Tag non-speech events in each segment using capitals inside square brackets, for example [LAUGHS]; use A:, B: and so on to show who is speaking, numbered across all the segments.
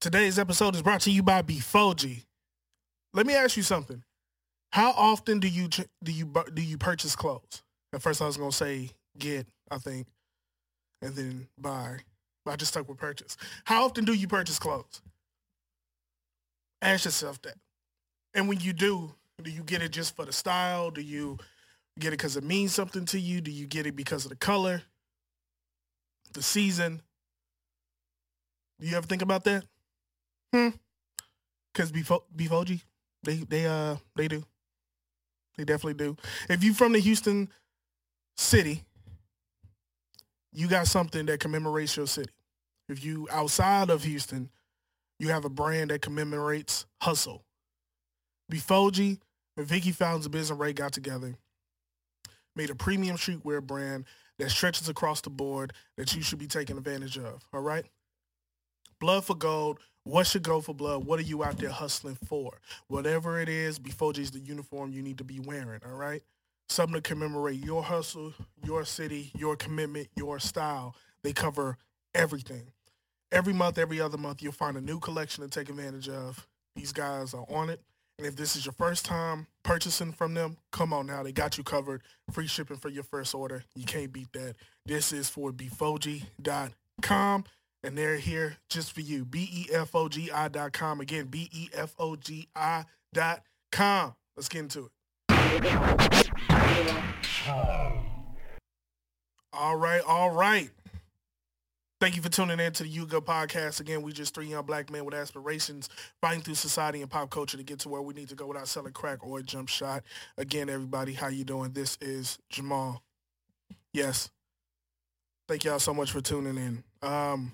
A: Today's episode is brought to you by Befoji. Let me ask you something. How often do you ch- do you bu- do you purchase clothes? At first, I was gonna say get, I think, and then buy. But I just stuck with purchase. How often do you purchase clothes? Ask yourself that. And when you do, do you get it just for the style? Do you get it because it means something to you? Do you get it because of the color, the season? Do you ever think about that? Hmm. Cause Befo- Befoji, they they uh they do. They definitely do. If you from the Houston city, you got something that commemorates your city. If you outside of Houston, you have a brand that commemorates hustle. Befoji and Vicky Fountains and Ray got together, made a premium streetwear brand that stretches across the board that you should be taking advantage of. All right? Blood for gold. What should go for blood? What are you out there hustling for? Whatever it is, Befoji is the uniform you need to be wearing. All right? Something to commemorate your hustle, your city, your commitment, your style. They cover everything. Every month, every other month, you'll find a new collection to take advantage of. These guys are on it. And if this is your first time purchasing from them, come on now. They got you covered. Free shipping for your first order. You can't beat that. This is for befoji.com. And they're here just for you. E B-E-F-O-G-I dot com. Again, E B-E-F-O-G-I dot com. Let's get into it. All right, all right. Thank you for tuning in to the Yuga podcast. Again, we just three young black men with aspirations fighting through society and pop culture to get to where we need to go without selling crack or a jump shot. Again, everybody, how you doing? This is Jamal. Yes. Thank y'all so much for tuning in. Um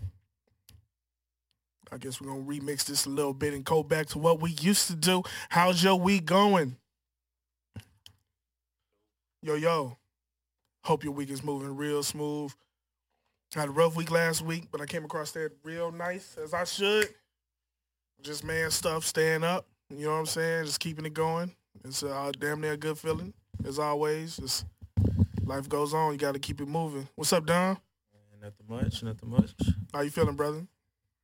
A: I guess we're gonna remix this a little bit and go back to what we used to do. How's your week going? Yo, yo. Hope your week is moving real smooth. I had a rough week last week, but I came across that real nice as I should. Just man stuff, staying up. You know what I'm saying? Just keeping it going. It's uh, damn near a good feeling as always. Just life goes on. You got to keep it moving. What's up, Don?
B: Man, nothing much, nothing much.
A: How you feeling, brother?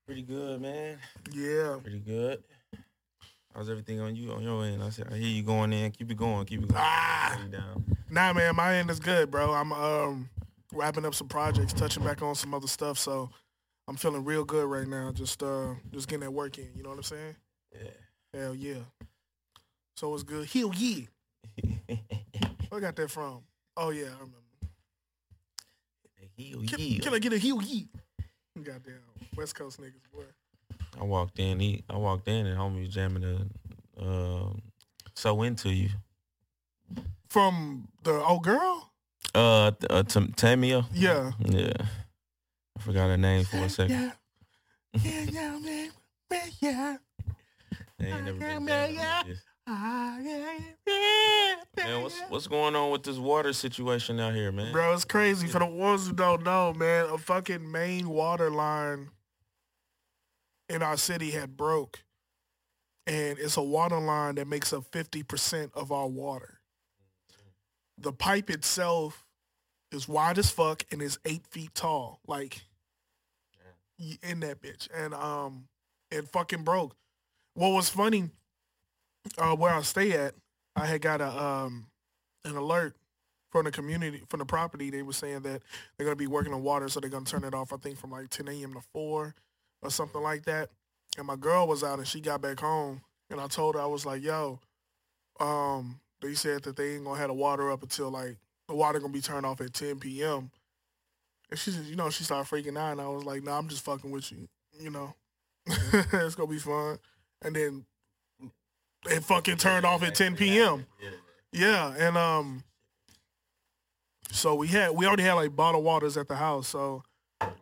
B: Pretty good, man.
A: Yeah.
B: Pretty good. How's everything on you on your end? I said, I hear you going in. Keep it going. Keep it going.
A: Ah!
B: Steady down.
A: Nah, man, my end is good, bro. I'm um wrapping up some projects, touching back on some other stuff. So I'm feeling real good right now. Just uh, just getting that work in. You know what I'm saying?
B: Yeah.
A: Hell yeah. So it's good. Hell yeah.
B: [LAUGHS]
A: Where I got that from? Oh yeah, I remember.
B: Heel,
A: Can,
B: heel.
A: can I get a hell yeah? Goddamn West Coast niggas, boy.
B: I walked in. He, I walked in, and homie was jamming the um, so into you.
A: From the old girl?
B: Uh, th- uh Tam- Tamia.
A: Yeah.
B: Yeah. I forgot her name for a [LAUGHS] second.
A: Yeah, yeah, man. Man, yeah.
B: They ain't never been
A: Yeah,
B: down
A: yeah.
B: like this.
A: Ah, yeah, yeah, yeah,
B: Man, what's
A: yeah.
B: what's going on with this water situation out here, man?
A: Bro, it's crazy. For the ones who don't know, man, a fucking main water line in our city had broke. And it's a water line that makes up 50% of our water. The pipe itself is wide as fuck and is eight feet tall. Like, y- in that bitch. And, um, it fucking broke. What was funny, uh, where I stay at, I had got a, um, an alert from the community from the property they were saying that they're going to be working on water so they're going to turn it off i think from like 10 a.m to 4 or something like that and my girl was out and she got back home and i told her i was like yo um they said that they ain't going to have the water up until like the water going to be turned off at 10 p.m and she just you know she started freaking out and i was like no i'm just fucking with you you know [LAUGHS] it's going to be fun and then it fucking turned off at 10 p.m yeah, and um, so we had we already had like bottled waters at the house, so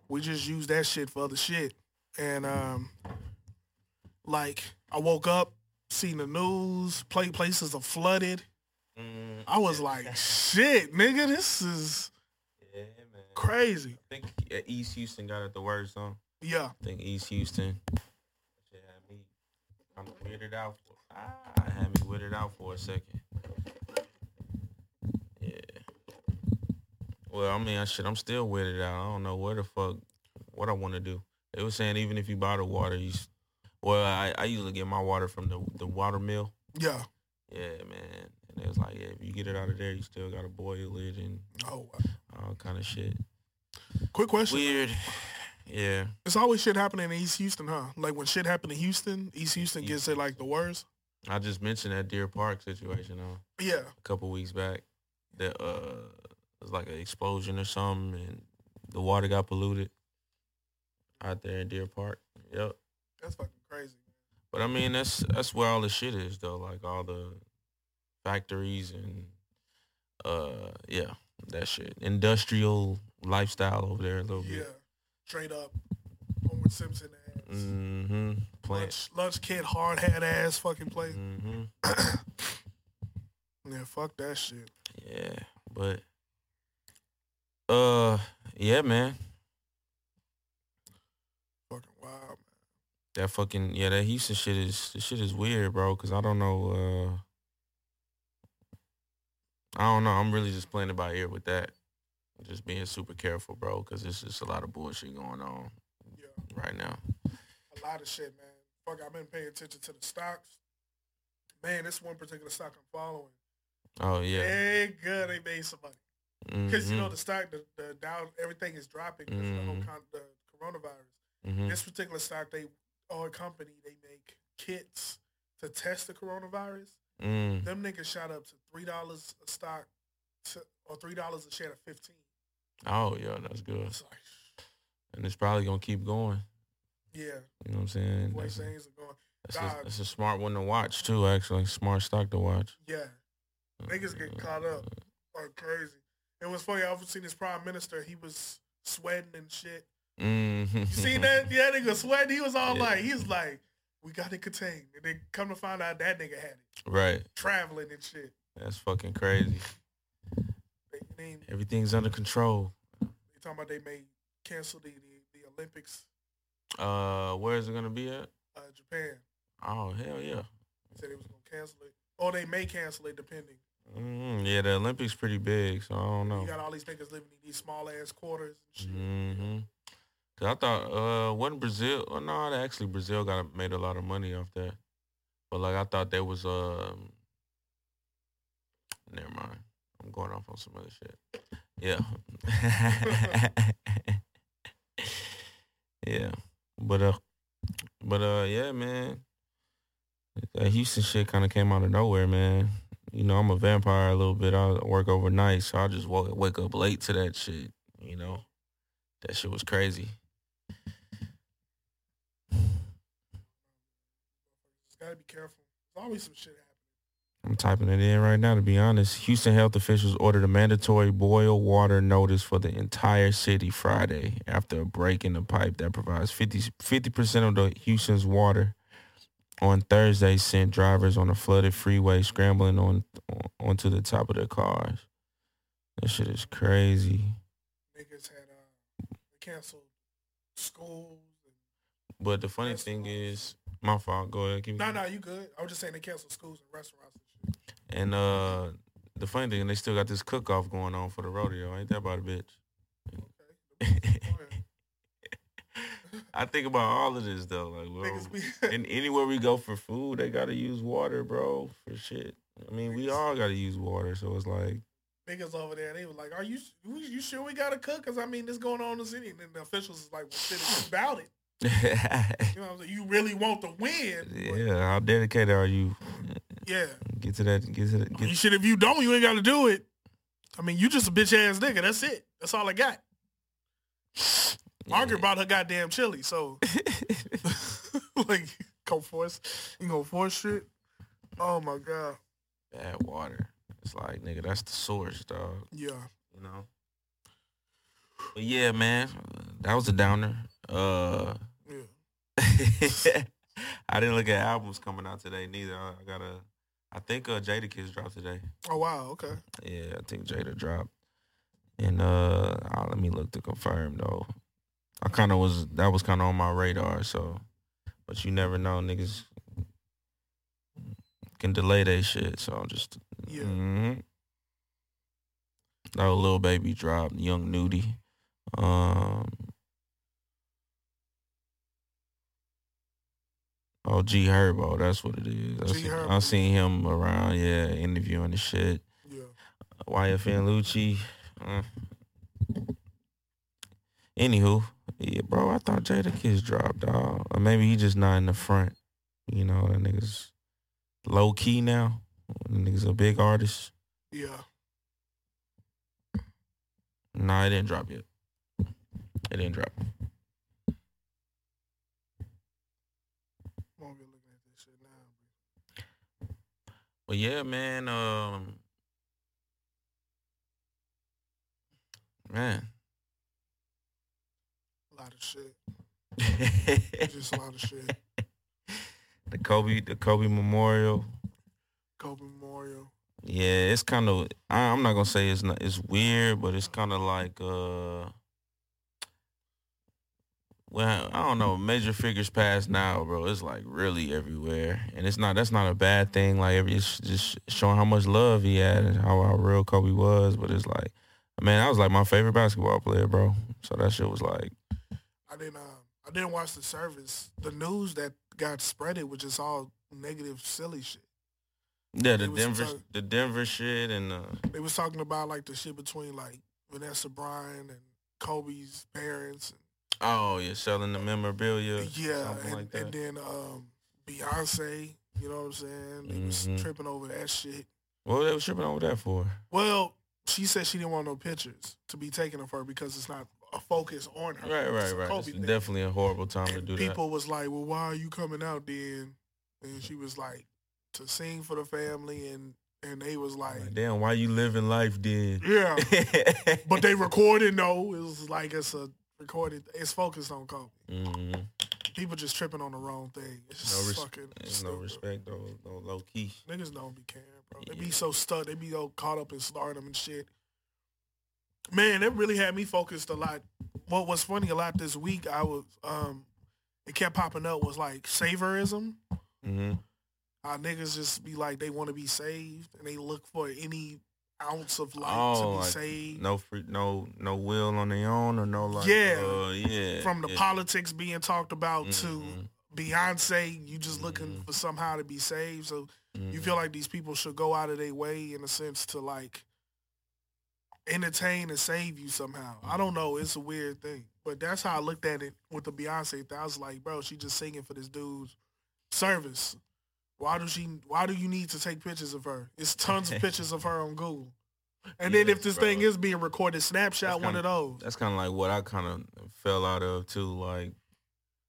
A: we just used that shit for other shit. And um, like I woke up, seen the news, play places are flooded.
B: Mm,
A: I was
B: [LAUGHS]
A: like, shit, nigga, this is
B: yeah, man.
A: crazy.
B: I think uh, East Houston got it the worst on.
A: Yeah,
B: I think East Houston. Shit had me. I'm weirded out for. I had me weirded out for a second. Yeah. Well, I mean, I shit. I'm still weirded out. I don't know where the fuck what I want to do. They were saying even if you bottle water, you s- Well, I, I usually get my water from the the water mill.
A: Yeah.
B: Yeah, man. And it was like, yeah, if you get it out of there, you still gotta boil it and
A: Oh,
B: all kind of shit.
A: quick question.
B: Weird. Yeah.
A: It's always shit happening in East Houston, huh? Like when shit happened in Houston, East Houston gets it like the worst.
B: I just mentioned that Deer Park situation uh,
A: Yeah.
B: a couple weeks back. That uh it was like an explosion or something and the water got polluted out there in Deer Park. Yep.
A: That's fucking crazy.
B: But I mean, that's that's where all the shit is though. Like all the factories and uh yeah, that shit. Industrial lifestyle over there a little
A: Yeah.
B: bit.
A: Straight up. Homer Simpson ass.
B: Mm-hmm. Plants.
A: Lunch, lunch kid, hard hat ass fucking place.
B: Mm-hmm.
A: Yeah, fuck that shit.
B: Yeah. But uh yeah, man.
A: Fucking wild,
B: That fucking yeah, that Houston shit is the shit is weird, bro, cause I don't know uh I don't know. I'm really just playing it by ear with that. Just being super careful, bro, because there's just a lot of bullshit going on
A: man. Yeah.
B: right now.
A: A lot of shit, man. Fuck, I've been paying attention to the stocks. Man, this one particular stock I'm following.
B: Oh yeah. Mm-hmm,
A: Hey, good, they made some money. Because you know the stock, the, the down, everything is dropping. 'cause of the whole
B: Mhm.
A: con- the coronavirus.
B: hmm
A: This particular stock, they or company, they make kits to test the coronavirus.
B: mm
A: Them niggas shot up to three dollars a stock, to, or three dollars a share to fifteen.
B: Oh yeah, that's good.
A: It's like,
B: And it's probably gonna keep going.
A: yeah,
B: You know what I'm saying?
A: the way
B: That's a,
A: things are going.
B: that's, a,
A: God.
B: that's a smart one to watch too. Actually, smart stock to watch. Mm-hmm.
A: Yeah, Niggas get caught up. like crazy. It was funny. I've seen this prime minister. He was sweating and shit.
B: Mm-hmm.
A: You
B: [LAUGHS]
A: seen that? Yeah, nigga sweating. He was all
B: Yeah.
A: like, he was like, we got it contained. And then come to find out that nigga had it.
B: Right.
A: Traveling and shit.
B: That's fucking crazy.
A: They, they, they
B: Everything's under control.
A: talking about they may cancel the, the, the Olympics
B: Uh, where is it gonna be at?
A: uh, Japan.
B: Oh hell yeah.
A: Said they was gonna cancel it. Or they may cancel it depending.
B: Mm, yeah, the Olympics pretty big, so I don't know.
A: You got all these niggas living in these small ass quarters and shit.
B: Mm-hmm. Cause I thought, uh, wasn't Brazil? Oh no, actually Brazil got made a lot of money off that. But like I thought there was um. Never mind. I'm going off on some other shit. Yeah. [LAUGHS] yeah. But uh, but uh, yeah, man. That Houston shit kind of came out of nowhere, man. You know, I'm a vampire a little bit. I work overnight, so I just wake, wake up late to that shit. You know, that shit was crazy.
A: Just gotta be careful. There's always some shit happening.
B: I'm typing it in right now, to be honest. Houston health officials ordered a mandatory boil water notice for the entire city Friday after a break in the pipe that provides 50, percent of the Houston's water. On Thursday, sent drivers on a flooded freeway scrambling on, onto the top of their cars. That shit is crazy.
A: Niggas had uh, they canceled schools.
B: But the funny thing is, my fault. Go ahead. Keep
A: No, no, you good. I was just saying they canceled schools and restaurants and shit.
B: And uh, the funny thing, they still got this cook off going on for the rodeo. Ain't that about a bitch? [LAUGHS]
A: Okay. Go ahead.
B: I think about all of this though, like bro,
A: Niggas be
B: [LAUGHS] and anywhere we go for food, they gotta use water, bro, for shit. I mean, we all gotta use water, so it's like,
A: [LAUGHS]
B: [LAUGHS]
A: niggas over there. They was like, "Are you you, you sure we gotta cook? Cause I mean, this going on in the city." And then the officials is like, well, "Shit, it's about it."
B: yeah,
A: You know, what I'm saying? you really want the win? But
B: how dedicated are you?
A: yeah.
B: Get to that, get to that,
A: You
B: get,
A: should. If you don't, you ain't gotta do it. I mean, you just a bitch ass nigga. That's it. That's all I got. Margaret
B: [LAUGHS]
A: brought her goddamn chili, so [LAUGHS] like, go force. You gonna force shit? Oh my god.
B: bad water. It's like, nigga, that's the source, dog.
A: Yeah.
B: you know. But yeah, man, that was a downer. Uh,
A: Yeah.
B: [LAUGHS] I didn't look at albums coming out today neither. I, I got a, I think uh, Jada Kids dropped today.
A: Oh wow. Okay.
B: Yeah, I think Jada dropped. And uh, I'll- let me look to confirm though. I kind of was that was kind of on my radar. So, but you never know, niggas can delay their shit. So I'm just
A: Yeah.
B: hmm Oh, little baby dropped Young Nudie. Um, Oh, G Herbo, that's what it is. I
A: G
B: seen, I
A: Herbo.
B: seen him around, yeah, interviewing the shit.
A: Yeah.
B: YFN Lucci. Mm. Anywho, yeah, bro, I thought Jada Kiss dropped, dog. Or maybe he just not in the front. You know, that nigga's low key now. That nigga's a big artist.
A: Yeah.
B: Nah, it didn't drop yet. It didn't drop.
A: I'm gonna be looking at this shit now.
B: But yeah, man, um Man. [LAUGHS]
A: A lot of shit. Just a lot of shit.
B: the Kobe the Kobe Memorial.
A: Kobe Memorial.
B: Yeah, it's kind of. I, I'm not gonna say it's not. It's weird, but it's kind of like. uh Well, I don't know. Major figures pass now, bro. It's like really everywhere, and it's not. That's not a bad thing. Like every, it's just showing how much love he had and how, how real Kobe was. But it's like, man, I was like my favorite basketball player, bro. So that shit was like,
A: I didn't. Um, I didn't watch the service. The news that got spreaded was just all negative, silly shit.
B: yeah, the
A: It was
B: Denver,
A: so-
B: the Denver shit, and uh,
A: They was talking about like the shit between like Vanessa Bryan and Kobe's parents.
B: oh yeah, selling the memorabilia,
A: yeah,
B: something
A: and,
B: like that.
A: and then um, Beyonce. You know what I'm saying? They was
B: Mhm.
A: tripping over that shit.
B: what they was tripping over that for?
A: Well, she said she didn't want no pictures to be taken of her because it's not a focus on her.
B: Right, right,
A: It's a
B: right.
A: Kobe
B: It's
A: thing.
B: definitely a horrible time to
A: And
B: do
A: people was like, "Well, why are you coming out then?" And she was like, "To sing for the family," and and they was
B: that.
A: like,
B: [LAUGHS] Like, damn, why you living life then?
A: "Yeah,"
B: [LAUGHS]
A: but they recorded though. It was like it's a recorded. It's focused on Kobe. [LAUGHS]
B: Mhm.
A: People just tripping on the wrong thing. It's
B: No
A: just
B: res-
A: fucking
B: Ain't no
A: stupid.
B: respect, no, no low key.
A: Niggas don't be caring, bro. They
B: Yeah.
A: be so stuck. They be so caught up in stardom and shit. Man, that really had me focused a lot. What was funny a lot this week, I was um, it kept popping up was like saviorism.
B: hmm
A: Mm-hmm. How niggas just be like they want to be saved and they look for any ounce of light
B: Oh,
A: to be
B: like,
A: saved
B: No free, no, no will on their own, or no like,
A: Yeah.
B: uh, yeah,
A: from the
B: yeah.
A: politics being talked about
B: Mhm,
A: to Beyonce. You just looking
B: Mhm.
A: for somehow to be saved. So you
B: mhm.
A: feel like these people should go out of their way in a sense to like entertain and save you somehow.
B: Mm-hmm.
A: I don't know. It's a weird thing. But that's how I looked at it with the Beyonce thing. I was like, bro, she just singing for this dude's service. Why do she why do you need to take pictures of her? It's tons
B: [LAUGHS]
A: of pictures of her on Google. And then
B: Yes,
A: if this
B: bro.
A: thing is being recorded, snapshot
B: That's
A: one of those.
B: that's kind of like what I kind of fell out of too. Like,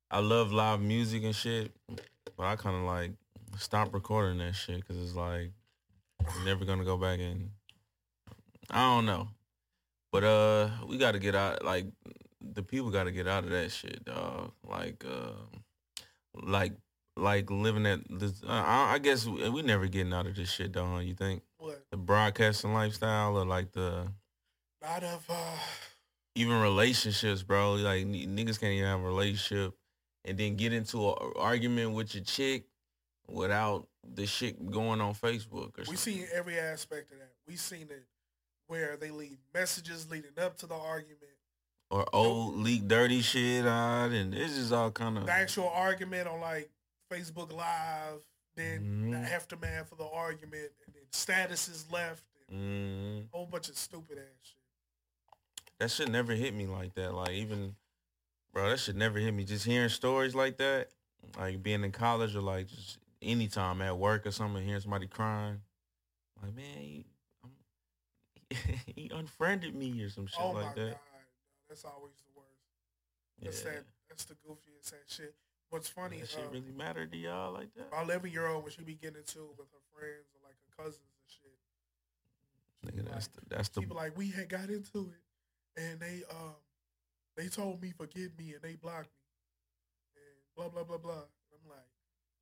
B: I love live music and shit, but I kind of like stop recording that shit because it's like you're never gonna go back and I don't know. But uh, we got to get out. Like, the people got to get out of that shit, dog. Like, uh, like, like living that. This, uh, I, I guess we, we never getting out of this shit, though. Huh? You think
A: What?
B: the broadcasting lifestyle or like the
A: Out of uh
B: even relationships, bro. Like n- niggas can't even have a relationship and then get into an argument with your chick without the shit going on Facebook or
A: we
B: something.
A: seen every aspect of that. We seen it where they leave messages leading up to the argument.
B: or old leak dirty shit ah, out and this is all kind of
A: the actual argument on like Facebook Live, then the
B: Mhm.
A: aftermath of the argument, and then statuses left, and
B: mm,
A: a whole bunch of stupid ass shit.
B: that shit never hit me like that. Like even bro, that shit never hit me. Just hearing stories like that, like being in college or like just anytime at work or something, hearing somebody crying, like man, he, i [LAUGHS] he unfriended me or some shit
A: oh
B: like
A: my
B: that.
A: god, that's always the worst. That's
B: Yeah.
A: that. That's the goofiest ass shit. What's funny?
B: That
A: is
B: shit really matter to y'all like that?
A: my eleven year old when she be getting into it with her friends or like her cousins and shit. she be
B: Nigga, that's
A: like-
B: the, that's the
A: she be like, we had got into it, and they um they told me forgive me, and they blocked me, and blah blah blah blah. I'm like,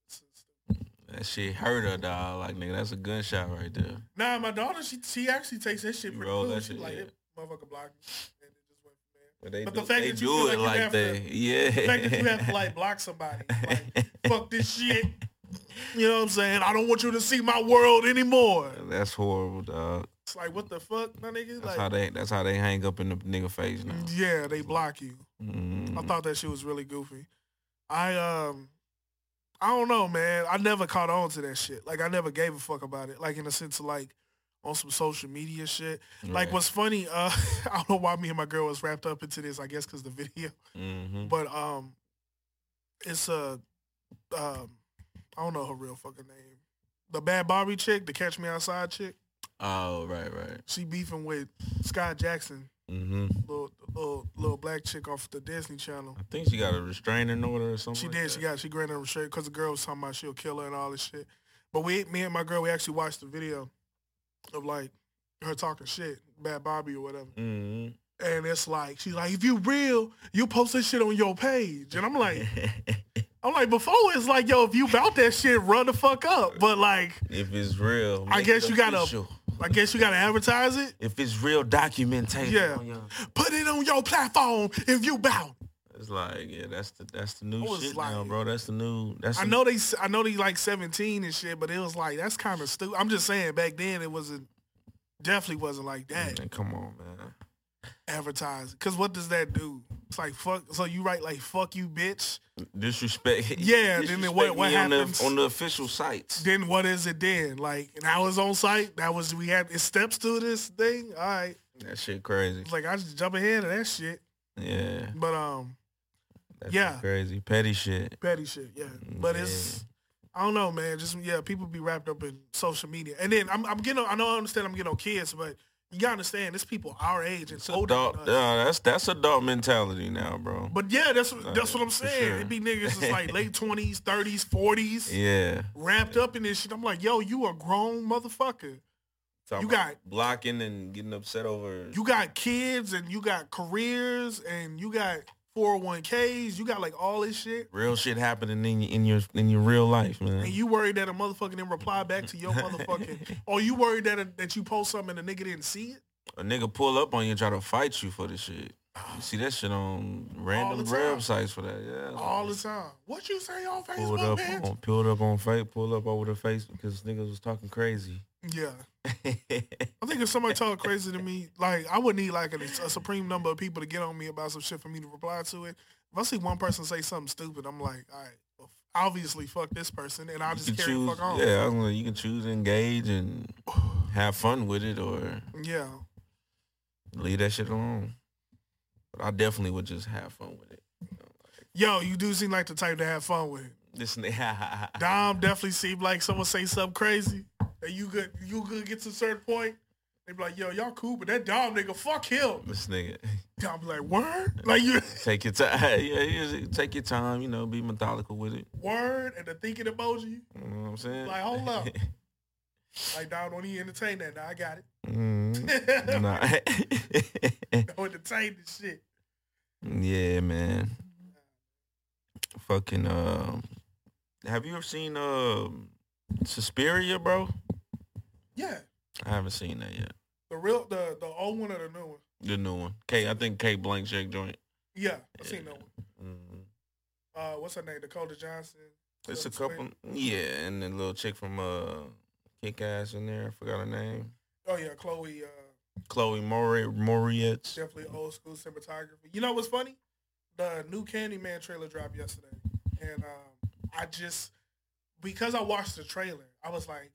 A: this is stupid.
B: that shit hurt her, dog. Like nigga, that's a gunshot right there.
A: Nah, my daughter, she she actually takes that shit
B: You
A: pretty
B: roll
A: cool.
B: that
A: she
B: shit,
A: be like,
B: yeah.
A: "That motherfucker blocked me, and it just went from there.
B: But they
A: But
B: do,
A: the fact
B: they
A: that you
B: do
A: feel
B: it
A: like you
B: like
A: have
B: that, yeah. [LAUGHS]
A: The fact that you have to like block somebody, like fuck this shit. You know what I'm saying? I don't want you to see my world anymore.
B: That's horrible, dog.
A: It's like what the fuck, my nigga.
B: That's
A: Like,
B: how they that's how they hang up in the nigga face now.
A: yeah, they block you.
B: Mm.
A: I thought that shit was really goofy. I um, I don't know, man. I never caught on to that shit. Like I never gave a fuck about it. Like in the sense of like on some social media shit. Like what's funny, uh [LAUGHS] I don't know why me and my girl was wrapped up into this, I guess cuz the video.
B: hmm
A: But um it's a um I don't know her real fucking name. The bad Barbie chick, the catch me outside chick.
B: Oh, right, right.
A: She beefing with Scott Jackson,
B: hmm
A: little little little black chick off the Disney Channel.
B: I think she got a restraining order or something.
A: She
B: like
A: did.
B: that.
A: She got. She granted her straight because the girl was talking about she'll kill her and all this shit. But we, me and my girl, we actually watched the video of like her talking shit, Bad Bobby or whatever.
B: Mhm.
A: And it's like she's like, if you real, you post this shit on your page. And I'm like, I'm like, before it's like, yo, if you bout that shit, run the fuck up. But like,
B: [LAUGHS] if it's real,
A: I
B: make
A: guess
B: it
A: you gotta-
B: official.
A: I guess you gotta advertise it.
B: If it's real, documentation.
A: Yeah.
B: on your-
A: Put it on your platform if you bout.
B: It's like, yeah, that's the that's the
A: I
B: new
A: was
B: shit
A: like-
B: now, bro. That's the new. That's
A: I
B: the-
A: know they, s- I know they like 17 and shit, but it was like that's kind of stupid. I'm just saying, back then it wasn't, definitely wasn't like that.
B: Man, come on, man.
A: advertise. Cause what does that do? It's like fuck. So you write like fuck you, bitch.
B: Disrespect. [LAUGHS]
A: Yeah, then
B: Disrespect
A: what- what
B: me on the-
A: happens?
B: on the official sites?
A: Then what is it then? Like now it's on site. That was we had it steps to this thing. All right.
B: That shit crazy.
A: It's like I just jump ahead of that shit.
B: Yeah.
A: But um,
B: That's
A: Yeah.
B: crazy. Petty shit.
A: petty shit. Yeah. But it's I don't know, man. Just yeah, people be wrapped up in social media. And then I'm I'm getting. on- I know I understand. I'm getting on kids, but you gotta understand. It's people our age and
B: It's
A: older.
B: adult.
A: than us.
B: uh, that's that's adult mentality now, bro.
A: But yeah, that's that's what I'm
B: for
A: saying.
B: sure.
A: It be niggas that's like late twenties, thirties, forties.
B: [LAUGHS] Yeah.
A: wrapped up in this shit. I'm like, yo, you a grown motherfucker.
B: Talking
A: You
B: about
A: got-
B: blocking and getting upset over.
A: You got kids and you got careers and you got 401ks. You got like all this shit.
B: real shit happening in your in your in your real life, man.
A: And you worried that a motherfucker didn't reply back to your
B: [LAUGHS]
A: motherfucking. or you worried that that you post something and the nigga didn't see it?
B: a nigga pull up on you and try to fight you for the shit. You see that shit on random
A: the time.
B: websites for that. Yeah.
A: All the time. What you say on Facebook,
B: pulled up
A: bitch?
B: on pulled up on fake, pulled up over the face because niggas was talking crazy. [LAUGHS]
A: Yeah. I think if somebody talk crazy to me, like I would need like a, a supreme number of people to get on me about some shit for me to reply to it. If I see one person say something stupid, I'm like, all right, well, obviously fuck this person, and I'll
B: you
A: just
B: can
A: carry the
B: choose,
A: fuck on.
B: yeah. I was gonna, you can choose to engage
A: [SIGHS]
B: and have fun with it, or
A: Yeah.
B: leave that shit alone. But I definitely would just have fun with it.
A: Yo, you do seem like the type to have fun with. it.
B: This [LAUGHS] nigga,
A: Dom definitely seemed like someone say something crazy, and you could you could get to a certain point. They be like, yo, y'all cool, but that Dom nigga, fuck him.
B: this nigga,
A: Dom be like, word, like you [LAUGHS]
B: take your time. [LAUGHS] Yeah, you just take your time. You know, be methodical with it.
A: word, and the thinking emoji.
B: You know what I'm saying?
A: Like, hold
B: [LAUGHS]
A: up. Like Dom, don't even entertain that. Now I got it.
B: Mhm.
A: [LAUGHS]
B: nah. [LAUGHS]
A: don't entertain this shit.
B: Yeah, man. Fucking um have you ever seen um Suspiria, bro?
A: Yeah,
B: I haven't seen that yet.
A: the real the the old one or the new one.
B: The new one. K I think K Blank Check joint.
A: Yeah, I seen that one.
B: Mhm.
A: Uh, what's her name? Dakota Johnson.
B: It's a
A: Little twin.
B: couple Yeah, and the little chick from uh Kick Ass in there, I forgot her name.
A: Oh yeah, Chloe. Uh,
B: Chloe Mori Morietz.
A: definitely old school cinematography. You know what's funny? The new Candyman trailer dropped yesterday, and um, I just because I watched the trailer, I was like,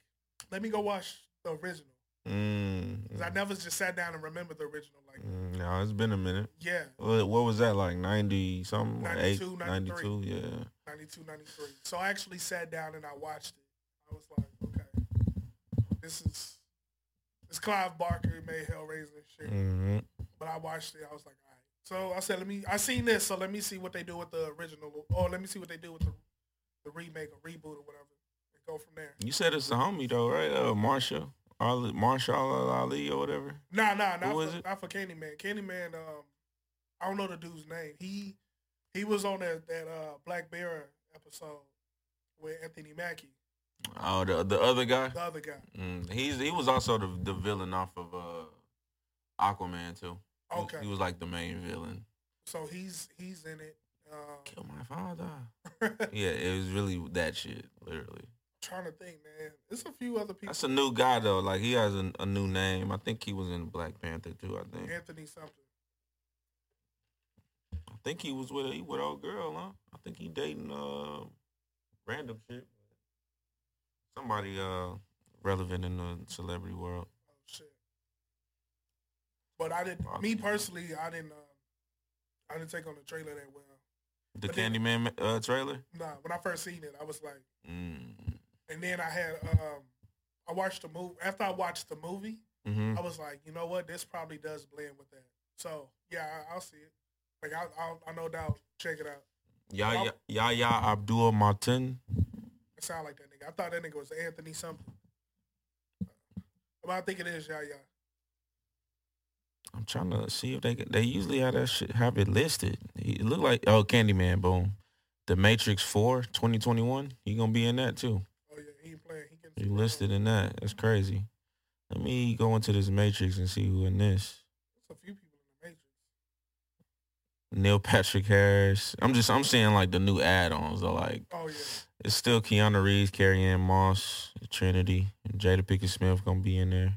A: let me go watch the original
B: Mm.
A: 'Cause I never just sat down and remembered the original. Like,
B: Mm, No, it's been a minute.
A: yeah,
B: What what was that like? Ninety something? like eight-
A: 92, 93.
B: 92, yeah.
A: 92, 93. So I actually sat down and I watched it. I was like, okay, this is this Clive Barker who made Hellraiser and shit.
B: hmm
A: But I watched it. I was like, all right. So I said, let me. I seen this, so let me see what they do with the original, or let me see what they do with the, the remake or reboot or whatever, and go from there.
B: You said it's the homie though, right? Uh, Marsha, Ali, Marshall Ali or whatever.
A: Nah, nah,
B: Who
A: not
B: is
A: for,
B: it?
A: not for Candyman. Candyman. Um, I don't know the dude's name. He he was on that that uh, Black Bear episode with Anthony Mackie,
B: Oh, the the other guy.
A: the other guy.
B: Mm, he's he was also the the villain off of uh, Aquaman too. He was-
A: Okay.
B: He was like the main villain.
A: So he's he's in it. Um,
B: Kill my father. yeah, it was really that shit. Literally,
A: [LAUGHS] trying to think, man. There's a few other people.
B: that's a new guy though. Like he has a, a new name. I think he was in Black Panther too. I think.
A: Anthony something. Oh,
B: I think he was with he with old girl, huh? I think he dating uh, random shit. Somebody uh relevant in the celebrity world.
A: Oh shit. But I didn't. Me personally, I didn't. Um, I didn't take on the trailer that well.
B: The
A: But then-
B: Candyman uh, trailer.
A: Nah, when I first seen it, I was like,
B: Mm.
A: and then I had. um I watched the movie. After I watched the movie,
B: hmm
A: I was like, you know what? This probably does blend with that. So yeah, I, I'll see it. Like I, I'll, I no doubt check it out.
B: Yahya
A: oh.
B: Yahya Abdul Martin.
A: It sound like that nigga. I thought that nigga was Anthony something. But I think it is yeah, yeah.
B: I'm trying to see if they can, they usually have that shit have it listed. It look like oh Candyman, boom. The Matrix 4 2021. You gonna be in that too.
A: Oh yeah, he ain't playing. He can.
B: You listed in that. That's crazy. Let me go into this Matrix and see who in this.
A: It's a few people in the Matrix.
B: Neil Patrick Harris. I'm just I'm seeing like the new add-ons. Though. Like
A: Oh yeah,
B: it's still Keanu Reeves, Carrie Ann Moss, Trinity, and Jada Pickett Smith gonna be in there.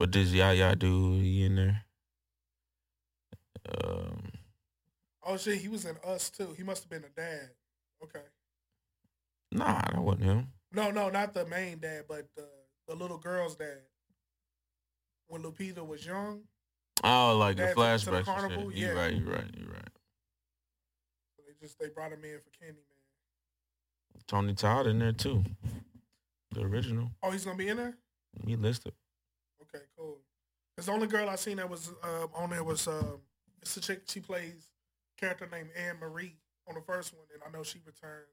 B: But this Yaya dude, he in there. Um,
A: oh shit, he was in Us too. He must have been a dad. Okay,
B: nah, that wasn't him.
A: no, no, not the main dad, but the, the little girl's dad. When Lupita was young,
B: Oh, like the
A: Bad Tickets to the
B: flashbacks. and shit.
A: Carnival,
B: You're
A: yeah.
B: right. You're right. You're right.
A: they just they brought him in for Candyman.
B: Tony Todd in there too. The original.
A: Oh, he's gonna be in there.
B: He listed.
A: Okay, cool. Cause the only girl I seen that was um, on there was um, it's a chick. She plays a character named Anne Marie on the first one, and I know she returned.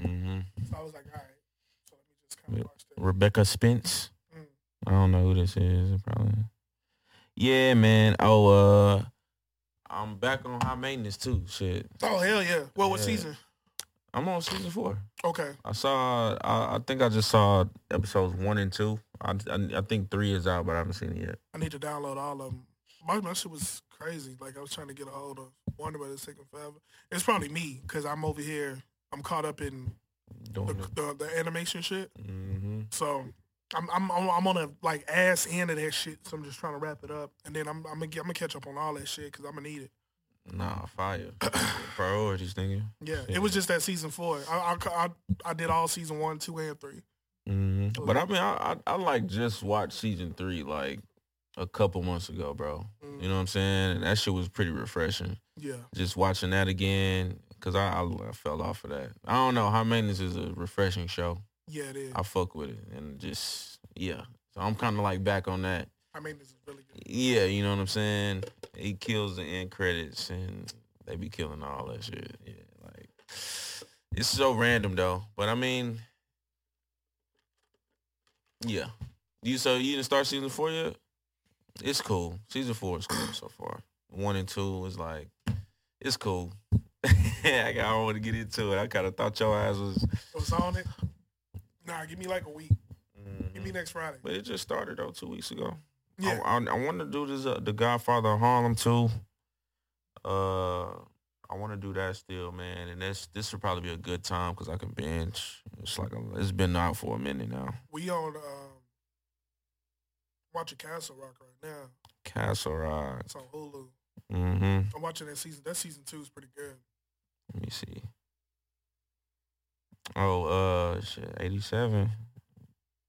B: hmm
A: So I was like, all right. So let me just kind
B: Yep.
A: of watch that.
B: Rebecca Spence.
A: Mm.
B: I don't know who this is. Probably. Yeah, man. Oh, uh, I'm back on high maintenance too. Shit,
A: Oh hell yeah! Well, what
B: Yeah.
A: season?
B: I'm on season four.
A: Okay.
B: I saw. I, I think I just saw episodes one and two. I, I I think three is out, but I haven't seen it yet.
A: I need to download all of them. My, my shit was crazy. Like I was trying to get a hold of Wonder, but it's taking forever. It's probably me because I'm over here. I'm caught up in the,
B: Doing it.
A: the, the animation shit.
B: Mm-hmm.
A: So I'm I'm I'm I'm on a like ass end of that shit. So I'm just trying to wrap it up, and then I'm I'm gonna get, I'm gonna catch up on all that shit because I'm gonna need it.
B: Nah,
A: [COUGHS]
B: fire. Priorities, nigga.
A: Yeah, it was just that season four. I I ca- I, I did all season one, two, and three.
B: hmm But I mean, I, I I like just watched season three like a couple months ago, bro.
A: Mm,
B: You know what I'm saying? And that shit was pretty refreshing.
A: Yeah,
B: just watching that again because I, I I fell off of that. I don't know. High maintenance is a refreshing show.
A: yeah, it is.
B: I fuck with it and just yeah. So I'm kind of like back on that.
A: I mean, this is really good.
B: Yeah, you know what I'm saying. He kills the end credits and they be killing all that shit. Yeah, like it's so random though. But I mean, yeah. You so you didn't start season four yet? It's cool. Season four is cool so far. One and two is like it's cool. [LAUGHS] I don't want to get into it. I kind of thought your ass was.
A: It was on it. Nah, give me like a week. Give me next Friday.
B: But it just started though two weeks ago.
A: Yeah.
B: Mm. I, I, I want to do this, uh, The Godfather of Harlem too. Uh, I want to do that still, man. And this this would probably be a good time because I can binge. It's like a, it's been out for a minute now.
A: We on um, watching Castle Rock right now.
B: Castle Rock.
A: It's on Hulu.
B: Mm-hmm.
A: I'm watching that season. That season two is pretty good.
B: Let me see. Oh, uh, shit, eighty-seven.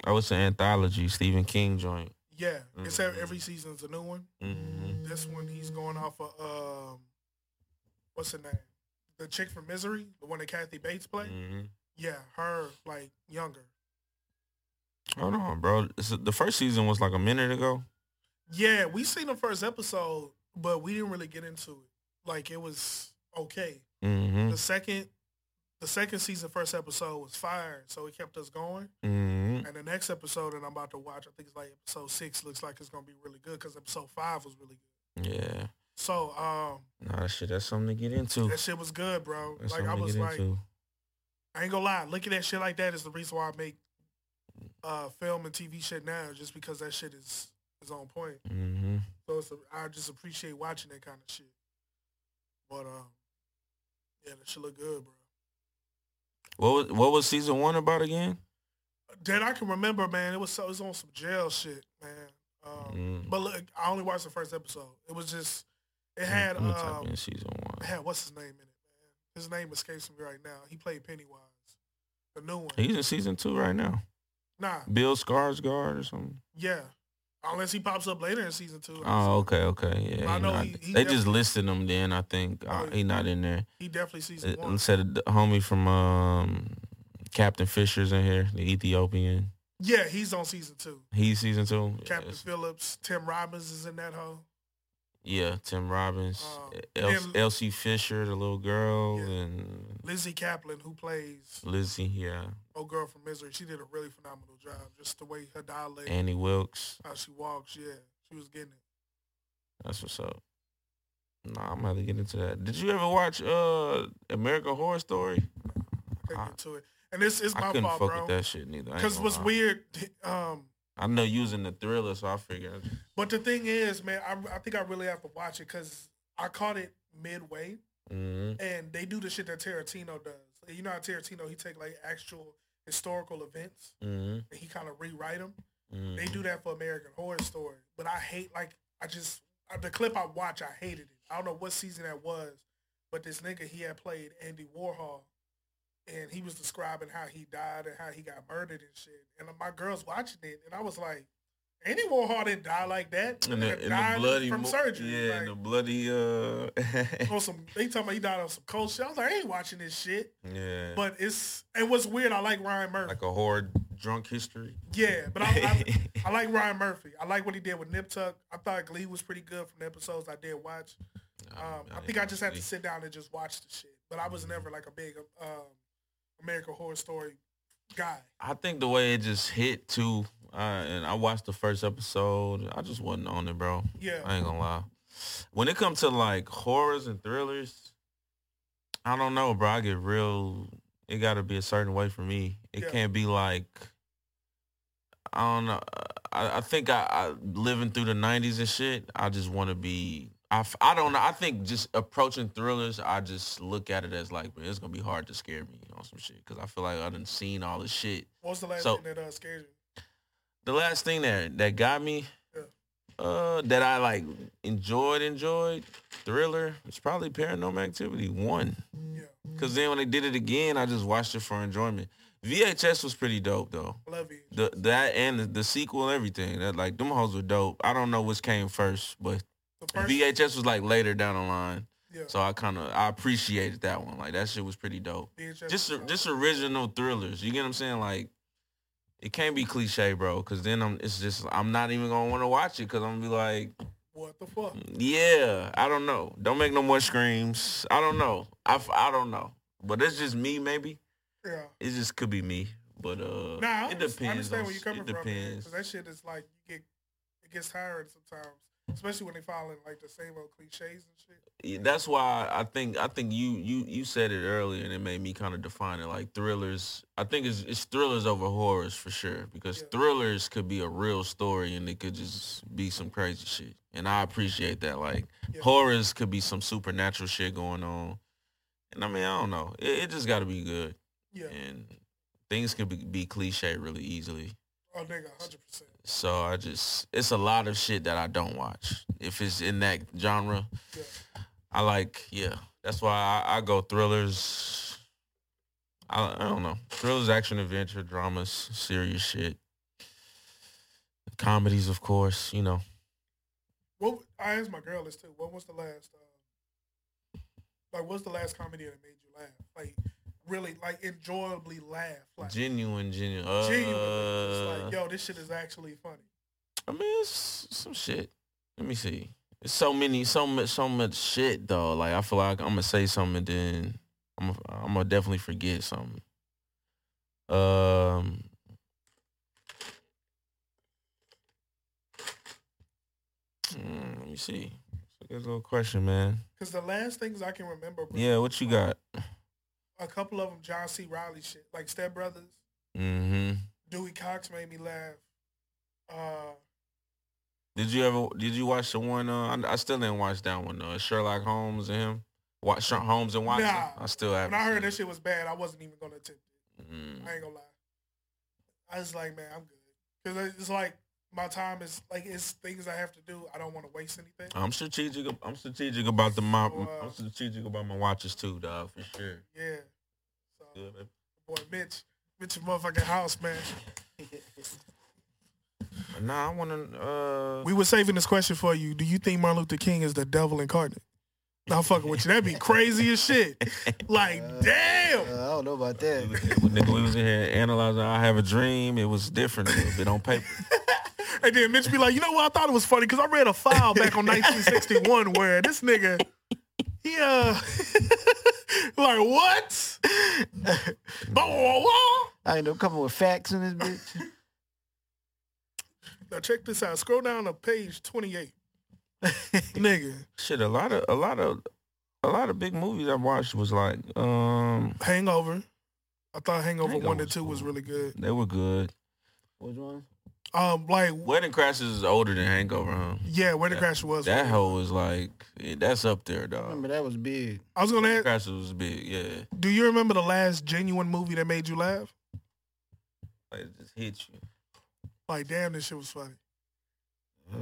B: Oh, it's an anthology, Stephen King joint.
A: Yeah, it's ev-
B: Mhm.
A: every season's a new one.
B: Mm-hmm.
A: This one he's going off of um, what's her name? The chick from Misery, the one that Kathy Bates played.
B: mm-hmm.
A: Yeah, her like younger.
B: Hold on, bro. This is- the first season was like a minute ago.
A: Yeah, we seen the first episode, but we didn't really get into it. Like it was okay.
B: Mm-hmm.
A: The second, the second season first episode was fire, so it kept us going.
B: Mm-hmm.
A: And the next episode that I'm about to watch, I think it's like episode six, looks like it's gonna be really good because episode five was really good.
B: Yeah.
A: So um,
B: Nah, shit, that's something to get into.
A: that shit was good, bro.
B: That's
A: like
B: something
A: I
B: to
A: was
B: get
A: like,
B: into.
A: I ain't gonna lie, looking at shit like that is the reason why I make uh film and TV shit now, just because that shit is is on point.
B: Mm-hmm.
A: So it's a, I just appreciate watching that kind of shit. But um, yeah, that shit look good, bro.
B: What was what was season one about again?
A: That I can remember, man. It was so it was on some jail shit, man. Um,
B: Mm.
A: But look, I only watched the first episode. It was just it
B: Let me-
A: had
B: let me Mm, type
A: um,
B: in season one.
A: had what's his name in it, man. His name escapes me right now. He played Pennywise. The new one.
B: He's in season two right now.
A: Nah,
B: Bill Skarsgård or something.
A: yeah. Unless he pops up later in season two.
B: Oh, okay, okay, yeah.
A: I
B: he
A: know
B: not-
A: he- he
B: they just
A: definitely-
B: listed him. Then I think uh,
A: Oh,
B: he not in there.
A: He definitely season
B: It
A: one.
B: said the homie from um, Captain Fisher's in here, the Ethiopian.
A: Yeah, he's on season two.
B: He's season two.
A: Captain
B: Yes.
A: Phillips, Tim Robbins is in that hoe.
B: Yeah, Tim Robbins,
A: Um,
B: El-
A: then-
B: Elsie Fisher, the little girl,
A: Yeah.
B: and
A: Lizzie Kaplan, who plays
B: Lizzie. Yeah,
A: old girl from Misery, she did a really phenomenal job. Just the way her dialect,
B: Annie Wilkes.
A: how she walks, yeah, she was getting it.
B: That's what's up. Nah, I'm gonna have to get into that. Did you ever watch uh American Horror Story?
A: Take
B: I-
A: it to it. And it's it's
B: I
A: my
B: couldn't
A: fault,
B: fuck
A: bro.
B: with that shit neither. I ain't
A: Because
B: gonna
A: what's
B: lie.
A: weird, [LAUGHS] um,
B: I know using the thriller, so I figured.
A: but the thing is, man, I, I think I really have to watch it because I caught it midway,
B: Mm-hmm.
A: and they do the shit that Tarantino does. And You know how Tarantino he take like actual historical events
B: Mm-hmm.
A: and he kind of rewrite them.
B: mm
A: They do that for American Horror Story, but I hate like I just uh, the clip I watch. I hated it. I don't know what season that was, but this nigga he had played Andy Warhol, and he was describing how he died and how he got murdered and shit. And uh, my girl's watching it, and I was like, Andy Warhol didn't die like that.
B: And
A: Nigga
B: the, and the
A: died
B: bloody
A: from
B: mo-
A: surgery.
B: Yeah,
A: like, Oh,
B: and the bloody uh
A: on some, they talking about he died on some cold shit. I was like, I ain't watching this shit.
B: [LAUGHS] Yeah.
A: But it's and what's weird, I like Ryan Murphy.
B: like a horror drunk history.
A: Yeah, but I,
B: [LAUGHS]
A: uh, I, I like Ryan Murphy. I like what he did with Nip Tuck. I thought Glee was pretty good from the episodes I did watch. Um, I think I just had to sit down and just watch the shit. But I was never like a big um, American Horror Story guy.
B: I think the way it just hit too, uh, and I watched the first episode. I just wasn't on it, bro.
A: Yeah,
B: I ain't gonna lie. When it comes to like horrors and thrillers, I don't know, bro. I get real. It got to be a certain way for me. It
A: Yeah.
B: can't be like I don't know. I, I think I, I living through the '90s and shit. I just want to be. I, f- I don't know. I think just approaching thrillers, I just look at it as like, man, it's gonna be hard to scare me on some shit because I feel like I done seen all this shit.
A: what was the last
B: So-
A: thing that uh, scared you?
B: The last thing that that got me,
A: Yeah.
B: uh, that I like enjoyed, enjoyed thriller. It's probably Paranormal Activity one.
A: Yeah,
B: Cause then when they did it again, I just watched it for enjoyment. VHS was pretty dope though.
A: I love you.
B: The that and the, the sequel and everything. That like them hoes were dope. I don't know which came first, but
A: The first,
B: VHS was like later down the line.
A: yeah,
B: So I kind of I appreciated that one. Like that shit was pretty dope
A: VHS
B: just
A: was, uh,
B: just original thrillers. You get what I'm saying? Like it can't be cliche, bro. Cause then I'm it's just I'm not even gonna want to watch it. Cause I'm gonna be like,
A: what the fuck?
B: Mm. yeah, I don't know. Don't make no more screams. I don't know. I f- I don't know. But that's just me. Maybe
A: Yeah.
B: it just could be me. But uh,
A: Nah, I
B: it
A: understand,
B: depends.
A: I understand
B: on
A: where you're
B: s-
A: coming
B: it
A: from, man.
B: depends.
A: Because that shit is like you get it gets tired sometimes, especially when they following like the same old cliches and shit.
B: Yeah, that's why I think I think you you you said it earlier and it made me kind of define it like thrillers. I think it's it's thrillers over horrors for sure because
A: Yeah.
B: thrillers could be a real story and it could just be some crazy shit. And I appreciate that. Like
A: Yeah.
B: horrors could be some supernatural shit going on. And I mean, I don't know. It, it just got to be good.
A: Yeah.
B: And things could be, be cliche really easily.
A: Oh nigga, hundred percent.
B: So I just it's a lot of shit that I don't watch. If it's in that genre,
A: Yeah.
B: I like yeah. That's why I, I go thrillers. I, I don't know thrillers, action, adventure, dramas, serious shit, comedies, of course. You know,
A: What I asked my girl this too. What was the last? Uh, like, what's the last comedy that made you laugh? Like, really, like enjoyably laugh. Like,
B: genuine, genuine.
A: genuinely,
B: Uh,
A: just like, yo, this shit is actually funny.
B: I mean, it's some shit. Let me see. It's so many, so much, so much shit though. Like I feel like I'm gonna say something, and then I'm, gonna- I'm gonna definitely forget something. Um, mm, let me see. That's a good little question, man.
A: Cause the last things I can remember, bro,
B: Yeah, what you got?
A: a couple of them John C. Riley shit, like Step Brothers.
B: Mm-hmm.
A: Dewey Cox made me laugh. Uh,
B: Did you ever? Did you watch the one? Uh, I, I still didn't watch that one. Uh, Sherlock Holmes and him. Watch Holmes and Watson.
A: Nah.
B: I still haven't.
A: when I heard
B: seen
A: that shit was bad, I wasn't even gonna attempt it.
B: it. Mm.
A: I ain't gonna lie. I was like, man, I'm good. Cause it's like my time is like it's things I have to do. I don't want to waste anything.
B: I'm strategic. I'm strategic about the my,
A: So, uh,
B: I'm strategic about my watches too, dog, for sure.
A: Yeah. So
B: Yeah, man.
A: boy Mitch, Bitch, your motherfucking house, man. [LAUGHS]
B: Nah, I want to. Uh,
A: We were saving this question for you. Do you think Martin Luther King is the devil incarnate? No, I'm fucking with you. That'd be crazy as [LAUGHS] shit. Like, damn.
C: Uh, I don't know about [LAUGHS] that.
B: when nigga, we was in here analyzing I Have a Dream, it was different a little bit on paper.
A: [LAUGHS] And then Mitch be like, you know what? I thought it was funny because I read a file back on
B: [LAUGHS]
A: 1961 where this nigga, he uh, [LAUGHS] like what? [LAUGHS] Blah, blah, blah.
C: I end up coming with facts in this bitch.
A: Now check this out. Scroll down to page
B: [LAUGHS]
A: 28. nigga,
B: Shit, a lot of a lot of a lot of big movies I watched was like, um,
A: Hangover. I thought Hangover one and
B: Hangover's
A: two was
B: cool.
A: really good.
B: they were good.
C: Which one?
A: Um, like
B: Wedding Crashes is older than Hangover, huh?
A: yeah, Wedding
B: That-
A: Crash was.
B: That hoe is like, eh, that's up there,
C: I
B: dog.
C: remember that was big.
A: I was gonna
B: Wedding
A: ask,
B: Crashes was big, yeah.
A: do you remember the last genuine movie that made you laugh?
B: Like, it just hit you.
A: Like, damn, this shit was funny.
C: Uh,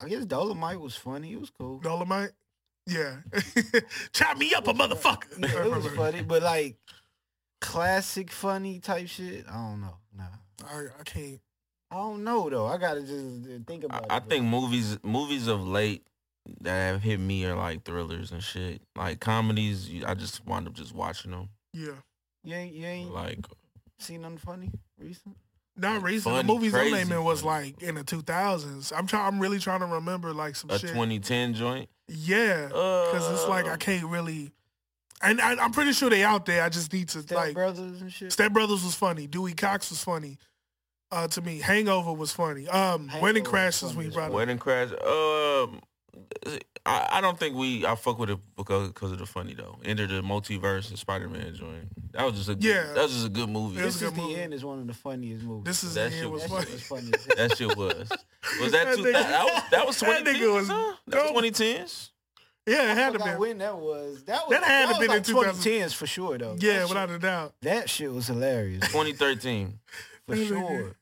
C: I guess Dolomite was funny. It was cool.
A: Dolomite. Yeah, [LAUGHS] chop me up, a motherfucker. I
C: It was
A: remember.
C: funny, but like classic funny type shit. I don't know. Nah.
A: [LAUGHS] I, I can't.
C: I don't know though. I gotta just think about it.
B: I, I think movies movies of late that have hit me are like thrillers and shit. Like comedies, you- I just wind up just watching them.
A: Yeah,
C: you ain't you ain't
B: Like
C: seen nothing funny recent.
A: not recent.
B: funny,
A: the movies I'm
B: crazy
A: naming was
B: funny.
A: like in the 2000s. I'm trying. I'm really trying to remember like some
B: a
A: shit.
B: 2010 joint. Uh,
A: Yeah, because it's
C: Uh.
A: like I can't really. And I, I'm pretty sure they out there. I just need to
C: Step
A: like.
C: Brothers and shit.
A: Step Brothers was funny. Dewey Cox was funny. Uh, to me, Hangover was funny. Um,
C: Hangover
A: Wedding
C: was
A: Crashes
C: funny
A: we
C: as
A: brought up.
B: Wedding Crash. Um, I, I don't think we I fuck with it because, because of the funny though. Enter the multiverse and Spider Man joint. That was just a good,
A: Yeah.
B: That was just a good movie.
A: It was
C: this
A: a
C: is
A: good
C: the
A: movie.
C: end is one of the funniest movies.
A: This is the
B: That shit
A: end was
C: that
B: was
A: funny.
C: shit was funny. as
B: [LAUGHS]
C: hell.
B: that shit was.
A: [LAUGHS]
B: Was that
A: That
B: two?
A: nigga-
B: That, that, that
A: [LAUGHS]
B: was
A: That nigga
B: 2010.
A: was
B: huh? That was
A: dope.
B: 2010s.
A: Yeah, it
C: I
A: had to
C: forgot
A: be.
C: when that was. That was
A: That had to
C: was
A: been in
C: like
A: 2000.
C: 2010s for sure though.
A: Yeah,
C: that
A: without
C: shit,
A: a doubt.
C: that shit was hilarious
B: 2013.
C: for
A: That nigga-
C: sure.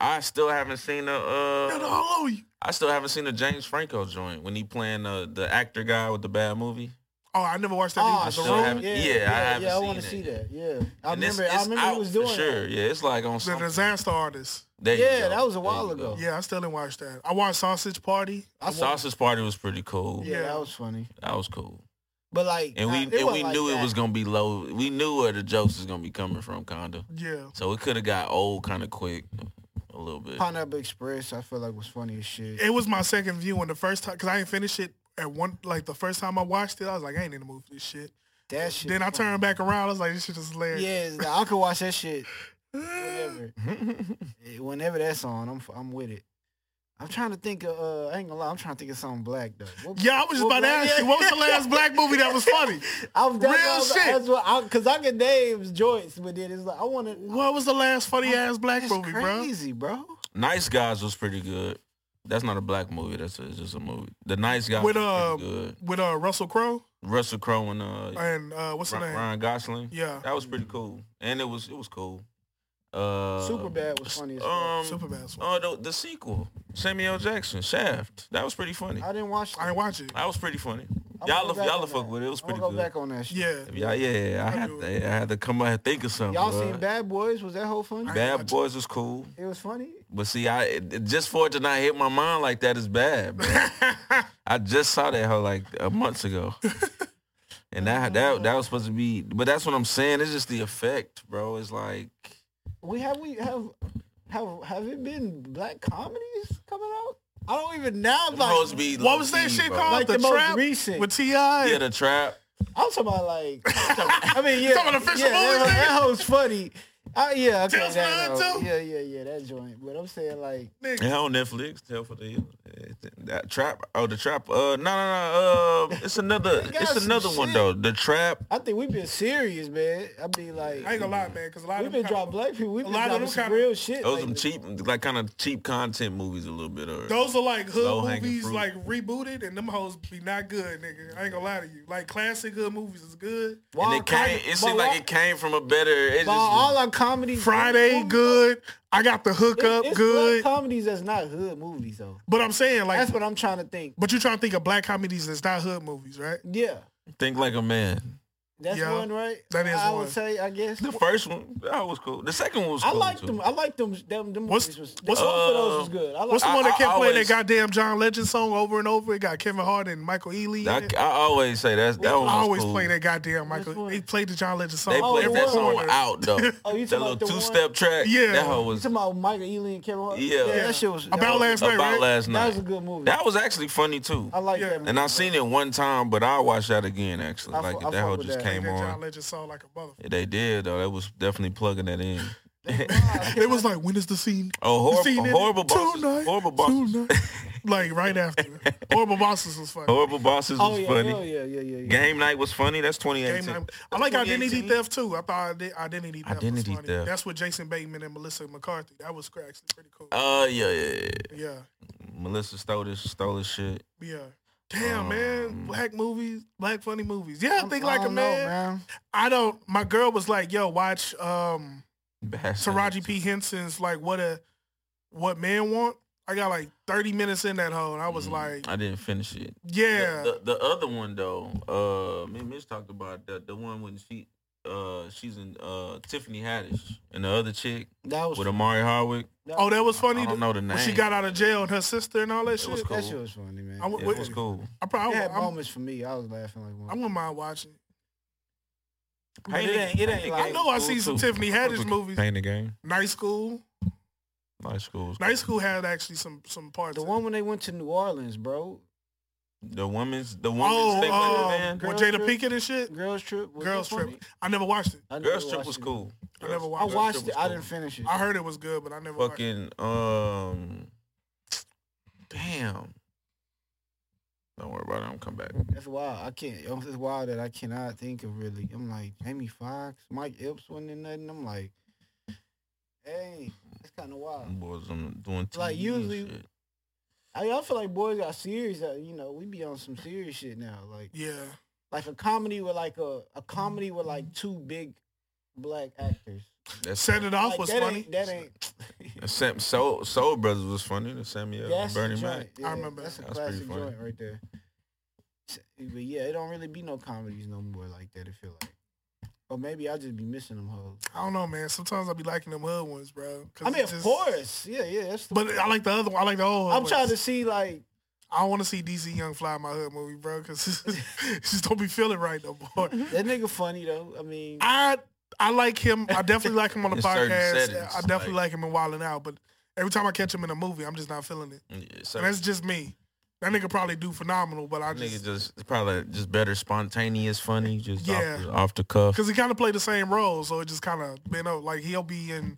B: I still haven't seen a.
A: That
B: Uh,
A: all over you.
B: I still haven't seen the James Franco joint when he playing uh, the actor guy with the bad movie.
A: Oh, I never watched that.
C: Oh,
A: either.
B: still
A: The
B: haven't
A: Room.
B: Yeah, yeah, I haven't
C: yeah, I
B: seen
C: wanna
B: that
C: see
B: yet.
C: that. Yeah, I
B: And it's-
C: remember.
B: it's
C: I remember
B: out
C: he was
B: for
C: doing.
B: sure.
C: That.
B: Yeah, it's like on.
A: The
B: something.
A: Disaster Artist.
B: There you
C: Yeah,
B: go.
C: that was a
B: There you
C: while
B: go.
C: ago.
A: Yeah, I still didn't watch that. I watched Sausage Party.
C: I wa-
B: Sausage Party was pretty cool.
C: yeah,
A: Yeah.
C: that was funny.
B: That was cool.
C: But like,
B: And
C: nah,
B: we
C: it
B: and
C: wasn't
B: we
C: like
B: knew
C: that.
B: it was gonna be low. We knew where the jokes was gonna be coming from, kinda.
A: Yeah.
B: So it could have got old kind of quick, a little bit.
C: Pineapple Express. I feel like was funny as shit.
A: It was my second view and the first time because I didn't finish it at one like the first time I watched it, I was like, I ain't in the mood for this shit.
C: that shit.
A: then I
C: funny.
A: turned back around, I was like, this shit is hilarious.
C: Yeah, it's like, I could watch that shit whenever. Eh, whenever that's on, I'm f- I'm with it. I'm trying to think of. Uh, I ain't gonna lie. I'm trying to think of something black though. What-
A: Yeah, I was just
C: what
A: about to
C: black-
A: ask you, what was the last black movie that was funny?
C: I'm that's
A: Real
C: what I was,
A: shit.
C: That's what I, Cause I can name joints, but then it's like I want to.
A: What was the last funny ass black
C: That's
A: movie, bro?
C: crazy, bro.
B: [LAUGHS] Nice Guys was pretty good. That's not a black movie. That's a, it's just a movie. The Nice Guys
A: With,
B: was
A: uh,
B: pretty good.
A: With uh Russell Crowe
B: Russell Crowe and uh,
A: and uh what's the
B: Ry-
A: name?
B: Ryan Gosling.
A: Yeah.
B: That was pretty cool, and it was it was cool. Uh,
C: Superbad was funny as fuck.
B: Um,
A: Superbad's one.
B: Oh, the, the sequel, Samuel L. Jackson, Shaft. That was pretty funny.
C: I didn't watch.
A: I didn't watch it.
B: That was pretty funny.
C: I'ma
B: Y'all,
C: go back
B: y'all
C: on
B: fuck
C: that.
B: with it. It was
C: I'ma
B: pretty
C: go
B: good.
C: back on that shit.
A: Yeah.
B: Yeah, yeah, yeah. I
A: I
B: had
A: do.
B: to, I had to come up and think of something.
C: Y'all
B: bruh.
C: seen Bad Boys? Was that whole funny?
B: Bad Boys was cool,
C: It was funny.
B: but see, I it- it- just for it to not hit my mind like that is bad.
C: [LAUGHS]
B: bruh. I just saw that hoe like uh, months ago, and that that that was supposed to be. But that's what I'm saying. It's just the effect, bro. It's like
C: We have we have have have it been black comedies coming out? I don't even now. I'm Like,
B: supposed to be
A: What was that
B: low-key,
A: shit
B: bro.
A: called?
C: Like
A: the
C: the most
A: trap
C: recent.
A: with Ti.
B: Yeah, the trap.
C: I'm talking
A: [LAUGHS]
C: about like. I mean, yeah,
A: talking about official
C: yeah, that,
A: movies, nigga?
C: that hoe's funny. I, yeah, okay,
A: Just
C: that,
A: mine,
C: hoe.
A: too?
C: yeah, yeah, yeah, that joint. But I'm saying like,
A: Nigga.
B: Yeah, on Netflix. Tell for the Hill. Eh, that trap. Oh, the trap. Uh, no, no, no. Uh, it's another.
C: got
B: it's
C: some
B: another one
C: shit.
B: though. The trap.
C: I think we've been serious, man. I mean, like,
A: I ain't gonna lie, man, because a lot
C: we've
A: of them kinda-
C: been dropping black people. We've
A: a
C: been
A: lot of
C: dropping
A: them
C: some
A: kinda-
C: real shit.
B: Those some
C: lately.
B: cheap, like kind of cheap content movies. A little bit of.
A: Those are like hood
B: Low-hanging
A: movies,
B: fruit.
A: like rebooted, and them hoes be not good, nigga. I ain't gonna lie to you. Like classic hood movies is good.
B: and
C: Wild
B: it came.
C: Card-
B: It
C: but
B: seemed like
C: Wild-
B: it came from a better. It
C: but
B: just,
C: all our comedies,
A: Friday good. I got the
C: It-
A: hookup
C: it's
A: good.
C: Black comedies that's not hood movies though.
A: But I'm saying like,
C: That's what I'm trying to think.
A: but you're trying to think of black comedies that's not hood movies, right?
C: Yeah,
B: think like a man.
C: That's
A: Yeah.
C: one, right?
A: That is
C: I
A: one.
C: would say, I guess.
B: The first one, that was cool. The second one was
C: I
B: cool.
C: liked
B: too.
C: them. I liked them. Them, them
A: What's-
C: movies was.
A: what's-
C: both of those was
B: uh,
C: good. I
A: What's
C: like.
A: the
B: I-
A: one that
B: I
A: kept playing that
B: always-
A: goddamn John Legend song over and over? It got Kevin Hart and Michael Ely. in
B: I,
A: it.
B: I always say that's that one was
A: I always
B: cool.
A: play that goddamn
C: Which
A: Michael.
C: one?
A: They played the John Legend song.
B: They
C: Oh,
B: played
A: every
B: that
C: the one
B: song
A: corner.
B: out though.
C: [LAUGHS] Oh,
B: that
C: you talking
B: little
C: about the
B: two
C: one-
B: step track.
A: Yeah.
B: that whole
C: You
B: was
C: talking about Michael Ely and Kevin Hart?
B: Yeah.
C: yeah that shit was
A: About last night,
B: about
A: right?
B: last
C: That
B: night.
C: was a good movie.
B: That was actually funny too.
C: I like
A: Yeah.
C: that. Movie.
B: And I seen it one time, but I watched that again actually.
C: I fu-
B: like
C: I
B: if that
C: fuck
B: whole
C: with
B: just
C: that.
A: Played
B: came
A: that John
B: on.
A: Legend song like a motherfucker.
B: They did though. That was definitely plugging that in. [LAUGHS]
A: It was like, when is the scene?
B: Oh,
A: The
B: hor-
A: scene in it?
B: horrible bosses.
A: Tonight,
B: horrible bosses. [LAUGHS]
A: tonight. like right after. Horrible bosses was funny.
B: Horrible bosses
C: Oh
B: was
C: yeah,
B: funny.
C: hell yeah, yeah, yeah, yeah.
B: Game night was funny. That's
A: Game
B: 2018.
A: night. I like Identity
B: 2018?
A: Theft too. I thought Ide- Identity Theft
B: Identity
A: was funny.
B: Theft.
A: That's with Jason Bateman and Melissa McCarthy. That was actually pretty cool.
B: Uh, yeah, yeah, yeah.
A: yeah,
B: Melissa stole this, stole this shit.
A: yeah. Damn man,
B: Um,
A: black movies, black funny movies. Yeah, I think like a
C: don't
A: man.
C: Know, man.
A: I don't. My girl was like, "Yo, watch um
B: Bastard.
A: Taraji P Henson's like what a what men want." I got like thirty minutes in that hole, and I was
B: Mm,
A: like,
B: I didn't finish it.
A: "Yeah,
B: The, the, the other one though, uh, me and Mitch talked about that. The one when she, uh, she's in uh Tiffany Haddish and the other chick
C: That was.
B: with Amari Hardwick.
C: that-
A: oh, that was funny."
B: I don't know the name.
A: When she got out of jail and her sister and all that
B: It was
A: shit,
B: cool.
C: That shit was funny, man.
A: I
C: I,
A: wa-
B: It was cool.
A: I probably
C: had
A: I'm,
C: moments for me. I was laughing like.
A: I wouldn't mind watching.
B: Pain the-
C: it ain't- it ain't
B: Pain the
C: like-
A: I
B: Game
A: know I
B: was
A: see
B: cool,
A: some
B: too.
A: Tiffany Haddish movies.
B: Pain the game.
A: Night School,
B: Night school. was
A: Night
B: cool.
A: School had actually some some parts.
C: the
A: in it.
C: one when they went to New Orleans, bro.
B: The women's the women's
A: oh,
B: thing
A: uh,
B: like man.
A: with
C: Girls
A: Jada
C: Trip?
A: Pinkett and shit.
C: Girls Trip. Was
A: Girls
C: that funny?
A: Trip. I never watched it.
C: I never
B: Girls trip
C: watched
B: was
C: it.
B: cool.
A: I never
B: Girls-
A: watched
C: I
A: Girls
B: Trip
C: watched it.
B: was
C: I
B: cool.
C: didn't finish it.
A: I heard it was good, but I never watched it.
B: fucking um damn don't worry about it i'm come back
C: That's wild. I can't. It's wild that I cannot think of really. I'm like Jamie Foxx, Mike Epps wasn't in nothing. I'm like, hey, that's kind of
B: Them
C: wild.
B: boys um, doing TV
C: Like,
B: and
C: usually-
B: shit.
C: I mean, I feel like boys got serious. uh, You know, we be on some serious shit now. Like,
A: Yeah,
C: like a comedy with like a a comedy with
A: Mm-hmm.
C: like two big black actors.
B: that's [LAUGHS]
A: Set It Off
C: Like,
A: was
C: that
A: funny.
C: Ain't, that ain't.
B: the Sam, soul soul brothers was funny the samuel and
C: that's Bernie
B: bernie mac
C: a joint. Yeah,
A: remember
C: That's a
A: that.
B: That's pretty
C: classic
B: funny.
C: joint right there. S- But yeah, it don't really be no comedies no more like that. It feel like. Or maybe I just be missing them hoes.
A: I don't know, man. Sometimes I be liking them hood ones, bro. 'Cause
C: I mean,
A: it's
C: of
A: just-
C: course, yeah, yeah. That's the,
A: But I like the other one. I like the old. hood
C: I'm trying to
A: ones.
C: see like
A: I don't want to see DC Young fly in my hood movie, bro, because [LAUGHS] just don't be feeling right no more.
C: that nigga funny though. I mean,
A: I I like him. I definitely like him on the
B: In certain
A: podcast.
B: settings,
A: I definitely like,
B: like-
A: him in Wildin' Out, but every time I catch him in a movie, I'm just not feeling it.
B: yeah, so
A: And that's just me. That nigga probably do phenomenal, but I
B: nigga
A: just
B: just probably just better spontaneous funny just
A: Yeah.
B: off, the, off the cuff
A: because he kind of played the same role, so it just kind of been up. Like he'll be in.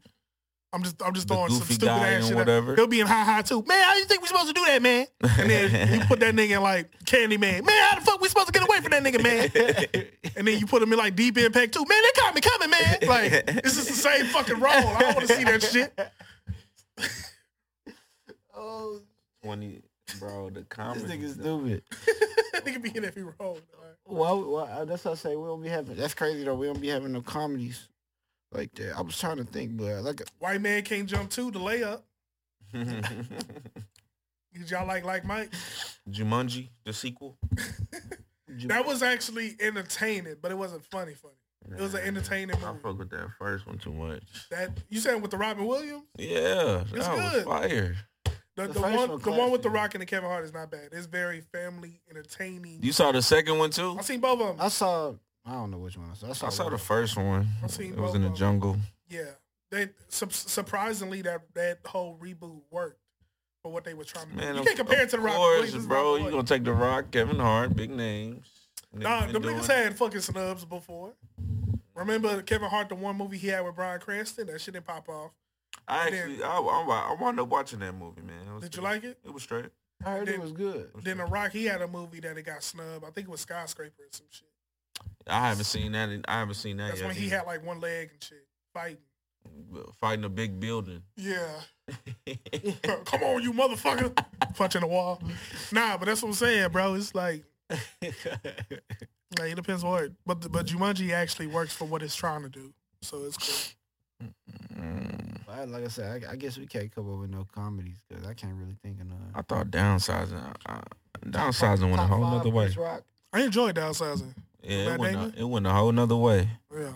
A: I'm just I'm just
B: The
A: throwing some
B: goofy
A: stupid
B: guy
A: ass
B: and
A: shit. out.
B: whatever.
A: He'll be in high high too. Man, how you think we supposed to do that, man? And then you
B: [LAUGHS]
A: put [LAUGHS] that nigga in like Candyman. Man, how the fuck we supposed to get away from that nigga, man? And then you put him in like Deep Impact too. Man, they caught me coming, man. Like this is the same fucking role. I don't want to see that shit. [LAUGHS]
C: oh,
B: 20 bro the
C: this
B: comedy
C: nigga
B: though.
C: stupid.
A: That nigga be in every role. dog.
C: Well, well, I- that's what I say. We don't be having. That's crazy though. We don't be having no comedies like that. I was trying to think, but like,
A: White man can't jump too. The layup. Did y'all like like Mike?
B: [LAUGHS] Jumanji the sequel
A: That was actually entertaining, but it wasn't funny. Funny. It was an entertaining
B: I
A: movie.
B: fuck with that first one too much
A: That you saying with the Robin Williams?
B: yeah
A: It's
B: that
A: good.
B: was fire
A: The,
C: The
A: the,
C: first
A: one,
C: one
A: the one with the
C: classic.
A: Rock and the Kevin Hart is not bad. It's very family entertaining.
B: you saw the second one too
A: I seen both of them.
C: I saw. I don't know which one I saw. I saw,
B: I saw
C: one.
B: the first one.
A: I seen
B: It was
A: both
B: in the
A: of 'em.
B: jungle.
A: Yeah, they su- surprisingly that that whole reboot worked for what they were trying to. do.
B: Man,
A: you
B: of-
A: can't compare it to the
B: of
A: Rock.
B: course,
A: Williams,
B: bro. You
A: Robin
B: gonna take the Rock, Kevin Hart, big names.
A: Nah,
B: the
A: them niggas had fucking snubs before. Remember Kevin Hart, the one movie he had with Brian Cranston? That shit didn't pop off.
B: I
A: then-
B: actually, I, I, wa- I wound up watching that movie, man. It was
A: Did you
B: good.
A: like it?
B: It was straight.
C: I heard
A: Then-
C: it was
B: [LAUGHS]
C: good.
A: Then The Rock, he had a movie that it got snubbed. I think it was Skyscraper or some shit.
B: I haven't seen that. In, I haven't seen that
A: That's
B: yet.
A: when he
B: either.
A: had like one leg and shit fighting.
B: fighting a big building.
A: Yeah.
B: That's
A: [LAUGHS] Come on, you motherfucker. Punching the wall. Nah, but that's what I'm saying, bro. It's like, like it depends what. But the, but Jumanji actually works for what it's trying to do. So it's cool.
C: I, like I said, I, I guess we can't come up with no comedies because I can't really think of none.
B: I thought downsizing, I, I, downsizing went a
C: Top
B: whole
C: five
B: other way.
C: Chris Rock.
A: I enjoy downsizing.
B: Yeah,
A: Matt
B: it went,
A: Damon?
B: a, it went a whole nother way.
A: Yeah.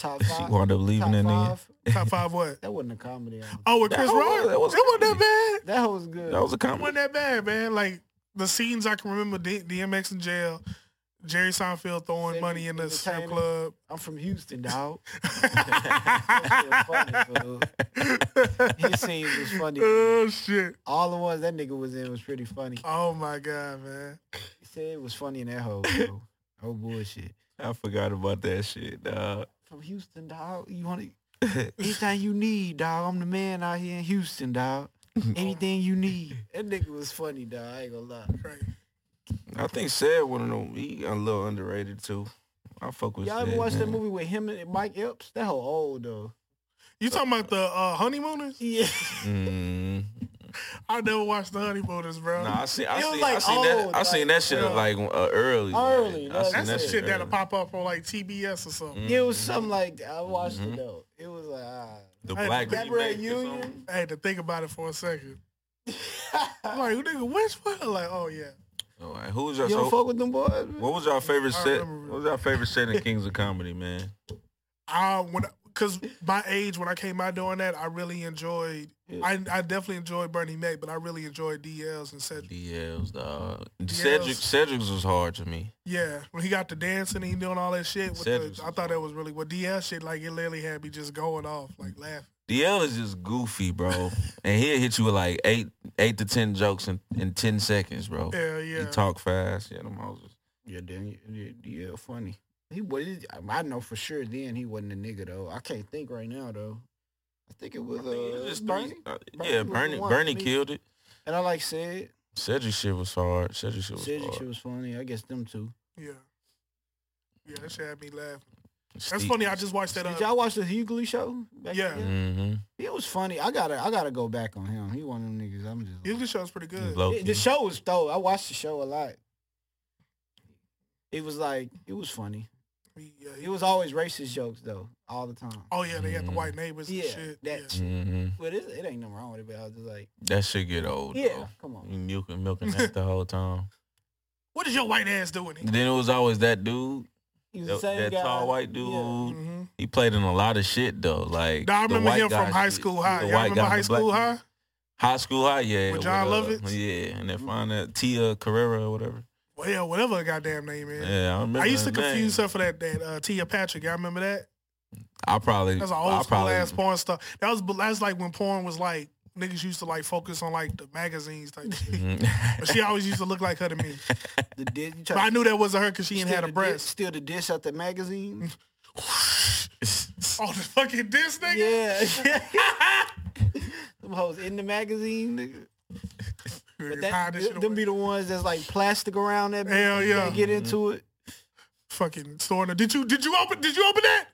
C: Top
B: [LAUGHS] She
C: five.
B: wound up leaving
C: Top
B: that nigga.
C: five.
A: Top five what?
C: That wasn't a comedy. album.
A: Oh, with
B: That
A: Chris
B: was-
A: Rock?
B: that
A: It
B: was
A: wasn't that bad.
C: That was good.
A: It [LAUGHS]
B: That was a [LAUGHS]
A: wasn't
B: comment.
A: that bad, man. Like the scenes I can remember: D- DMX in jail, Jerry Seinfeld throwing
C: Sending
A: money in the strip
C: entertainment.
A: club.
C: I'm
B: [LAUGHS]
C: from Houston, [LAUGHS] dog.
A: oh [LAUGHS]
C: His scenes was funny.
A: shit!
C: All the ones that nigga was in was pretty funny.
A: Oh my god, man.
C: He said it was funny in that
B: [LAUGHS]
C: hole, bro. Oh bullshit.
B: I forgot about that shit. dawg. [LAUGHS]
C: From Houston, dog. You want anything you need, dog. I'm the man out here in Houston, dog. Anything you need. That nigga was funny, dog. I ain't gonna lie.
A: Right.
B: I think said one of them. He a little underrated too. I fuck with.
C: Y'all
B: Sad,
C: ever watch that
B: man.
C: movie with him and Mike Epps? That whole old though. [LAUGHS]
A: You talking about the uh, honeymooners?
C: Yeah.
B: Mm.
A: I never watched the honeymooners, bro.
B: Nah, I seen. I
C: It was
B: seen, I
C: like
B: seen that.
C: old,
B: I seen that shit
A: yeah.
B: like uh, early.
C: Early,
B: I
C: dog.
A: That's
B: seen that
A: the shit that'll
B: early.
A: pop up on like TBS or something.
B: Mm.
C: Yeah, it was something like that. I watched
B: Mhm.
C: it though. It was like ah.
B: The
A: Hey,
B: Mm, black
C: Cabaret
B: remake or something.
C: Union.
A: I had to think about it for a second. I'm like, nigga, which one? I'm like, oh yeah.
B: All right, who was your?
C: ah. [LAUGHS] You don't
B: So,
C: fuck with them boys? man?
B: what was your favorite
A: I
B: set?
A: remember.
B: What was your favorite set
C: [LAUGHS]
B: in Kings of Comedy, man?
A: I when because my age when I came out doing that, I really enjoyed.
C: Yeah.
A: I I definitely enjoyed Bernie Mac, but I really enjoyed DLs and Cedric.
B: DLs, dog. Cedric,
A: DLs.
B: Cedric's was hard to me.
A: Yeah, when he got to dancing and he doing all that shit, with
B: Cedric's
A: the, I thought that was really well. DL shit like it literally had me just going off like laughing.
B: DL is just goofy, bro, and he'll hit you with like eight, eight to ten jokes in, in ten seconds, bro.
A: Yeah,
B: He
A: yeah.
B: talk fast, yeah, them hoes. was-
C: Yeah, then yeah, yeah, funny. He was. I know for sure. Then he wasn't a nigga though. I can't think right now though. I think it was
B: I think it was
C: uh,
B: just
C: Bernie.
B: three- uh,
C: Bernie
B: yeah,
C: was the
B: Bernie,
C: one for
B: Bernie
C: me.
B: killed it.
C: And I like said,
B: Cedric shit was hard. Cedric shit was
C: Cedric
B: hard.
C: shit was funny. I guess them two.
A: yeah. Yeah, that shit had me laughing. That's
B: Steve-
A: funny. I just watched that.
C: Did
A: Uh,
C: y'all watch the Hughley show? Back
A: Yeah.
C: then?
B: Mhm.
C: it was funny. I gotta, I gotta go back on him. He one of them niggas. I'm just.
A: Usually show's pretty
B: He was
A: good.
B: low
C: It- the
B: key.
C: show was dope. I watched the show a lot. It was like it was funny.
A: He- yeah,
C: It
A: he-
C: was always racist jokes though, all the time.
A: oh yeah, they had the
B: Mhm.
A: white neighbors
C: Yeah,
A: and shit.
C: that
A: yeah.
C: shit.
B: Mhm.
C: But it, it ain't nothing wrong with it. But I was just like,
B: That shit get old.
C: yeah, come
B: though.
C: on.
B: You milking, milking
A: [LAUGHS]
B: that the whole time.
A: What is your white ass doing? Here?
B: Then it was always that dude,
C: He was
B: that,
C: the same
B: that
C: guy.
B: tall white dude.
C: Yeah.
A: hmm
B: He played in a lot of shit though. Like
A: Nah, I
B: the
A: remember
B: white
A: him
B: guy
A: from High
B: shit.
A: School High.
B: The
A: Y'all
B: white
A: remember
B: guy,
A: High
B: the black
A: School
B: dude.
A: High?
B: High school high, yeah.
A: With John
B: uh,
A: Lovitz?
B: Yeah, and then
A: Mm-hmm.
B: find that Tia Carrera or whatever.
A: Well, yeah, whatever the goddamn name is.
B: Yeah, I remember.
A: I used to
B: her name.
A: confuse her for that that uh, Tia Patrick. Y'all remember that?
B: I probably.
A: That's an
B: I
A: old school
B: probably,
A: ass porn stuff. That was that's like when porn was like niggas used to like focus on like the magazines
B: [LAUGHS]
A: type shit.
B: Mm-hmm.
A: But she always used to look like her to me.
C: The di- you
A: But
C: try
A: I
C: to
A: knew that wasn't her because she
C: steal
A: ain't had
C: the
A: a
C: di-
A: breast.
C: Steal the dish out the magazine.
A: Oh, the fucking diss, [LAUGHS] nigga.
C: yeah. [LAUGHS] them hoes in the magazine. nigga.
A: Nigga,
C: But
A: tie
C: that,
A: this shit
C: them
A: away.
C: be the ones that's like plastic around that. bitch.
A: Hell
C: You can't
A: yeah. Mm-hmm.
C: Get into it.
A: fucking store. Did you did you open did you open
C: [LAUGHS]
A: that?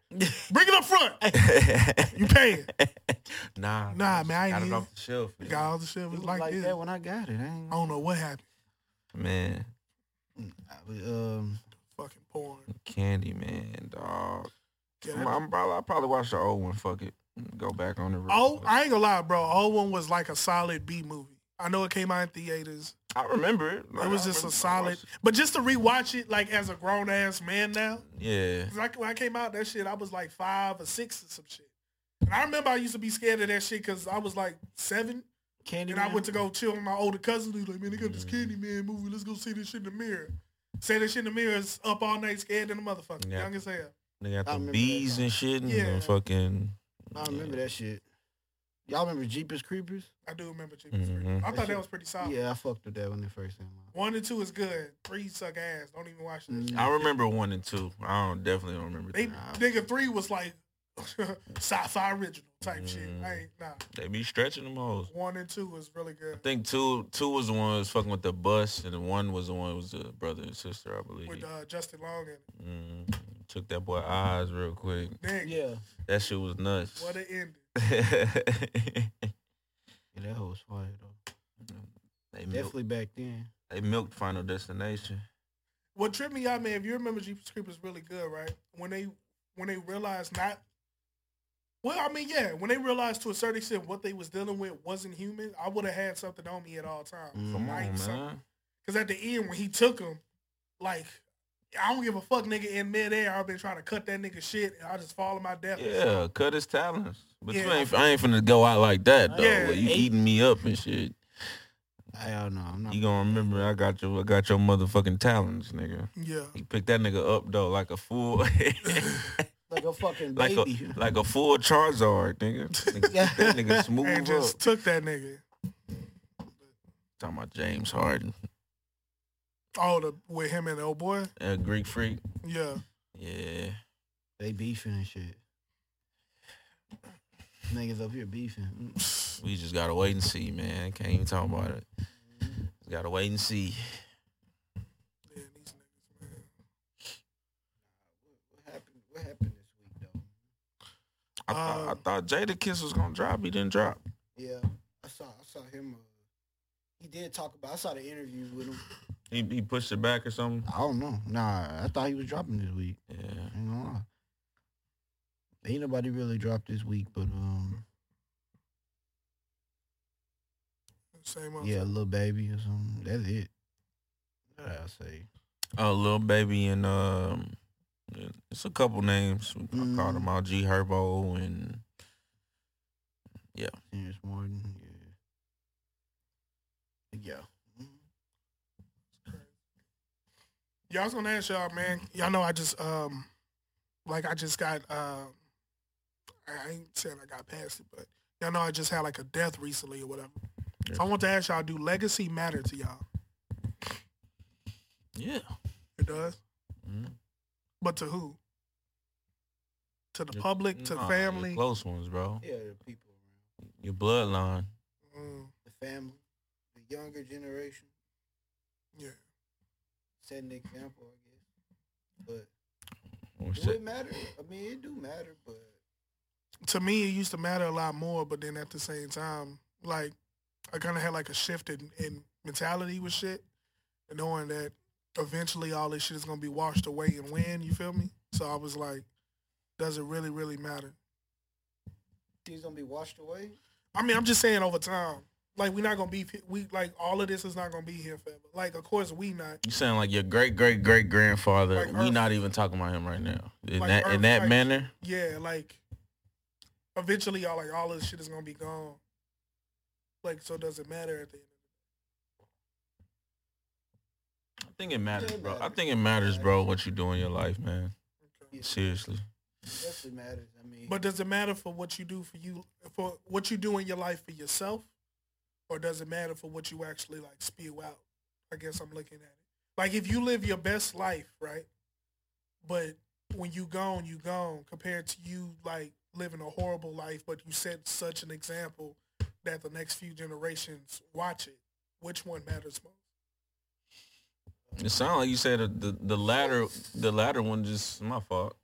A: Bring it up front. You paying?
B: nah,
A: Nah, man, I ain't
B: got it
A: even-
B: off the shelf. man.
A: Got all the shit
C: It
A: was
C: was
A: like, Oh.
C: like
A: this.
C: that when I got it. I ain't
A: I don't know what happened.
B: Man,
C: I was, um,
A: Fucking porn.
B: Candy Man, dog.
A: Yeah,
B: I'm,
A: that-
B: I'm probably, I probably watched the old one. Fuck it, go back on the. real
A: oh,
B: one.
A: I ain't gonna lie, bro. Old one was like a solid B movie. I know it came out in theaters.
B: I remember it. Like,
A: It was
B: I
A: just
B: remember- I
A: a solid,
B: watched it.
A: but just to rewatch it like as a grown ass man now,
B: Yeah,
A: 'cause I, when I came out that shit, I was like five or six or some shit. And I remember I used to be scared of that shit because I was like seven,
C: Candy.
A: and I went to go chill with my older cousin. He was like, "Man, they got this Candyman movie. Let's go see this shit in the mirror." Say that shit in the mirror is up all night, scared than a motherfucker,
B: Yeah.
A: young as hell.
B: they got the
C: I remember that
B: bees
C: song.
B: and shit and
A: Yeah.
B: the fucking.
C: I remember that shit. Y'all remember Jeepers Creepers?
A: I do remember. Jimmy
B: Mhm.
A: I
C: That
A: thought that
C: shit-
A: was pretty solid.
C: Yeah, I fucked with that when it first came out.
A: One and two is good. Three suck ass. Don't even watch this.
C: Mm.
B: I remember one and two. I don't definitely don't remember.
A: They
B: three. Nah,
A: nigga three was like [LAUGHS] sci-fi original type shit.
B: Mm.
A: I ain't nah.
B: they be stretching them hoes.
A: One and two was really
B: I
A: good.
B: think two two was the one that was fucking with the bus, and the one was the one that was the brother and sister, I believe.
A: With uh, Justin Long and
B: Mm, took that boy eyes real quick.
A: Nick.
C: Yeah.
B: That shit was nuts. [LAUGHS]
A: What it ended.
B: they,
C: Yeah, that hoe was fire though.
B: milked,
C: Definitely back then.
B: they milked Final Destination.
A: What tripped me out, man, if you remember Jeepers Creepers really good, right? When they when they realized not well, I mean, yeah, when they realized to a certain extent what they was dealing with wasn't human, I would have had something on me at all times.
B: Mm-hmm.
C: Mm.
B: Come on,
A: Like,
B: man.
A: something. Because at the end, when he took him, like, I don't give a fuck, nigga. In midair, I've been trying to cut that nigga shit. And I just fall to my death.
B: Yeah, cut his talons. But you
A: Yeah.
B: ain't, I ain't finna go out like that though.
A: Yeah.
B: where you eating me up and shit.
C: I don't know. I'm not.
B: You gonna remember I got your I got your motherfucking talons, nigga.
A: Yeah.
B: He picked that nigga up though like
A: [LAUGHS]
B: a fool, [LAUGHS]
C: like a fucking
B: like a
C: baby.
B: like a full Charizard, nigga.
A: [LAUGHS]
B: Nigga,
C: Yeah.
B: That nigga
A: And
B: smooth
A: just
B: up.
A: took that nigga.
B: Talking about James Harden,
A: Oh, the with him and the old boy.
B: a Greek freak.
A: Yeah.
B: Yeah,
C: they beefing and shit. Niggas up here beefing. Mm.
B: we just gotta wait and see, man. Can't even talk about it. Just gotta wait and see.
A: Yeah, these niggas, man.
C: What happened? What happened this week though?
B: I, thought I
A: Um,
B: thought Jada Kiss was gonna drop. He didn't drop.
C: Yeah, I saw. I saw him. Uh, he did talk about. I saw the interview with him.
B: He, he pushed it back or something.
C: I don't know. Nah, I thought he was dropping this week.
B: Yeah.
C: Ain't gonna lie. Ain't nobody really dropped this week, but um,
A: Same old
C: yeah,
A: shit.
C: little baby or something. That's it. I say.
B: Oh, Lil Baby and um, it's a couple names. I
A: Mm.
B: called them out. G Herbo and
C: Terrence Martin. Yeah. Yeah. Mm-hmm.
A: Yeah, I was gonna ask y'all, man. Y'all know I just um, like I just got um, I I ain't saying I got past it, but y'all know I just had like a death recently or whatever. So I want to ask y'all, do legacy matter to y'all?
B: yeah,
A: It does,
B: Mhm.
A: but to who? To the
B: Your-
A: public, to
B: Nah, your
A: family.
B: close ones, bro.
C: Yeah, the people,
B: Your bloodline.
A: Mm,
C: the family, the younger generation,
A: yeah,
C: setting the example, I guess.
B: Or
C: But do it
B: shit.
C: matter? I mean, it do matter, but
A: to me, it used to matter a lot more, but then at the same time, like I kind of had like a shift in, in mentality with shit, and knowing that eventually all this shit is gonna be washed away and when you feel me. So I was like, does it really, really matter?
C: things gonna be washed away.
A: I mean, I'm just saying over time, like we're not gonna be we like all of this is not gonna be here forever. Like, of course, we not.
B: You sound like your great great great grandfather.
A: Like
B: we
A: Earth-
B: not even talking about him right now. In
A: Like
B: that in
A: Earth
B: that
A: Rice.
B: manner.
A: Yeah, like eventually, all like all of this shit is gonna be gone. Like, so does it matter at the end?
B: I think it matters,
C: Yeah, it
B: bro. I
C: matters.
B: think it matters, bro. What you do in your life, man.
A: Okay.
C: Yeah,
B: Seriously.
C: definitely matters. I mean,
A: But does it matter for what you do for you for what you do in your life for yourself, or does it matter for what you actually like spew out? I guess I'm looking at it like if you live your best life, right? But when you gone, you gone. Compared to you like living a horrible life, but you set such an example that the next few generations watch it. Which one matters most?
B: It sounds like you said the, the the latter the latter one just my fault.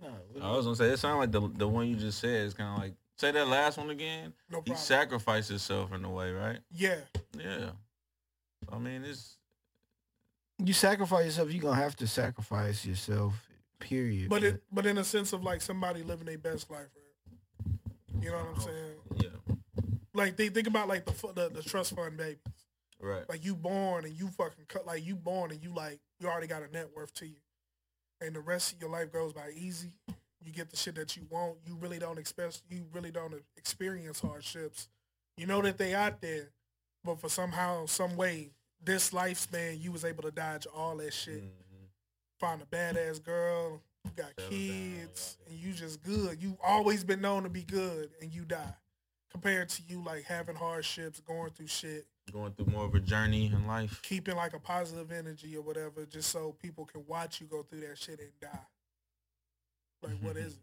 C: no, what
B: I was gonna say it sounds like the the one you just said is kind of like say that last one again.
A: No
B: he
A: problem.
B: sacrificed himself in a way, right?
A: Yeah,
B: Yeah. I mean, it's
C: you, you sacrifice yourself. You gonna have to sacrifice yourself. Period.
A: but it but in a sense of like somebody living their best life. Right? You know what I'm saying?
B: yeah,
A: like they think about like the, fu- the the trust fund babies.
B: right.
A: Like you born and you fucking cut. Like you born and you like you already got a net worth to you, and the rest of your life goes by easy. You get the shit that you want. You really don't expect. You really don't experience hardships. You know that they out there, but for somehow, some way, this lifespan you was able to dodge all that shit.
B: Mm-hmm.
A: Find a badass girl. You got
B: Settle down,
A: kids,
B: yeah.
A: and you just good. You always been known to be good, and you die. Compared to you like having hardships, going through shit,
B: Going through more of a journey in life.
A: keeping like a positive energy or whatever, just so people can watch you go through that shit and die. Like, what
B: [LAUGHS]
A: is it?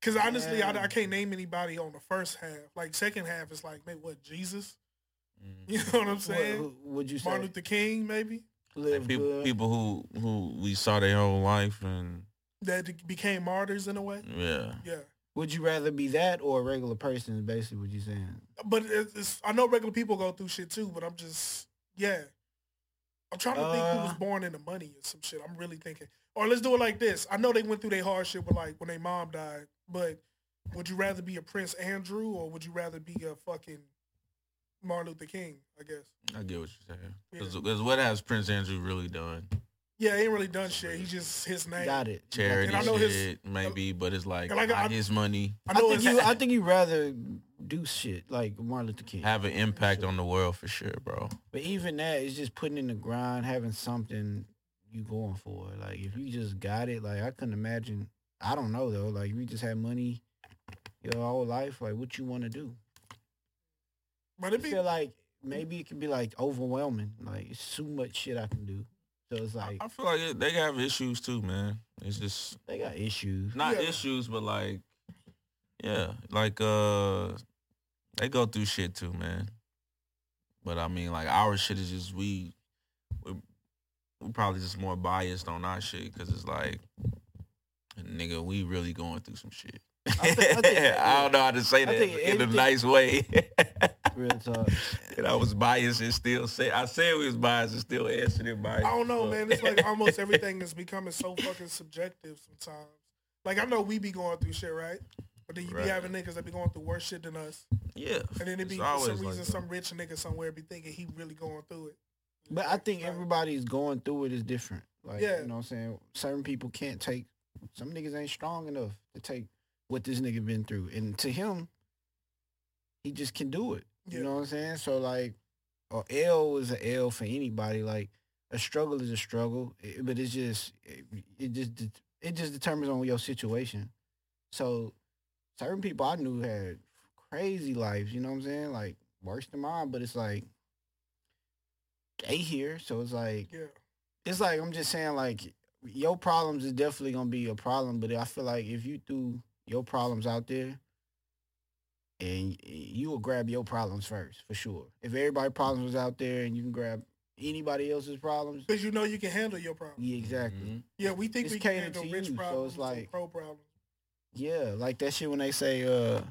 A: Because honestly, I, I can't name anybody on the first half. Like, second half is like, man, what, Jesus? [LAUGHS]
B: Mhm.
A: You know what I'm
C: What-
A: saying?
C: who- would you
A: Martin
C: say
A: Luther King, maybe?
B: Like
C: live
B: people,
C: good?
B: people who who we saw their whole life and
A: That became martyrs in a way?
B: yeah,
A: Yeah.
C: Would you rather be that or a regular person? Is basically what you're saying.
A: But it's, it's, I know regular people go through shit too, but I'm just, yeah. I'm trying to think who was
C: Uh.
A: born into money or some shit. I'm really thinking. Or let's do it like this. I know they went through their hardship with like when their mom died, but would you rather be a Prince Andrew or would you rather be a fucking Martin Luther King, I guess?
B: I get what you're saying.
A: Yeah.
B: Because what has Prince Andrew really done?
A: Yeah, he ain't really done shit. He just his name.
C: Got it.
B: Charity
A: And I know
B: shit,
A: his-
B: maybe, but it's like,
A: And like,
B: I,
A: I-
B: his money
A: I
C: I
A: know
C: think
A: his-
C: [LAUGHS] you. I think you rather do shit like Martin Luther King.
B: have an impact on the world for sure, bro.
C: But even that is just putting in the grind, having something you going for. Like if you just got it, like I couldn't imagine. I don't know though. Like if you just had money your whole life, like what you want to do.
A: but
C: I
A: it be
C: feel like maybe it could be like overwhelming. Like it's too much shit I can do. So it's
B: I,
C: like
B: I feel like it, they have issues too, man. It's just
C: they got issues.
B: not
A: Yeah.
B: issues, but like, yeah, like uh, they go through shit too, man. But I mean, like our shit is just we, we, we probably just more biased on our shit because it's like, nigga, we really going through some shit. [LAUGHS] I,
C: think- I think-
B: don't know how to say
C: I
B: that
C: think
B: in a
C: everything-
B: nice way. [LAUGHS]
C: Real talk.
B: and I was biased and still said I said we was biased and still answered it biased.
A: I don't know,
B: but-
A: man. It's like almost everything is becoming so fucking subjective sometimes. Like I know we be going through shit, right? But then you
B: Right.
A: be having niggas that be going through worse shit than us,
B: [LAUGHS] yeah,
A: and then it be
B: It's
A: for
B: always
A: some
B: like
A: reason
B: that.
A: some rich nigga somewhere be thinking he really going through it.
C: But I think
A: Like,
C: everybody's going through it is different. Like
A: Yeah.
C: you know what I'm saying? Certain people can't take some niggas ain't strong enough to take what this nigga been through. And to him, he just can do it.
A: Yeah.
C: You know what I'm saying? So like a L is a L for anybody. Like a struggle is a struggle. It- but it's just it, it just det- it just determines on your situation. So certain people I knew had crazy lives, you know what I'm saying? Like worse than mine, but it's like they here, so it's like
A: Yeah,
C: it's like I'm just saying like your problems is definitely gonna be a problem, but I feel like if you threw your problems out there, and eh, you will grab your problems first for sure. If everybody's problems was out there and you can grab anybody else's problems,
A: because you know you can handle your problem.
C: yeah, exactly.
B: Mhm.
A: Yeah, we think
C: It's
A: we can
C: catered
A: handle
C: to
A: rich
C: you, so it's
A: problems, and
C: like-
A: pro problems.
C: Yeah, like that shit when they say, uh,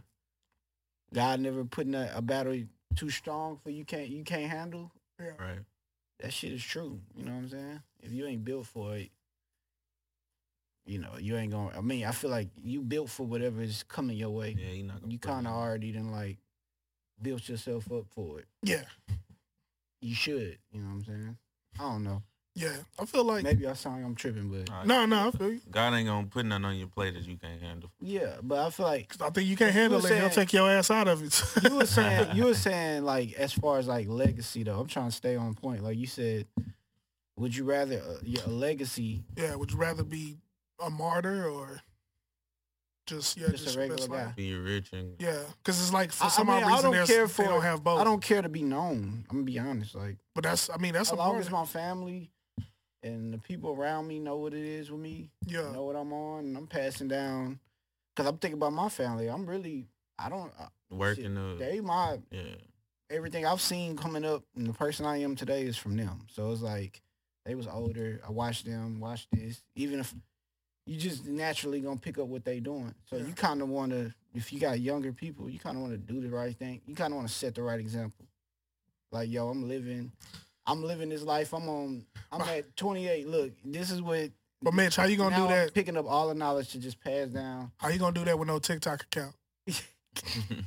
C: God never putting a, a battery too strong for you can't you can't handle.
A: Yeah,
B: Right.
C: that shit is true. You know what I'm saying? If you ain't built for it, you know, you ain't gonna I mean, I feel like you built for whatever is coming your way.
B: Yeah, you not gonna
C: You
B: put it
C: kinda
B: in.
C: already done like built yourself up for it.
A: yeah,
C: You should, you know what I'm saying? I don't know.
A: yeah. I feel like
C: Maybe I sound like I'm tripping, but
B: All right.
A: no, no. I feel you.
B: God ain't gonna put nothing on your plate that you can't handle.
C: yeah, but I feel like
A: 'Cause I think you can handle it.
C: saying-
A: He'll take your ass out of it. [LAUGHS]
C: you were saying you were saying like as far as like legacy though. I'm trying to stay on point. Like you said, would you rather uh, your a legacy
A: yeah, would you rather be a martyr or just yeah,
C: Just
A: just,
C: a
A: your best
C: regular
A: life?
C: guy.
B: Be rich and
A: Yeah, because it's like for
C: I- I
A: some
C: mean,
A: odd
C: I
A: reason
C: don't
A: there's,
C: care
A: they
C: for-
A: don't have both.
C: I don't care to be known. I'm gonna be honest. Like
A: but that's I mean that's a
C: as long
A: martyr.
C: as my family and the people around me know what it is with me,
A: yeah,
C: know what I'm on, and I'm passing down. Cause I'm thinking about my family. I'm really, I don't, I,
B: working the
C: they my
B: yeah. [LAUGHS]
C: everything I've seen coming up, and the person I am today is from them. So it's like they was older. I watched them, watched this. Even if you just naturally gonna pick up what they doing, so
A: Yeah.
C: you kind of want to. If you got younger people, you kind of want to do the right thing. You kind of want to set the right example. Like yo, I'm living, I'm living this life. I'm on. [LAUGHS] I'm at 28. Look, this is what.
A: but Mitch, how you gonna
C: now
A: do
C: I'm
A: that?
C: picking up all the knowledge to just pass down.
A: How you gonna do that with no TikTok account? [LAUGHS]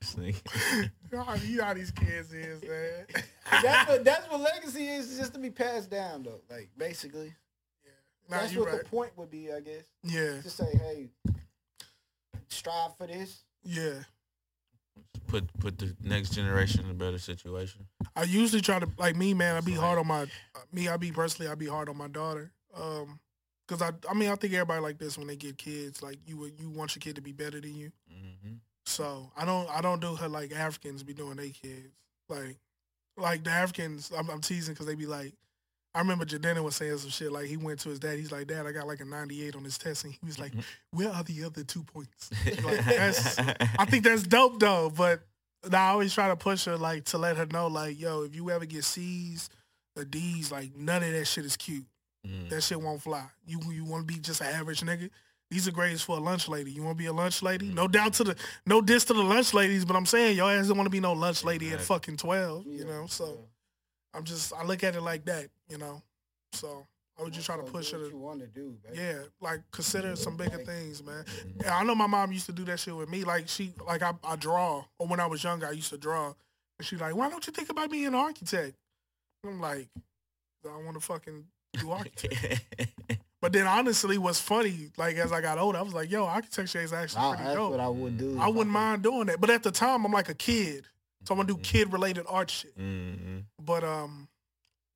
B: This nigga-
A: God, you know how these kids is, man. [LAUGHS]
C: That's [LAUGHS] what that's what legacy is, is just to be passed down though. Like basically,
A: Nah,
C: that's
A: you
C: what
A: right.
C: the point would be, I guess.
A: Yeah,
C: Just say, hey, strive for this.
A: yeah.
B: put put the next generation in a better situation.
A: I usually try to like me, man. I be
B: It's like-
A: hard on my me. I be personally, I be hard on my daughter. Um, cause I, I mean, I think everybody like this when they get kids. Like you, would- you want your kid to be better than you.
B: hmm
A: So I don't, I don't do her like Africans be doing they kids. Like, like the Africans, I'm, I'm teasing because they be like, I remember Jadena was saying some shit. Like he went to his dad. He's like, Dad, I got like a 98 on this test, and he was like, Where are the other two points? Like, that's- I think that's dope though, but I always try to push her like to let her know like, yo, if you ever get C's or D's, like none of that shit is cute.
B: [LAUGHS] Mm.
A: That shit won't fly. You you want to be just an average nigga. These are grades for a lunch lady. You want to be a lunch lady?
B: Mm-hmm.
A: No doubt to the no diss to the lunch ladies, but I'm saying your ass don't want to be no lunch lady at
B: Exactly.
A: fucking twelve. You
C: Yeah,
A: know, so
C: yeah.
A: I'm just I look at it like that. You know, so I was just trying to
C: So
A: push
C: do
A: her
C: What you
A: to
C: want to do, baby.
A: yeah, like consider some bigger
C: Like-
A: things, man.
B: Mm.
A: Yeah, I know my mom used to do that shit with me. Like she, like I, I draw, or when I was younger, I used to draw. And she like, why don't you think about being an architect? And I'm like, I don't want to fucking do architecture.
B: [LAUGHS]
A: but then honestly, what's funny, like as I got older, I was like, yo, architecture is actually
C: I,
A: pretty
C: that's
A: dope.
C: what I would do.
A: I wouldn't mind doing that. But at the time, I'm like a kid, so I'm gonna do kid related art shit.
B: mm-hmm.
A: But um,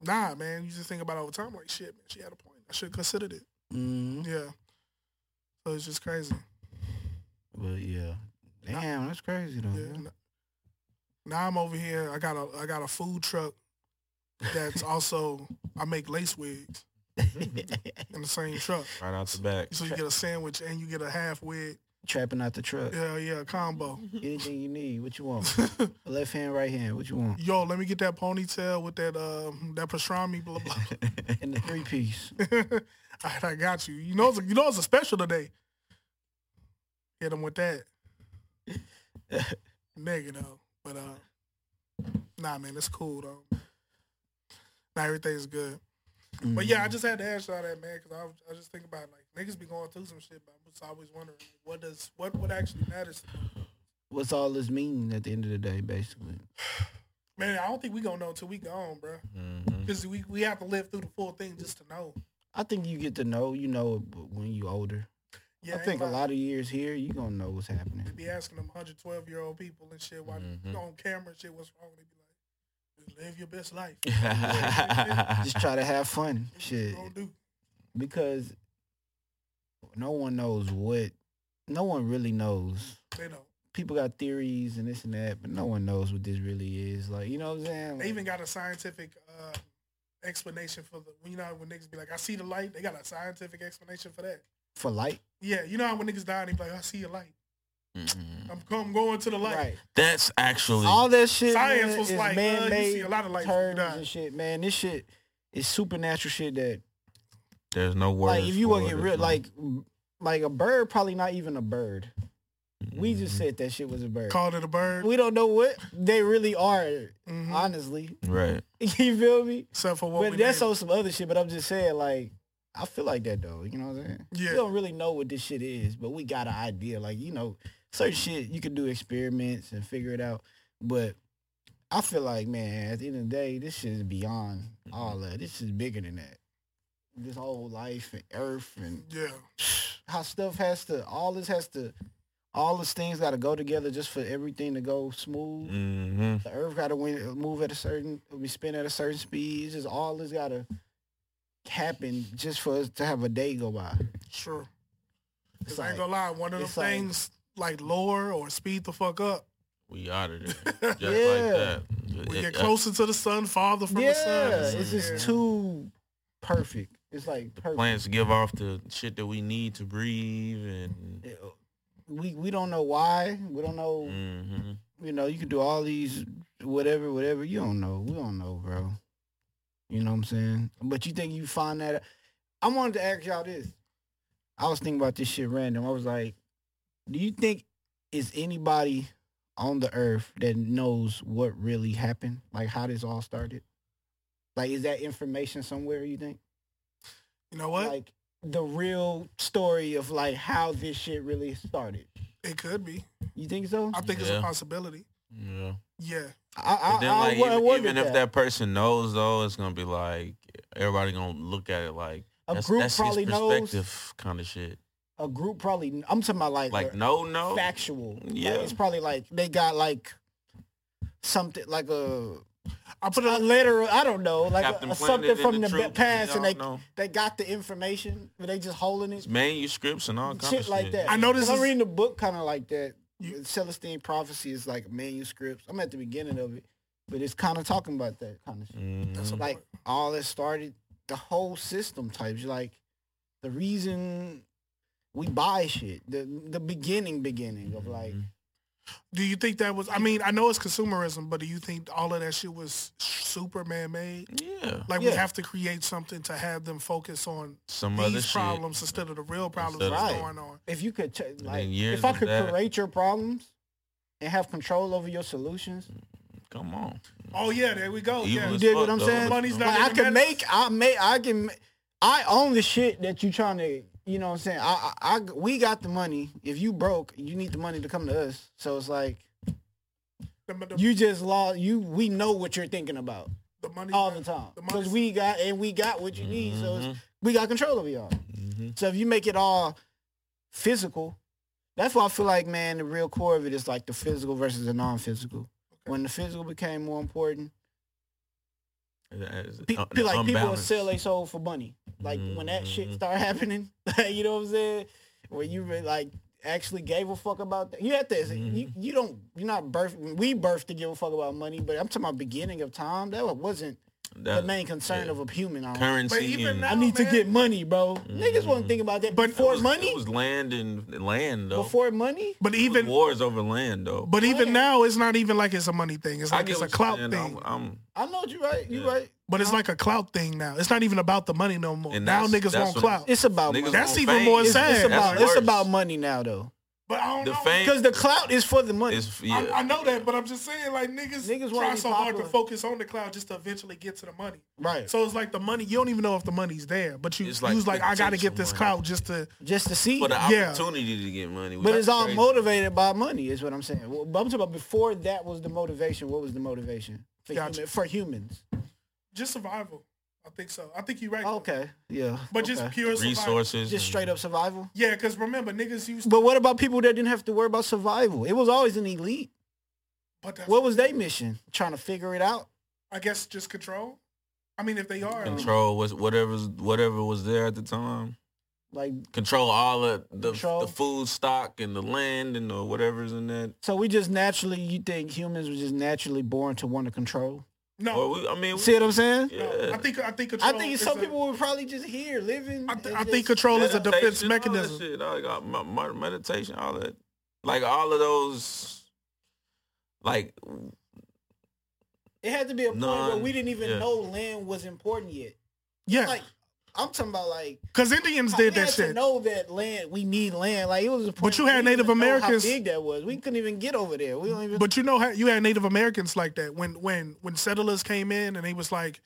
A: nah, man, you just think about it all the time. Like shit, man, she had a point. I should have considered it.
C: Mhm.
A: Yeah. So it's just crazy.
C: But yeah, damn, that's crazy though.
A: Yeah.
C: man.
A: Now I'm over here. I got a I got a food truck that's also I make lace wigs in the same truck.
B: Right out the back. [LAUGHS]
A: So you get a sandwich and you get a half wig.
C: [LAUGHS] Trapping out the truck.
A: Yeah, yeah, combo.
C: Anything you need, what you want? Left hand, right hand, what you
A: [LAUGHS]
C: want?
A: Yo, let me get that ponytail with that um that pastrami blah blah.
C: In the three piece.
A: [LAUGHS] All right, I got you. You know, it's a, you know, it's a special today. Hit him with
C: [LAUGHS]
A: that. Nigga though, but uh, nah, man, it's cool though. Nah, everything's good.
C: Mm.
A: But yeah, I just had to ask y'all that, man, because I, was- I was just think about like niggas be going through some shit, but I'm just always wondering like, what does what what actually matters. To them?
C: what's all this mean at the end of the day, basically?
A: Man, I don't think we gonna know until we gone, bro.
B: Mhm.
A: Because we we have to live through the full thing just to know.
C: I think you get to know, you know, it b- when you older.
A: Yeah,
C: I think a
A: ain't
C: lot of years here, you gonna know what's happening.
A: They be asking them 112 year old people and shit while they
C: Mm-hmm.
B: Mhm.
A: on camera and shit, what's wrong? They be like, just live your best life.
C: [LAUGHS] Just try to have fun, shit,
A: Don't do.
C: because no one knows what. No one really knows.
A: They don't.
C: People got theories and this and that, but no one knows what this really is. Like, you know what I'm saying?
A: They even got a scientific uh, explanation for the. You know how when niggas be like, I see the light. They got a scientific explanation for that.
C: for light,
A: Yeah, you know how when niggas die, they be like, I see a light.
B: Mhm.
A: I'm, I'm going to the light.
C: right?
B: [LAUGHS] That's actually
C: All that shit.
A: Science
C: man,
A: was
C: is
A: like, uh, you see
C: man-made
A: a lot of lights when you
C: terms
A: die.
C: and shit, man. This shit is supernatural shit that
B: there's no words.
C: like if you want to
B: for
C: get
B: it,
C: real,
B: man.
C: like m- like a bird, probably not even a bird. We just
B: Mhm.
C: said that shit was a bird.
A: Called it a bird.
C: We don't know what they really are,
A: Mhm.
C: honestly. [LAUGHS]
B: right.
C: you feel me?
A: Except for what we
C: but that's
A: named
C: on some other shit. But I'm just saying, like, I feel like that though. You know what I'm saying?
A: it.
C: We
A: Yeah.
C: don't really know what this shit is, but we got an idea. Like, you know, certain shit you can do experiments and figure it out. But I feel like, man, at the end of the day, this shit is beyond all that. This is bigger than that. This whole life and earth and
A: Yeah.
C: how stuff has to all this has to all these things got to go together just for everything to go smooth.
B: Mm-hmm.
C: The earth got to move at a certain we spin at a certain speed. It's just all this got to happen just for us to have a day go by.
A: Sure.
C: It's
A: Cause I ain't
C: like,
A: gonna lie, one of them
C: it's like-
A: things like lore or speed the fuck up. [LAUGHS]
B: We out of there. Just
C: Yeah.
B: like that.
A: We
B: It-
A: get
B: uh,
A: closer to the sun, farther from the
C: yeah,
A: sun.
C: it's
A: Yeah.
C: just too perfect. It's like perfect.
B: Plants give off the shit that we need to breathe and
C: We we don't know why. We don't know.
B: hmm
C: You know, you can do all these whatever, whatever. You don't know. We don't know, bro. You know what I'm saying? But you think you find that? I wanted to ask y'all this. I was thinking about this shit random. I was like, do you think is anybody on the earth that knows what really happened? Like how this all started? Like is that information somewhere? You think?
A: You know what?
C: Like the real story of like how this shit really started?
A: it could be.
C: You think so?
A: I think it's a
B: Yeah.
A: possibility.
B: Yeah.
A: Yeah.
C: I, I,
B: But then,
C: I
B: like,
C: wa-
B: even,
C: wondered
B: even if that person knows, though, it's gonna be like everybody gonna look at it like
C: a
B: that's,
C: group
B: that's
C: probably
B: his
C: knows.
B: perspective kind of shit.
C: A group probably. I'm talking about like,
B: Like,
C: a-
B: no, no,
C: factual. Like,
B: Yeah.
C: it's probably like they got like something like a
A: I put it
C: a
A: on
C: letter. I don't know, like a,
B: Captain
C: a
B: Planet
C: something
B: and
C: from the,
B: truth,
C: ba- past, and
B: y'all
C: they
B: know.
C: they got the information, but they just holding it.
B: It's manuscripts and all kinds of
C: Shit
B: shit
C: like that.
A: I know this
C: 'Cause
A: is-
C: I'm reading a book kind of like that.
A: You-
C: Celestine Prophecy is like manuscripts. I'm at the beginning of it, but it's kind of talking about that kind of shit.
B: Mhm.
A: That's a-
C: Like all that started the whole system types. Like the reason we buy shit, the the beginning, beginning of like
B: Mm-hmm.
A: Do you think that was? I mean, I know it's consumerism, but do you think all of that shit was super man made?
B: yeah,
A: Like we
C: Yeah.
A: have to create something to have them focus on
B: some other
A: these
B: shit.
A: problems instead of the real problems
B: Instead
C: of-
A: that's
C: Right.
A: going on.
C: if you could ch- like
B: then years
C: if I
B: of
C: could
B: that.
C: create your problems and have control over your solutions,
B: Come on,
A: Oh yeah, there we go.
B: Evil
A: yeah.
B: is
C: You dig what
B: fuck,
C: I'm
B: though.
C: saying?
A: Money's not
C: like, I
A: even
C: can
A: matters.
C: make I make I can ma- I own the shit that you trying to you know what I'm saying I, I I we got the money. If you broke, you need the money to come to us. So it's like
A: The, the,
C: you just lost you we know what you're thinking about.
A: the money
C: all the time
A: The
C: because
A: money's-
C: we got and we got what you need. So
B: Mm-hmm.
C: it's, we got control over y'all.
B: hmm
C: So if you make it all physical, that's why I feel like, man, the real core of it is like the physical versus the non-physical. When the physical became more important, pe- pe- like people would sell their soul for money. Like when that shit
B: Mhm.
C: started happening, [LAUGHS] you know what I'm saying? Where you re- like actually gave a fuck about that. You have to. You,
B: Mm-hmm.
C: you don't. You're not birth. We birthed to give a fuck about money, but I'm talking about beginning of time. That wasn't the
B: That-
C: main concern
B: yeah.
C: of a human. I don't-
B: currency.
A: But even
B: and-
A: now-
C: I need to
A: man.
C: get money, bro. Niggas wasn't thinking about that. But
B: It
C: before
B: Mm-hmm. was-
C: money,
B: it was land and land though.
C: before money,
A: But
B: It was
A: even
B: wars over land though.
A: but even
C: Yeah.
A: now, it's not even like it's a money thing. It's
B: I
A: like
B: get
A: it's a
B: what you're
A: clout
B: saying.
A: thing.
B: I'm, I'm,
C: I know you right. You
B: Yeah.
C: right.
A: but it's like a clout thing now. It's not even about the money no more.
B: And
A: Now
B: that's-
A: niggas
B: that's
A: want
B: what-
A: clout.
C: It's about
B: niggas
C: money.
A: That's
B: want
A: even
B: fame.
A: more
C: It's,
A: sad.
C: it's
A: That's
C: about it's
B: worse.
C: about money now though,
A: but I don't
B: the
A: know.
B: fame.
C: because the clout is for the money.
B: is- yeah.
A: I, I know that, but I'm just saying, like niggas,
C: Niggas wanna
A: try
C: be
A: so hard to
C: popular.
A: focus on the clout just to eventually get to the money.
C: right.
A: So it's like the money. You don't even know if the money's there, but you,
B: It's
A: you
B: like
A: was like, I gotta get this
B: potential money.
A: clout just to.
C: Just to see.
B: for the
A: Yeah.
B: opportunity to get money.
C: But
B: which
C: it's
B: is
C: all
B: crazy.
C: motivated by money, is what I'm saying. Well, but I'm talking about before that was the motivation. What was the motivation for,
A: Gotcha.
C: human, for humans?
A: Just survival. I think so. I think you're right. though.
C: Okay, yeah.
A: But
C: okay.
A: just pure survival.
B: resources.
C: just straight up survival.
A: Yeah, because remember, niggas used.
C: But what about people that didn't have to worry about survival? It was always an elite.
A: But that's,
C: What was their mission? Trying to figure it out.
A: I guess just control. I mean, if they are,
B: control was whatever's whatever was there at the time.
C: Like
B: Control all of the
C: Control.
B: the food stock and the land and the whatever's in that.
C: so, we just naturally. You think humans were just naturally born to want to control?
B: Or
A: no,
B: we, I mean, we-
C: See what I'm saying?
B: yeah.
A: no. I think I think
C: I
A: control.
C: think
A: is
C: some
A: a-
C: people were probably just here living.
A: I, th-
C: and
A: I think
C: just-
A: control is a defense
B: Meditation, all that
A: mechanism.
B: shit, all that, my- my- meditation, all that, like all of those, like
C: It had to be a point where
B: None,
C: we didn't even
B: yeah.
C: know land was important yet.
A: Yeah,
C: Like I'm talking about like
A: because Indians
C: we
A: did
C: had
A: that
C: to
A: shit.
C: know that land we need land. Like it was a point
A: you
C: where
A: had
C: we didn't
A: Native
C: even know
A: Americans-
C: How big that was. We couldn't even get over there. We don't even.
A: But you know how you had Native Americans like that when when when settlers came in and they was like,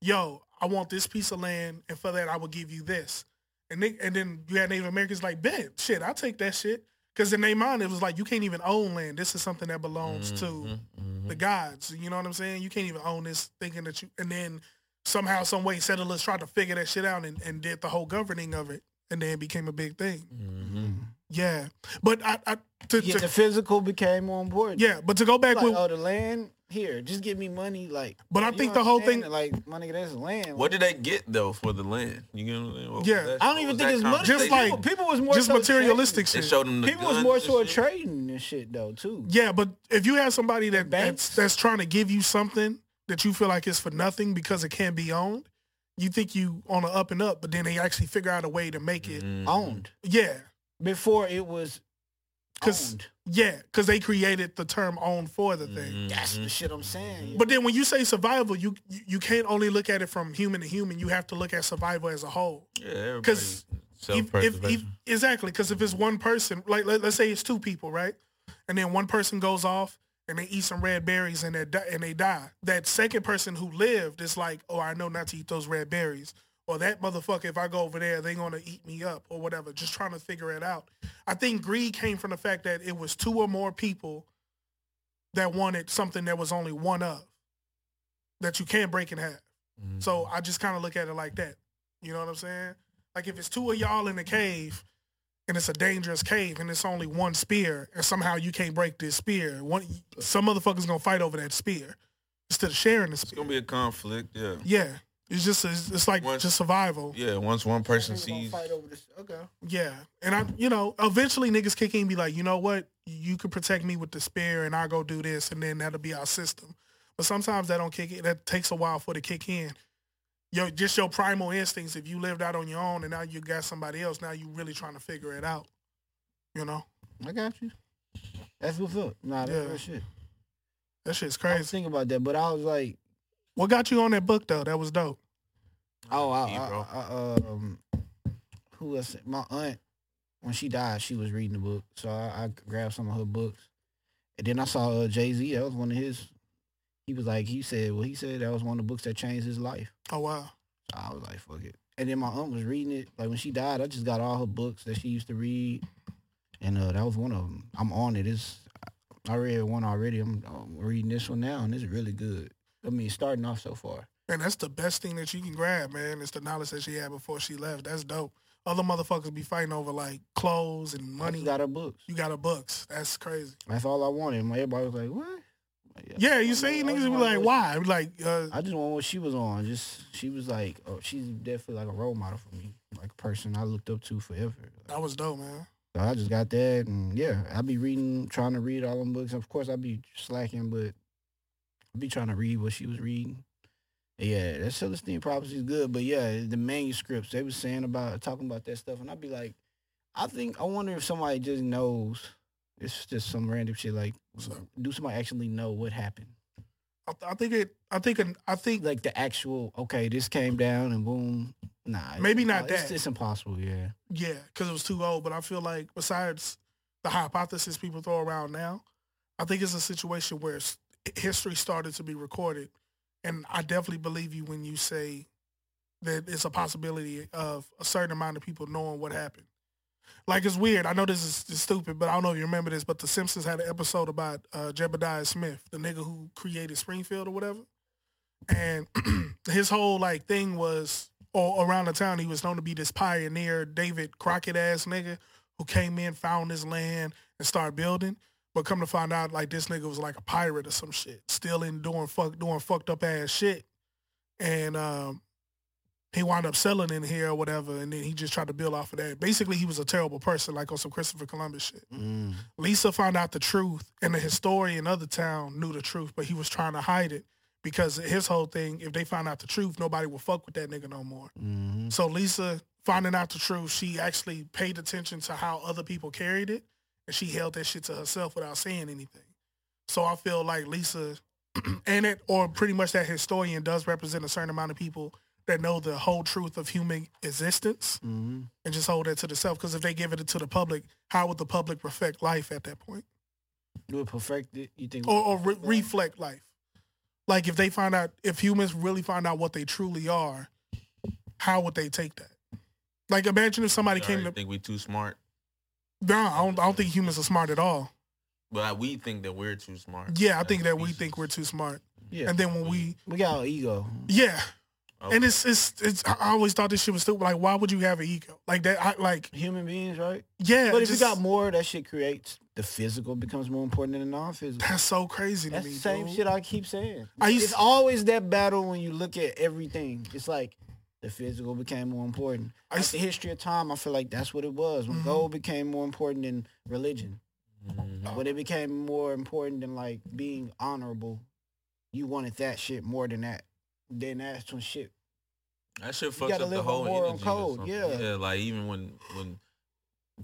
A: "Yo, I want this piece of land, and for that I will give you this." And they, and then you had Native Americans like, "Bet shit, I'll take that shit," because in their mind it was like, "You can't even own land. This is something that belongs to
B: Mhm, mhm.
A: the gods." You know what I'm saying? You can't even own this, thinking that you. And then somehow, some way, settlers tried to figure that shit out and, and did the whole governing of it, and then it became a big thing.
B: Mhm.
A: Yeah, but I, I to,
C: yeah, the
A: to
C: physical became more important.
A: yeah, but to go back
C: Like,
A: with
C: oh, the land here. Just give me money, like.
A: But I
C: you
A: think the whole
C: understand
A: thing-
C: that, like, my nigga, that's land.
B: What did they get though for the land? You get what I'm saying? What was
A: Yeah.
B: that-
C: I don't
B: what
C: even
B: was
C: think
B: that
C: it's money.
A: Just
B: conversation?
A: like-
C: people was more
A: just
C: so
A: materialistic
B: they
A: shit.
B: showed them the
C: trading. People was
B: guns
C: more
B: and
C: so
B: shit.
C: trading and shit though too.
A: Yeah, but if you have somebody that that's,
C: Banks.
A: that's trying to give you something that you feel like is for nothing because it can't be owned, you think you on the up and up, but then they actually figure out a way to make it.
B: Mhm.
C: Owned
A: Yeah,
C: before it was.
A: 'Cause-
C: owned.
A: yeah, because they created the term "owned" for the thing.
B: Mhm.
C: That's the shit I'm
B: Mm-hmm.
C: saying.
A: But then when you say survival, you you you can't only look at it from human to human. You have to look at survival as a whole.
B: yeah, everybody
A: 'cause If, if, if,
B: self-preservation.
A: exactly, because if it's one person, like let, let's say it's two people, right, and then one person goes off and they eat some red berries and they di- and they die. That second person who lived is like, oh, I know not to eat those red berries, or that motherfucker. If I go over there, they gonna eat me up or whatever. Just trying to figure it out. I think greed came from the fact that it was two or more people that wanted something that was only one of that you can't break in half.
B: Mhm.
A: So I just kind of look at it like that. You know what I'm saying? Like if it's two of y'all in a cave and it's a dangerous cave and it's only one spear and somehow you can't break this spear, one some motherfucker's gonna fight over that spear instead of sharing the
B: it's
A: spear.
B: gonna be a conflict. Yeah,
A: Yeah, it's just it's, it's like
B: Once-
A: just survival.
B: yeah. Once one person
C: People gonna
B: sees,
C: fight over this. Okay.
A: Yeah, and I you know eventually niggas kick in and be like, you know what? You can protect me with the spear and I go do this and then that'll be our system. But sometimes that don't kick in. That takes a while for it to kick in. your just your primal instincts. If you lived out on your own and now you got somebody else, now you really trying to figure it out. You know
C: I got you. That's what's up. Nah, that's
A: Yeah.
C: real shit.
A: that shit's
C: I was
A: crazy.
C: thinking about that, but I was like,
A: What got you on that book though? That was dope.
C: oh, I,
B: Hey,
C: I-
B: bro.
C: I- um, who else? My aunt, when she died, she was reading the book, so I, I grabbed some of her books, and then I saw uh, Jay Z. That was one of his. He was like, he said, well, he said that was one of the books that changed his life.
A: Oh wow.
C: So I was like, fuck it. And then my aunt was reading it. Like when she died, I just got all her books that she used to read, and uh, that was one of them. I'm on it. It's I read one already. I'm, i reading this one now, and it's really good. I mean, starting off so far.
A: And that's the best thing that you can grab, man. It's the knowledge that she had before she left. That's dope. Other motherfuckers be fighting over like clothes and
C: Money
A: money.
C: got her books.
A: you got her books. That's crazy.
C: That's all I wanted. And my everybody was like, "What?" Like,
A: Yeah, you
C: I
A: see,
C: just
A: niggas be
C: want
A: like,
C: what-
A: why? Like, uh,
C: I just want what she was on. Just she was like, oh, she's definitely like a role model for me, like a person I looked up to forever.
A: that was dope, man.
C: So I just got that, and yeah, I be reading, trying to read all them books. Of course, I be slacking, but I be trying to read what she was reading. And yeah, that Celestine prophecy is good, but yeah, the manuscripts they was saying about talking about that stuff, and I'd be like, I think I wonder if somebody just knows. It's just some random shit. Like,
A: So-
C: do somebody actually know what happened?
A: I, th- I think it. I think. an- I think.
C: Like the actual, okay, this came down and boom. Nah, it's
A: Maybe not
C: impo- it's-
A: that.
C: It's impossible. Yeah,
A: Yeah, because it was too old. But I feel like besides the hypothesis people throw around now, I think it's a situation where s- history started to be recorded, and I definitely believe you when you say that it's a possibility of a certain amount of people knowing what happened. Like it's weird. I know this is, is stupid, but I don't know if you remember this. But The Simpsons had an episode about uh, Jebediah Smith, the nigga who created Springfield or whatever, and [CLEARS THROAT] his whole like thing was or around the town he was known to be this pioneer David Crockett ass nigga who came in, found his land, and started building. But come to find out, like this nigga was like a pirate or some shit, stealing, doing fuck, doing fucked up ass shit, and um, he wound up selling in here or whatever, and then he just tried to build off of that. Basically, he was a terrible person, like on some Christopher Columbus shit.
C: mm.
A: Lisa found out the truth, and the historian of the town knew the truth, but he was trying to hide it because his whole thing, if they found out the truth, nobody would fuck with that nigga no more.
C: hmm
A: So Lisa, finding out the truth, she actually paid attention to how other people carried it, and she held that shit to herself without saying anything. So I feel like Lisa, [CLEARS THROAT] and it, or pretty much that historian, does represent a certain amount of people that know the whole truth of human existence
C: hmm
A: and just hold that to themselves. Because if they give it to the public, how would the public reflect life at that point,
C: Do it perfect it. You think
A: or, or re-
C: Yeah.
A: reflect life? Like if they find out, if humans really find out what they truly are, how would they take that? Like imagine if somebody
B: Y'all
A: came
B: already
A: to
B: think we too smart.
A: No, I don't, I don't think humans are smart at all.
B: But we think that we're too smart.
A: Yeah, I
B: as a
A: think that we
B: species.
A: think we're too smart.
C: Yeah.
A: And then when we,
C: We got our ego.
A: yeah,
B: Okay.
A: and it's it's it's. I always thought this shit was stupid. Like, why would you have an ego like that? I, like,
C: Human beings, right?
A: yeah,
C: But if
A: just-
C: you got more, that shit creates the physical becomes more important than the non-physical.
A: that's so crazy to
C: That's
A: me.
C: the same
A: dude.
C: shit I keep saying.
A: I used-
C: it's always that battle when you look at everything. It's like the physical became more important.
A: I
C: Like
A: used- [LAUGHS]
C: the history of time, I feel like that's what it was. When
A: Mhm.
C: gold became more important than religion,
B: Mhm.
C: when it became more important than like being honorable, you wanted that shit more than that. Then that's when shit.
B: That shit fucks
C: gotta
B: up the
C: live on
B: whole
C: moral
B: energy. or
C: code,
B: something.
C: yeah.
B: yeah. Like even when when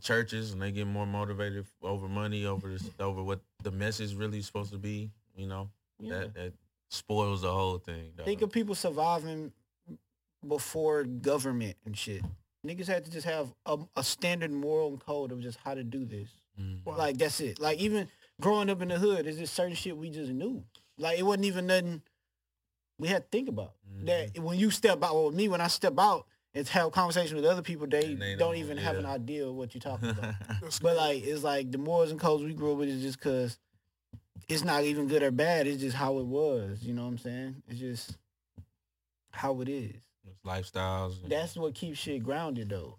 B: churches and they get more motivated over money, over this, over what the message really is supposed to be. You know
C: Yeah.
B: that that spoils the whole thing. dog.
C: Think of people surviving before government and shit. Niggas had to just have a, a standard moral code of just how to do this.
B: Mm.
A: Wow.
C: Like that's it. Like even growing up in the hood, is just certain shit we just knew. Like it wasn't even nothing we had to think about.
B: Mm-hmm.
C: That when you step out, or me when I step out and have conversations with other people, they,
B: And they
C: don't
B: don't-
C: even have an
B: yeah.
C: idea of what
B: [LAUGHS]
C: you're talking about.
A: That's crazy.
C: But like, it's like the morals and codes we grew up with is just cause it's not even good or bad. It's just how it was. You know what I'm saying? It's just how it is.
B: It's lifestyles. and-
C: That's what keeps shit grounded though.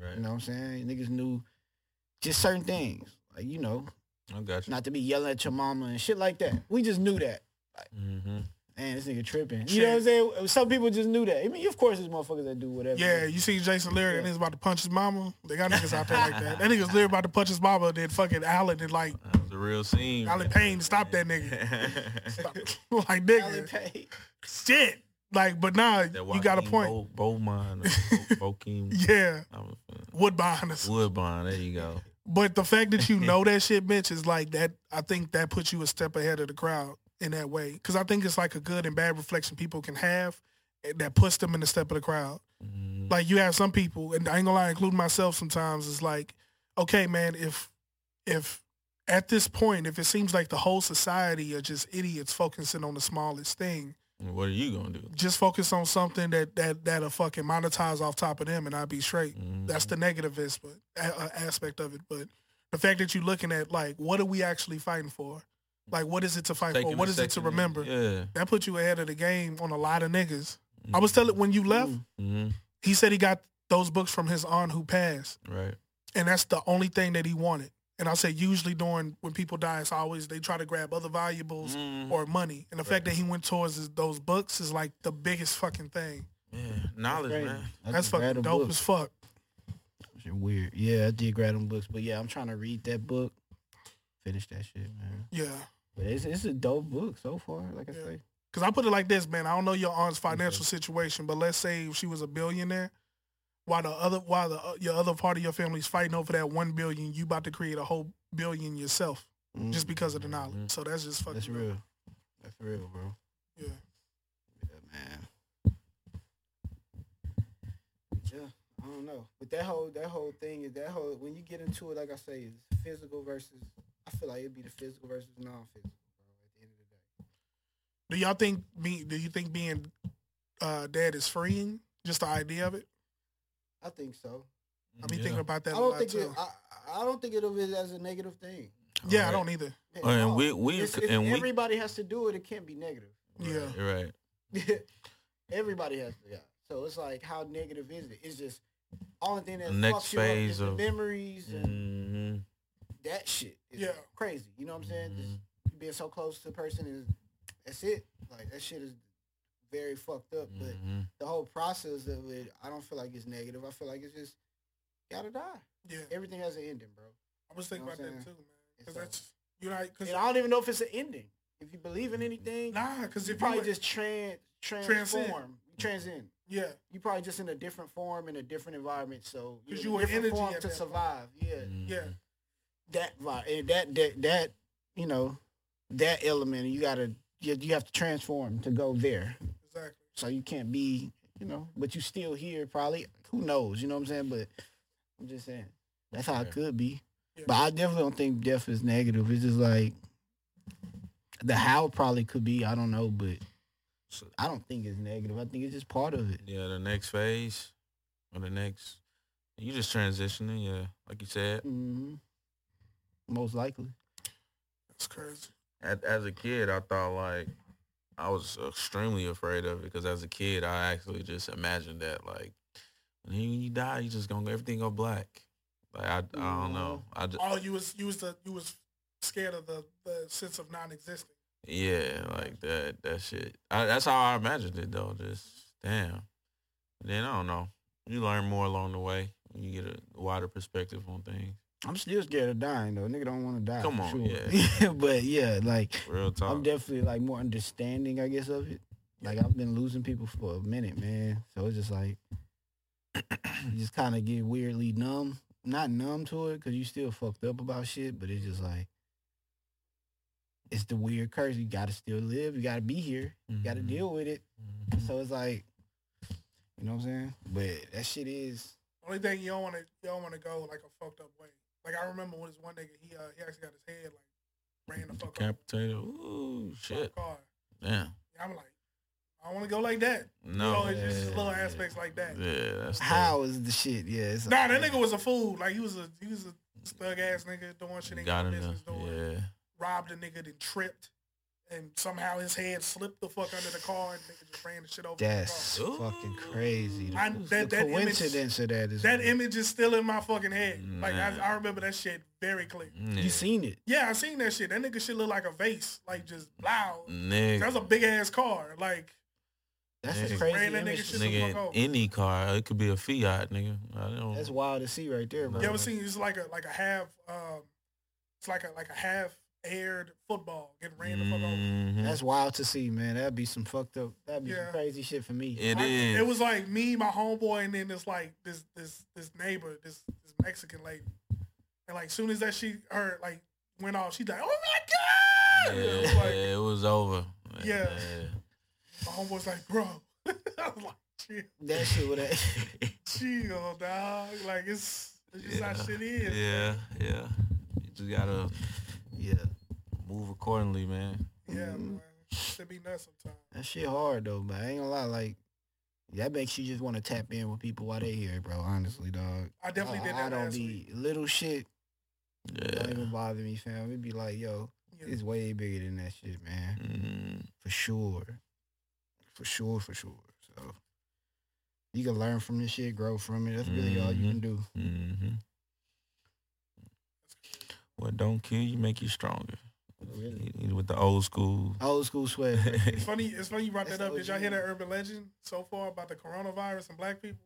B: right.
C: You know what I'm saying? Niggas knew just certain things. Like, you know,
B: I got you.
C: not to be yelling at your mama and shit like that. We just knew that.
B: hmm
C: Man, this nigga tripping. You know what I'm saying? Some people just knew that. I mean, of course, there's motherfuckers that do whatever.
A: yeah, you see Jason Leary and
C: Yeah.
A: he's about to punch his mama. They got niggas out there like
C: [LAUGHS]
A: that. That nigga's literally about to punch his mama. Then fucking Allen and like,
B: That was a real scene.
A: Allen Payne, stop that
B: [LAUGHS] nigga.
A: [LAUGHS] like
C: Allen
A: nigga,
C: Payne.
A: shit. Like, but nah, you got a point.
B: Bowman, Bokeem.
A: Yeah, Woodbine. is-
B: Woodbine. There you go.
A: But the fact that you know that shit, bitch, is like that. I think that puts you a step ahead of the crowd in that way, because I think it's like a good and bad reflection people can have eh, that puts them in the step of the crowd.
B: Mhm.
A: Like you have some people, and I ain't gonna lie, including myself sometimes, is like, okay, man, if if at this point, if it seems like the whole society are just idiots focusing on the smallest thing,
B: What are you gonna do?
A: just focus on something that that that'll fucking monetize off top of them, and I'll be straight.
B: Mhm.
A: That's the negative is, but, a- a- aspect of it. But the fact that you're looking at like, what are we actually fighting for? Like, what is it to fight
B: Taking
A: for? What
B: a
A: is it to
B: second-
A: remember?
B: Yeah.
A: That put you ahead of the game on a lot of niggas. I
B: Mm-hmm.
A: was telling when you left,
C: Mm.
B: hmm
A: he said he got those books from his aunt who passed,
B: Right.
A: and that's the only thing that he wanted. And I said, usually during when people die, it's always they try to grab other valuables
C: Mm-hmm.
B: Mhm.
A: or money. And the fact
B: Right.
A: that he went towards his, those books is like the biggest fucking thing.
B: yeah. Knowledge,
C: Crazy.
B: man.
C: I
A: That's
C: just grabbed
A: fucking
C: them
A: dope as
C: books.
A: fuck.
C: Shit Weird. Yeah, I did grab them books, but yeah, I'm trying to read that book. Finish that shit, man.
A: Yeah.
C: But it's it's a dope book so far. Like I
A: Yeah.
C: say,
A: Cause I put it like this, man. I don't know your aunt's financial situation, but let's say she was a billionaire. While the other, while the uh, your other part of your family's fighting over that one billion, you about to create a whole billion yourself
C: Mm,
A: just because of the knowledge.
B: Mhm.
A: So that's just fucking.
C: that's
A: dope.
C: real. That's real, bro.
A: Yeah.
C: Yeah, man. Yeah, I don't know, but that whole that whole thing is that whole when you get into it, like I say, it's physical versus. I feel like it'd be the physical versus non-physical, bro. At the end of the day.
A: Do y'all think being? Do you think being uh, dad is freeing? Just the idea of it.
C: I think so.
A: I've been
B: Yeah.
A: thinking about that
C: I
A: a lot
C: don't think it,
A: too.
C: I, I I don't think it is as a negative thing. Oh,
A: yeah, I
B: Right.
A: don't either.
C: Man,
B: Oh, And
C: no.
B: we, we,
C: It's- if
B: and we,
C: everybody has to do it, it can't be negative.
A: Yeah.
B: Right, right.
C: [LAUGHS] everybody has to. Yeah. So it's like, how negative is it? It's just only thing that
B: The next
C: fucks you up
B: phase
C: is the
B: of-
C: memories and
B: hmm
C: that shit. Is
A: Yeah.
C: crazy. You know what I'm saying?
B: Mm-hmm.
C: Just you being so close to a person is that's it. Like that shit is very fucked up.
B: Mm-hmm.
C: But the whole process of it, I don't feel like it's negative. I feel like it's just gotta die.
A: Yeah,
C: Everything has an ending, bro.
A: I was thinking
C: You know
A: about
C: what I'm
A: that too, man.
C: saying? And
A: Because
C: so-
A: that's you know,
C: And
A: because
C: I don't even know if it's an ending. If you believe
B: Mm-hmm.
C: in anything,
A: nah, because
C: you
A: if you
C: probably
A: were-
C: just tran
A: Transcend.
C: transform, transcend.
A: yeah,
C: You probably just in a different form in a different environment. So
A: 'Cause
C: in
A: you
C: a
A: were
C: different
A: energy
C: form
A: at that
C: to
A: point.
C: survive. Yeah,
B: Mm-hmm.
A: yeah,
C: that vi- and that that that you know that element. You gotta you, you have to transform to go there.
A: exactly.
C: So you can't be you know, but you still here probably. Who knows? You know what I'm saying? But I'm just saying that's how it
B: Yeah.
C: could be.
A: Yeah.
C: But I definitely don't think death is negative. It's just like the how probably could be. I don't know, but
B: So-
C: I don't think it's negative. I think it's just part of it.
B: Yeah, the next phase or the next, you just transitioning. Yeah, like you said,
C: hmm Most likely.
A: That's crazy.
B: At, as a kid, I thought like I was extremely afraid of it because as a kid, I actually just imagined that like when you, when you die, you just gonna everything go black. Like I, I don't know.
C: Mm-hmm.
B: I just,
A: Oh, you was you was the you was scared of the the sense of non-existent.
B: yeah, like that that shit. I, that's how I imagined it though. Just damn. Then I don't know. You learn more along the way. You get a wider perspective on things.
C: I'm still scared of dying though. Nigga don't want to die.
B: Come
C: for
B: on,
C: sure. [LAUGHS] but yeah, like
B: Real talk.
C: I'm definitely like more understanding, I guess, of it. Like I've been losing people for a minute, man. So it's just like [CLEARS THROAT] you just kind of get weirdly numb. Not numb to it because you still fucked up about shit, but it's just like it's the weird curse. You gotta still live. You gotta be here. You gotta
B: Mhm.
C: deal with it.
B: Mhm.
C: So it's like, you know what I'm saying? But that shit is
A: Only thing you don't want to you don't want to go like a fucked up way. Like I remember when this one nigga he uh, he actually got his head like ran the fuck up
B: Capitator. Mm-hmm. Ooh,
A: by a
B: shit.
A: car.
B: Damn.
A: I'm like, I don't want to go like that.
B: No.
A: know, it's just little aspects like that.
B: Yeah, that's the-
C: how is the shit? Yeah, it's
A: Nah, that nigga was a fool. Like he was a he was a thug ass nigga doing shit ain't
B: Got
A: got no
B: him.
A: business
B: to-
A: doing.
B: Yeah.
A: Robbed a nigga then tripped, and somehow his head slipped the fuck under the car and nigga just ran the shit over.
C: That's
B: Ooh.
C: fucking crazy. The,
A: I- that-
C: the
A: that image-
C: coincidence of that
A: the
C: is
A: car. That image is still in my fucking head. Like I,
B: Man.
A: I remember that shit very clear.
B: yeah.
C: You seen it?
A: Yeah, I seen that shit. That nigga shit look like a vase, like just loud.
B: Nigga.
A: That's a big ass car. Like
C: That's
B: Nigga.
C: a crazy
A: Ran that
C: image.
A: nigga shit the
B: nigga
A: fuck
B: in
A: over.
B: any car. It could be a Fiat, nigga. I don't.
C: That's wild to see right there, bro.
A: you
B: Yeah,
A: ever seen? It's like a like a half. Um, it's like a like a half aired football getting ran the fuck over.
B: Mhm.
C: That's wild to see, man. That'd be some fucked up. That'd be
A: Yeah.
C: some crazy shit for me.
B: It
A: I-
B: is.
A: It was like me, my homeboy, and then this like this this this neighbor, this this Mexican lady. And like soon as that she her like went off, she like, oh my
B: Yeah,
A: god! [LAUGHS] It was like,
B: yeah, it was over.
A: Yeah. my homeboy's like, bro. [LAUGHS] I was like, chill,
C: That shit would have.
B: Yeah.
A: chill, dog. Like it's it's just how
B: Yeah.
A: shit is.
B: yeah. Yeah. You just gotta
C: yeah.
B: move accordingly, man.
A: Yeah,
C: Mhm.
A: man. Should be nuts sometimes.
C: That shit hard though, but I ain't gonna lie. Like that makes you just want to tap in with people while they here, bro. Honestly, dog.
A: I definitely
C: I,
A: did
C: I
A: that
C: don't
A: last
C: be
A: week.
C: little shit. Don't
B: Yeah.
C: even bother me, fam. It'd be like, yo,
A: Yeah.
C: It's way bigger than that shit, man.
B: Mm,
C: For sure. For sure, for sure. So you can learn from this shit, grow from it. That's really all you
B: Mhm.
C: can do.
B: hmm What don't kill you make you stronger.
C: Really?
B: With the
A: [LAUGHS]
B: old school.
C: Old school sweat.
A: It's funny. It's funny you brought
C: That's
A: that up.
C: the
A: Did y'all
C: OG.
A: hear that urban legend so far about the coronavirus and black people?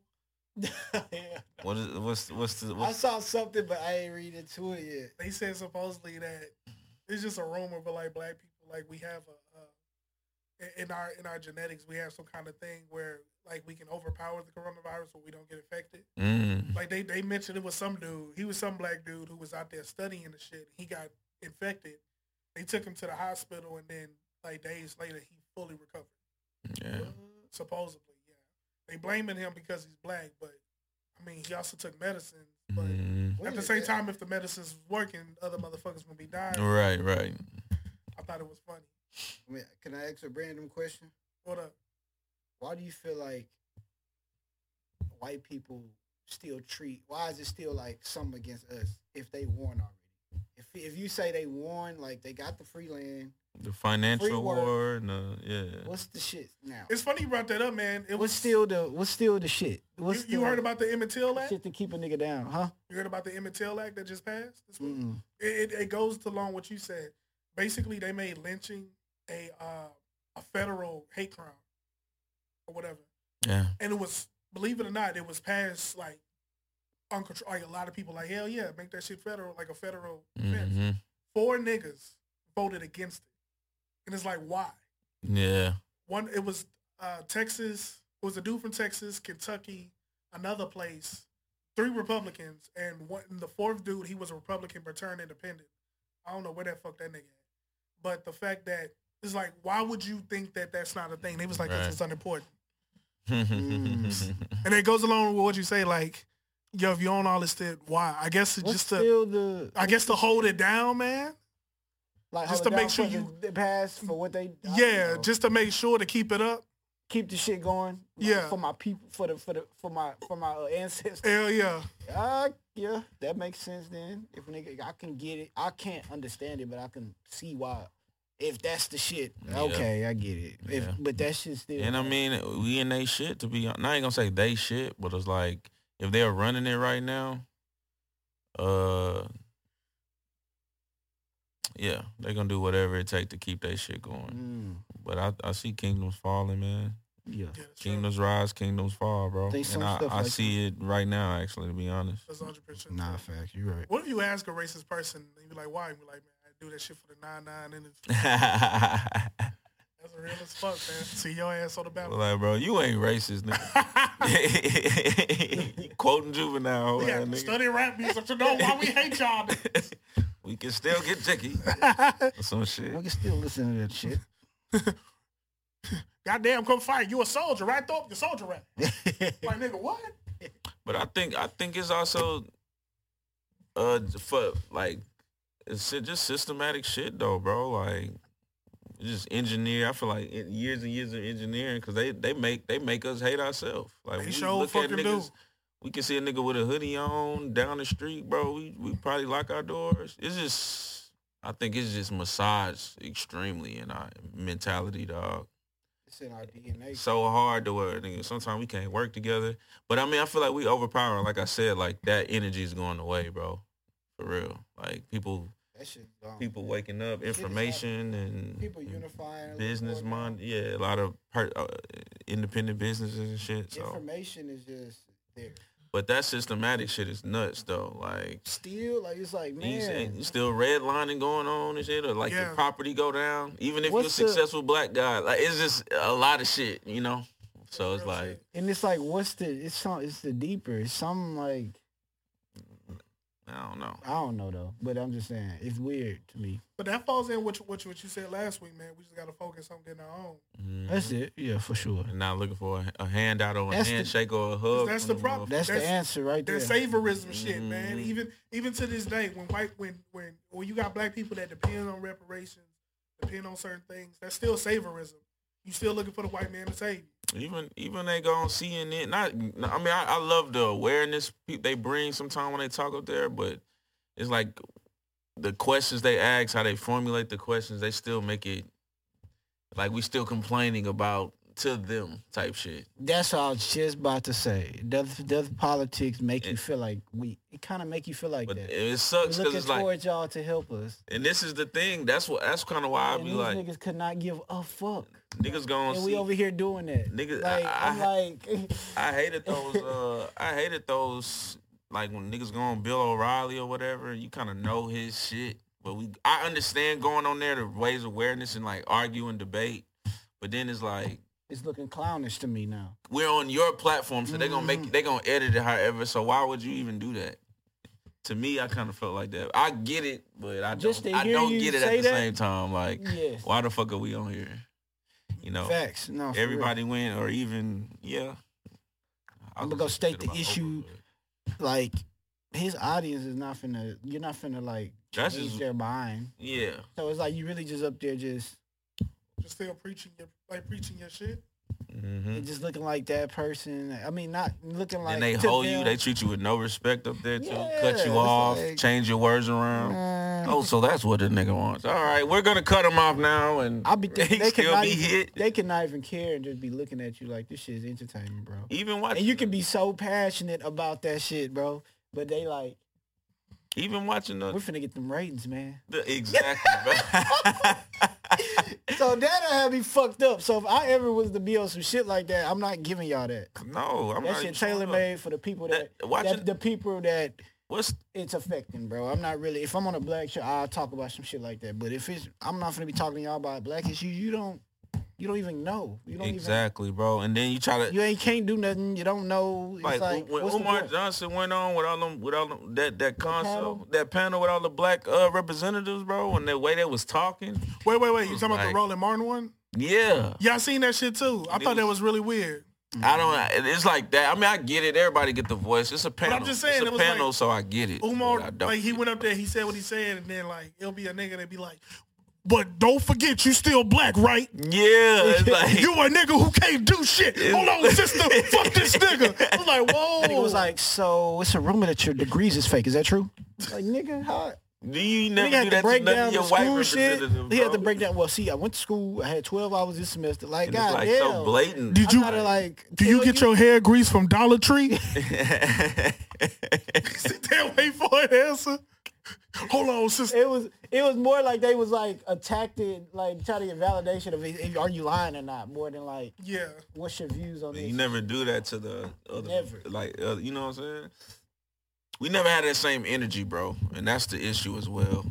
B: what is what's what's the
C: [LAUGHS] I
B: what's,
C: saw something, but I ain't read into it yet.
A: They said supposedly that it's just a rumor, but like black people, like we have a, a in- in our in our genetics, we have some kind of thing where like we can overpower the coronavirus, but we don't get infected.
B: mm,
A: Like they they mentioned it was some dude. He was some black dude who was out there studying the shit. He got infected. They took him to the hospital, and then like days later, he fully recovered.
B: yeah.
A: supposedly. Yeah, they blaming him because he's black, but I mean, he also took medicine. But
B: Mm,
A: at the same time, if the medicine's working, other motherfuckers gonna be dying.
B: right, right.
A: I thought it was funny.
C: I mean, can I ask a random question?
A: What up?
C: Why do you feel like white people still treat? Why is it still like some against us if they won already? If if you say they won, like they got the free land,
B: The financial
C: work.
B: war and the yeah.
C: what's the shit now?
A: It's funny you brought that up, man. It was
C: What's still the what's still the shit? What's
A: you, you
C: the
A: heard about the Emmett Till Act?
C: shit to keep a nigga down, huh?
A: You heard about the Emmett Till Act that just passed? This week?
C: Mm-mm.
A: It, it, it goes to along what you said. Basically, they made lynching a uh, a federal hate crime or whatever.
B: Yeah.
A: and it was believe it or not, it was passed like uncontrol. Like a lot of people, like hell yeah, make that shit federal, like a federal offense.
B: hmm
A: Four niggas voted against it, and it's like why?
B: Mm-hmm. Yeah. [LAUGHS]
A: One, it was uh, Texas. It was a dude from Texas, Kentucky, another place. Three Republicans, and one and the fourth dude, he was a Republican but turned independent. I don't know where that fuck that nigga. At. But the fact that it's like, why would you think that that's not a thing? They was like,
B: Right.
A: that's it's unimportant.
B: mm.
A: And it goes along with what you say, like, yo, if you own all this shit, why? I guess it's
C: What's
A: just to,
C: still the
A: I guess to hold it down, man.
C: like
A: just
C: hold
A: to make
C: down
A: sure
C: for
A: you-
C: the- the pass for what they I
A: Yeah,
C: don't know.
A: just to make sure to keep it up.
C: keep the shit going. like,
A: Yeah.
C: for my people, for the for the for my for my uh, ancestors. [LAUGHS]
A: Hell yeah.
C: Uh, yeah, that makes sense then. If nigga, I can get it. I can't understand it, but I can see why. If that's the shit,
B: Yeah.
C: okay, I get it. If
B: Yeah.
C: but that shit still.
B: And I mean, we in they shit to be. hon- I ain't gonna say they shit, but it's like if they're running it right now, uh, yeah, they gonna do whatever it take to keep that shit going.
C: Mm,
B: But I, I see kingdoms falling, man.
C: yeah.
A: Yeah, that's true.
B: Kingdoms rise, kingdoms fall, bro.
C: Think some
B: and I,
C: stuff
B: I
C: like
B: see it right now, actually, to be honest. [LAUGHS]
A: That's 100%.
C: facts. You right.
A: What if you ask a racist person, and you be like, why? And be like, man, I do that shit for the 9 9 and it's, that's real as fuck, man. See your ass on the [LAUGHS] ballot.
B: like, bro, you ain't racist,
C: [LAUGHS]
B: [LAUGHS] nigga. Quoting juvenile,
A: We
B: yeah,
A: got to study rap music to know why we hate y'all.
B: [LAUGHS]
A: niggas.
B: we can still get jicky or some shit.
C: We can still listen to that [LAUGHS] shit.
A: Goddamn, come fight. You a soldier, right? Throw up your soldier rap. Like, nigga, what?
B: But I think I think it's also uh for like it's si- just systematic shit though, bro. Like it's just engineer. I feel like in years and years of engineering because they they make they make us hate ourselves. Like
A: They
B: we
A: sure
B: look at
A: fucking do.
B: niggas. We can see a nigga with a hoodie on down the street, bro. We we probably lock our doors. It's just I think it's just massaged extremely in our mentality, dog
C: It's in our DNA.
B: so hard to work. Nigga. Sometimes we can't work together. But I mean, I feel like we overpowering. Like I said, like that energy is going away, bro. For real. Like people,
C: that shit. Gone.
B: people
A: Oh,
B: waking up, information and
C: people unifying. a little
B: business
C: more now.
B: mind. Yeah, a lot of per, uh, independent businesses and shit. So,
C: Information is just there.
B: but that systematic shit is nuts, though. Like.
C: Still, like it's like
B: You say-
C: man.
B: you still redlining going on and shit, or like
A: Yeah.
B: your property go down, even if
C: What's
B: you're
C: the-
B: a successful black guy. Like it's just a lot of shit, you know. So it's
A: Real
B: like
A: shit.
C: And it's like, what's the? It's some. It's the deeper. It's some like
B: I don't know.
C: I don't know though. But I'm just saying, it's weird to me.
A: But that falls in with what, you- what you said last week, man. We just got to focus on getting our own.
C: That's
B: Mm-hmm.
C: it. Yeah, for sure.
B: and not looking for a, a handout or a
C: That's the-
B: handshake or a hug.
A: That's
B: from
A: the problem.
C: That's, the
A: That's-
C: answer right there.
A: that saviorism shit, man.
B: Mhm.
A: Even even to this day, when white when when when you got black people that depend on reparations, depend on certain things, that's still saviorism. You still looking for the white man to save you.
B: Even even they go on CNN. Not I mean I, I love the awareness pe- they bring sometimes when they talk up there, but it's like the questions they ask, how they formulate the questions, they still make it like we still complaining about to them type shit.
C: That's all I was just about to say. Does does politics make you
B: It-
C: feel like we? It kind of make you feel like
B: But
C: that.
B: it
C: We're
B: sucks because
C: looking
B: it's like,
C: towards y'all to help us.
B: and this is the thing. That's what. That's kind of why I
C: and
B: be
C: these
B: like,
C: niggas could not give a fuck.
B: niggas gonna
C: And we
B: see.
C: over here doing that.
B: Niggas-
C: like
B: I-
C: am
B: I-
C: like, [LAUGHS]
B: I hated those. uh I hated those. Like when niggas go on Bill O'Reilly or whatever, you kind of know his shit. But we, I understand going on there to raise awareness and like argue and debate. But then it's like
C: it's looking clownish to me now.
B: we're on your platform, so they're gonna make they're gonna edit it however. So why would you even do that? To me, I kind of felt like that. I get it, but I
C: Just
B: don't.
C: to
B: I
C: hear
B: don't
C: you
B: get it at
C: say
B: the
C: that?
B: same time. Like,
C: Yes.
B: why the fuck are we on here? You know,
C: Facts. No. Oh, for real.
B: everybody win or even yeah. I
C: I'm
B: was
C: gonna
B: just
C: state
B: thinking
C: the
B: about Oprah,
C: issue.
B: but
C: Like his audience is not finna. You're not finna like
B: That's
C: change
B: just-
C: their mind.
B: Yeah,
C: So it's like you really just up there just
A: Just still preaching your like preaching your shit.
B: hmm
C: just looking like that person. I mean, not looking like.
B: and they
C: to
B: hold you.
C: them.
B: They treat you with no respect up there. Too.
C: Yeah,
B: Cut
C: it's
B: you off.
C: like- Mm-hmm.
B: change your words around.
C: Man.
B: Oh, so that's what the nigga wants. All right, we're gonna cut him off now, and
C: I
B: [LAUGHS]
C: be
B: he
C: thinking they
B: still
C: cannot
B: be
C: even,
B: hit.
C: They cannot even care and just be looking at you like this shit is entertainment, bro.
B: Even watch,
C: And you can be so passionate about that shit, bro. But they like,
B: even watching
C: we're
B: the,
C: finna get them ratings, man. [LAUGHS]
B: the exactly. bro.
C: So [LAUGHS] that'll have me fucked up. So if I ever was to be on some shit like that, I'm not giving y'all that.
B: [LAUGHS] no, I'm
C: That
B: not even
C: shit
B: showing
C: tailor
B: up.
C: made for the people that,
B: That- watching-
C: that- the people that
B: What's
C: it's affecting, bro. I'm not really. If I'm on a black show, I'll talk about some shit like that. But if it's, I'm not gonna be talking to y'all about black issues. You don't, you don't even know. You don't
B: exactly, bro? And then you try to
C: even. You ain't can't do nothing. You don't know. It's
B: like,
C: like,
B: when
C: what's the
B: Umar
C: point?
B: Johnson went on with all them with all them, that that console
C: panel?
B: that panel with all the black uh, representatives, bro, and the way they was talking.
A: Wait, wait, wait. You talking about
B: Mm, Like-
A: the Roland Martin one?
B: Yeah,
A: Yeah, I seen that shit too. I
B: It
A: thought that
B: was-
A: was really weird.
B: I
C: Mm-hmm.
B: don't. It's like that. I mean, I get it. Everybody get the voice. It's a panel.
A: I'm just saying,
B: it's a
A: it was
B: panel,
A: like,
B: so I get it. but I
A: Umar,
B: don't
A: like he
B: get
A: went up there, he said what he said, and then like it'll be a nigga that be like, "But don't forget, you still black, right?
B: it. Yeah,
C: [LAUGHS]
B: it's like
A: You a nigga who can't do shit. Hold on, sister,
B: [LAUGHS]
A: fuck this nigga." I was like, "Whoa!"
C: Nigga was like, so it's a rumor that your degrees is fake. Is that true? Like nigga, how?
B: Do you
C: Nigga
B: never do
C: had to
B: that to
C: break
B: none of
C: down the
B: your white
C: school shit.
B: representatives?
C: He had to
B: bro?
C: break down. Well, see, I went to school. I had 12 hours this semester. Like,
B: And it's
C: God
B: like
C: damn.
B: so blatant.
A: Did
C: I
A: you-
C: gotta, like,
A: "Do you
C: tell
A: get your hair grease from Dollar
C: [LAUGHS]
A: Tree?" [LAUGHS]
B: [LAUGHS] you?
A: Sit there, wait for an answer. Hold on, sister.
C: it was it was more like they was like attacked it, like trying to get validation of it, are you lying or not, more than like
A: Yeah,
C: what's your views on
B: you
C: this.
B: never do that to the other.
C: Never.
B: Like uh, you know what I'm saying? We never had that same energy, bro, and that's the issue as well.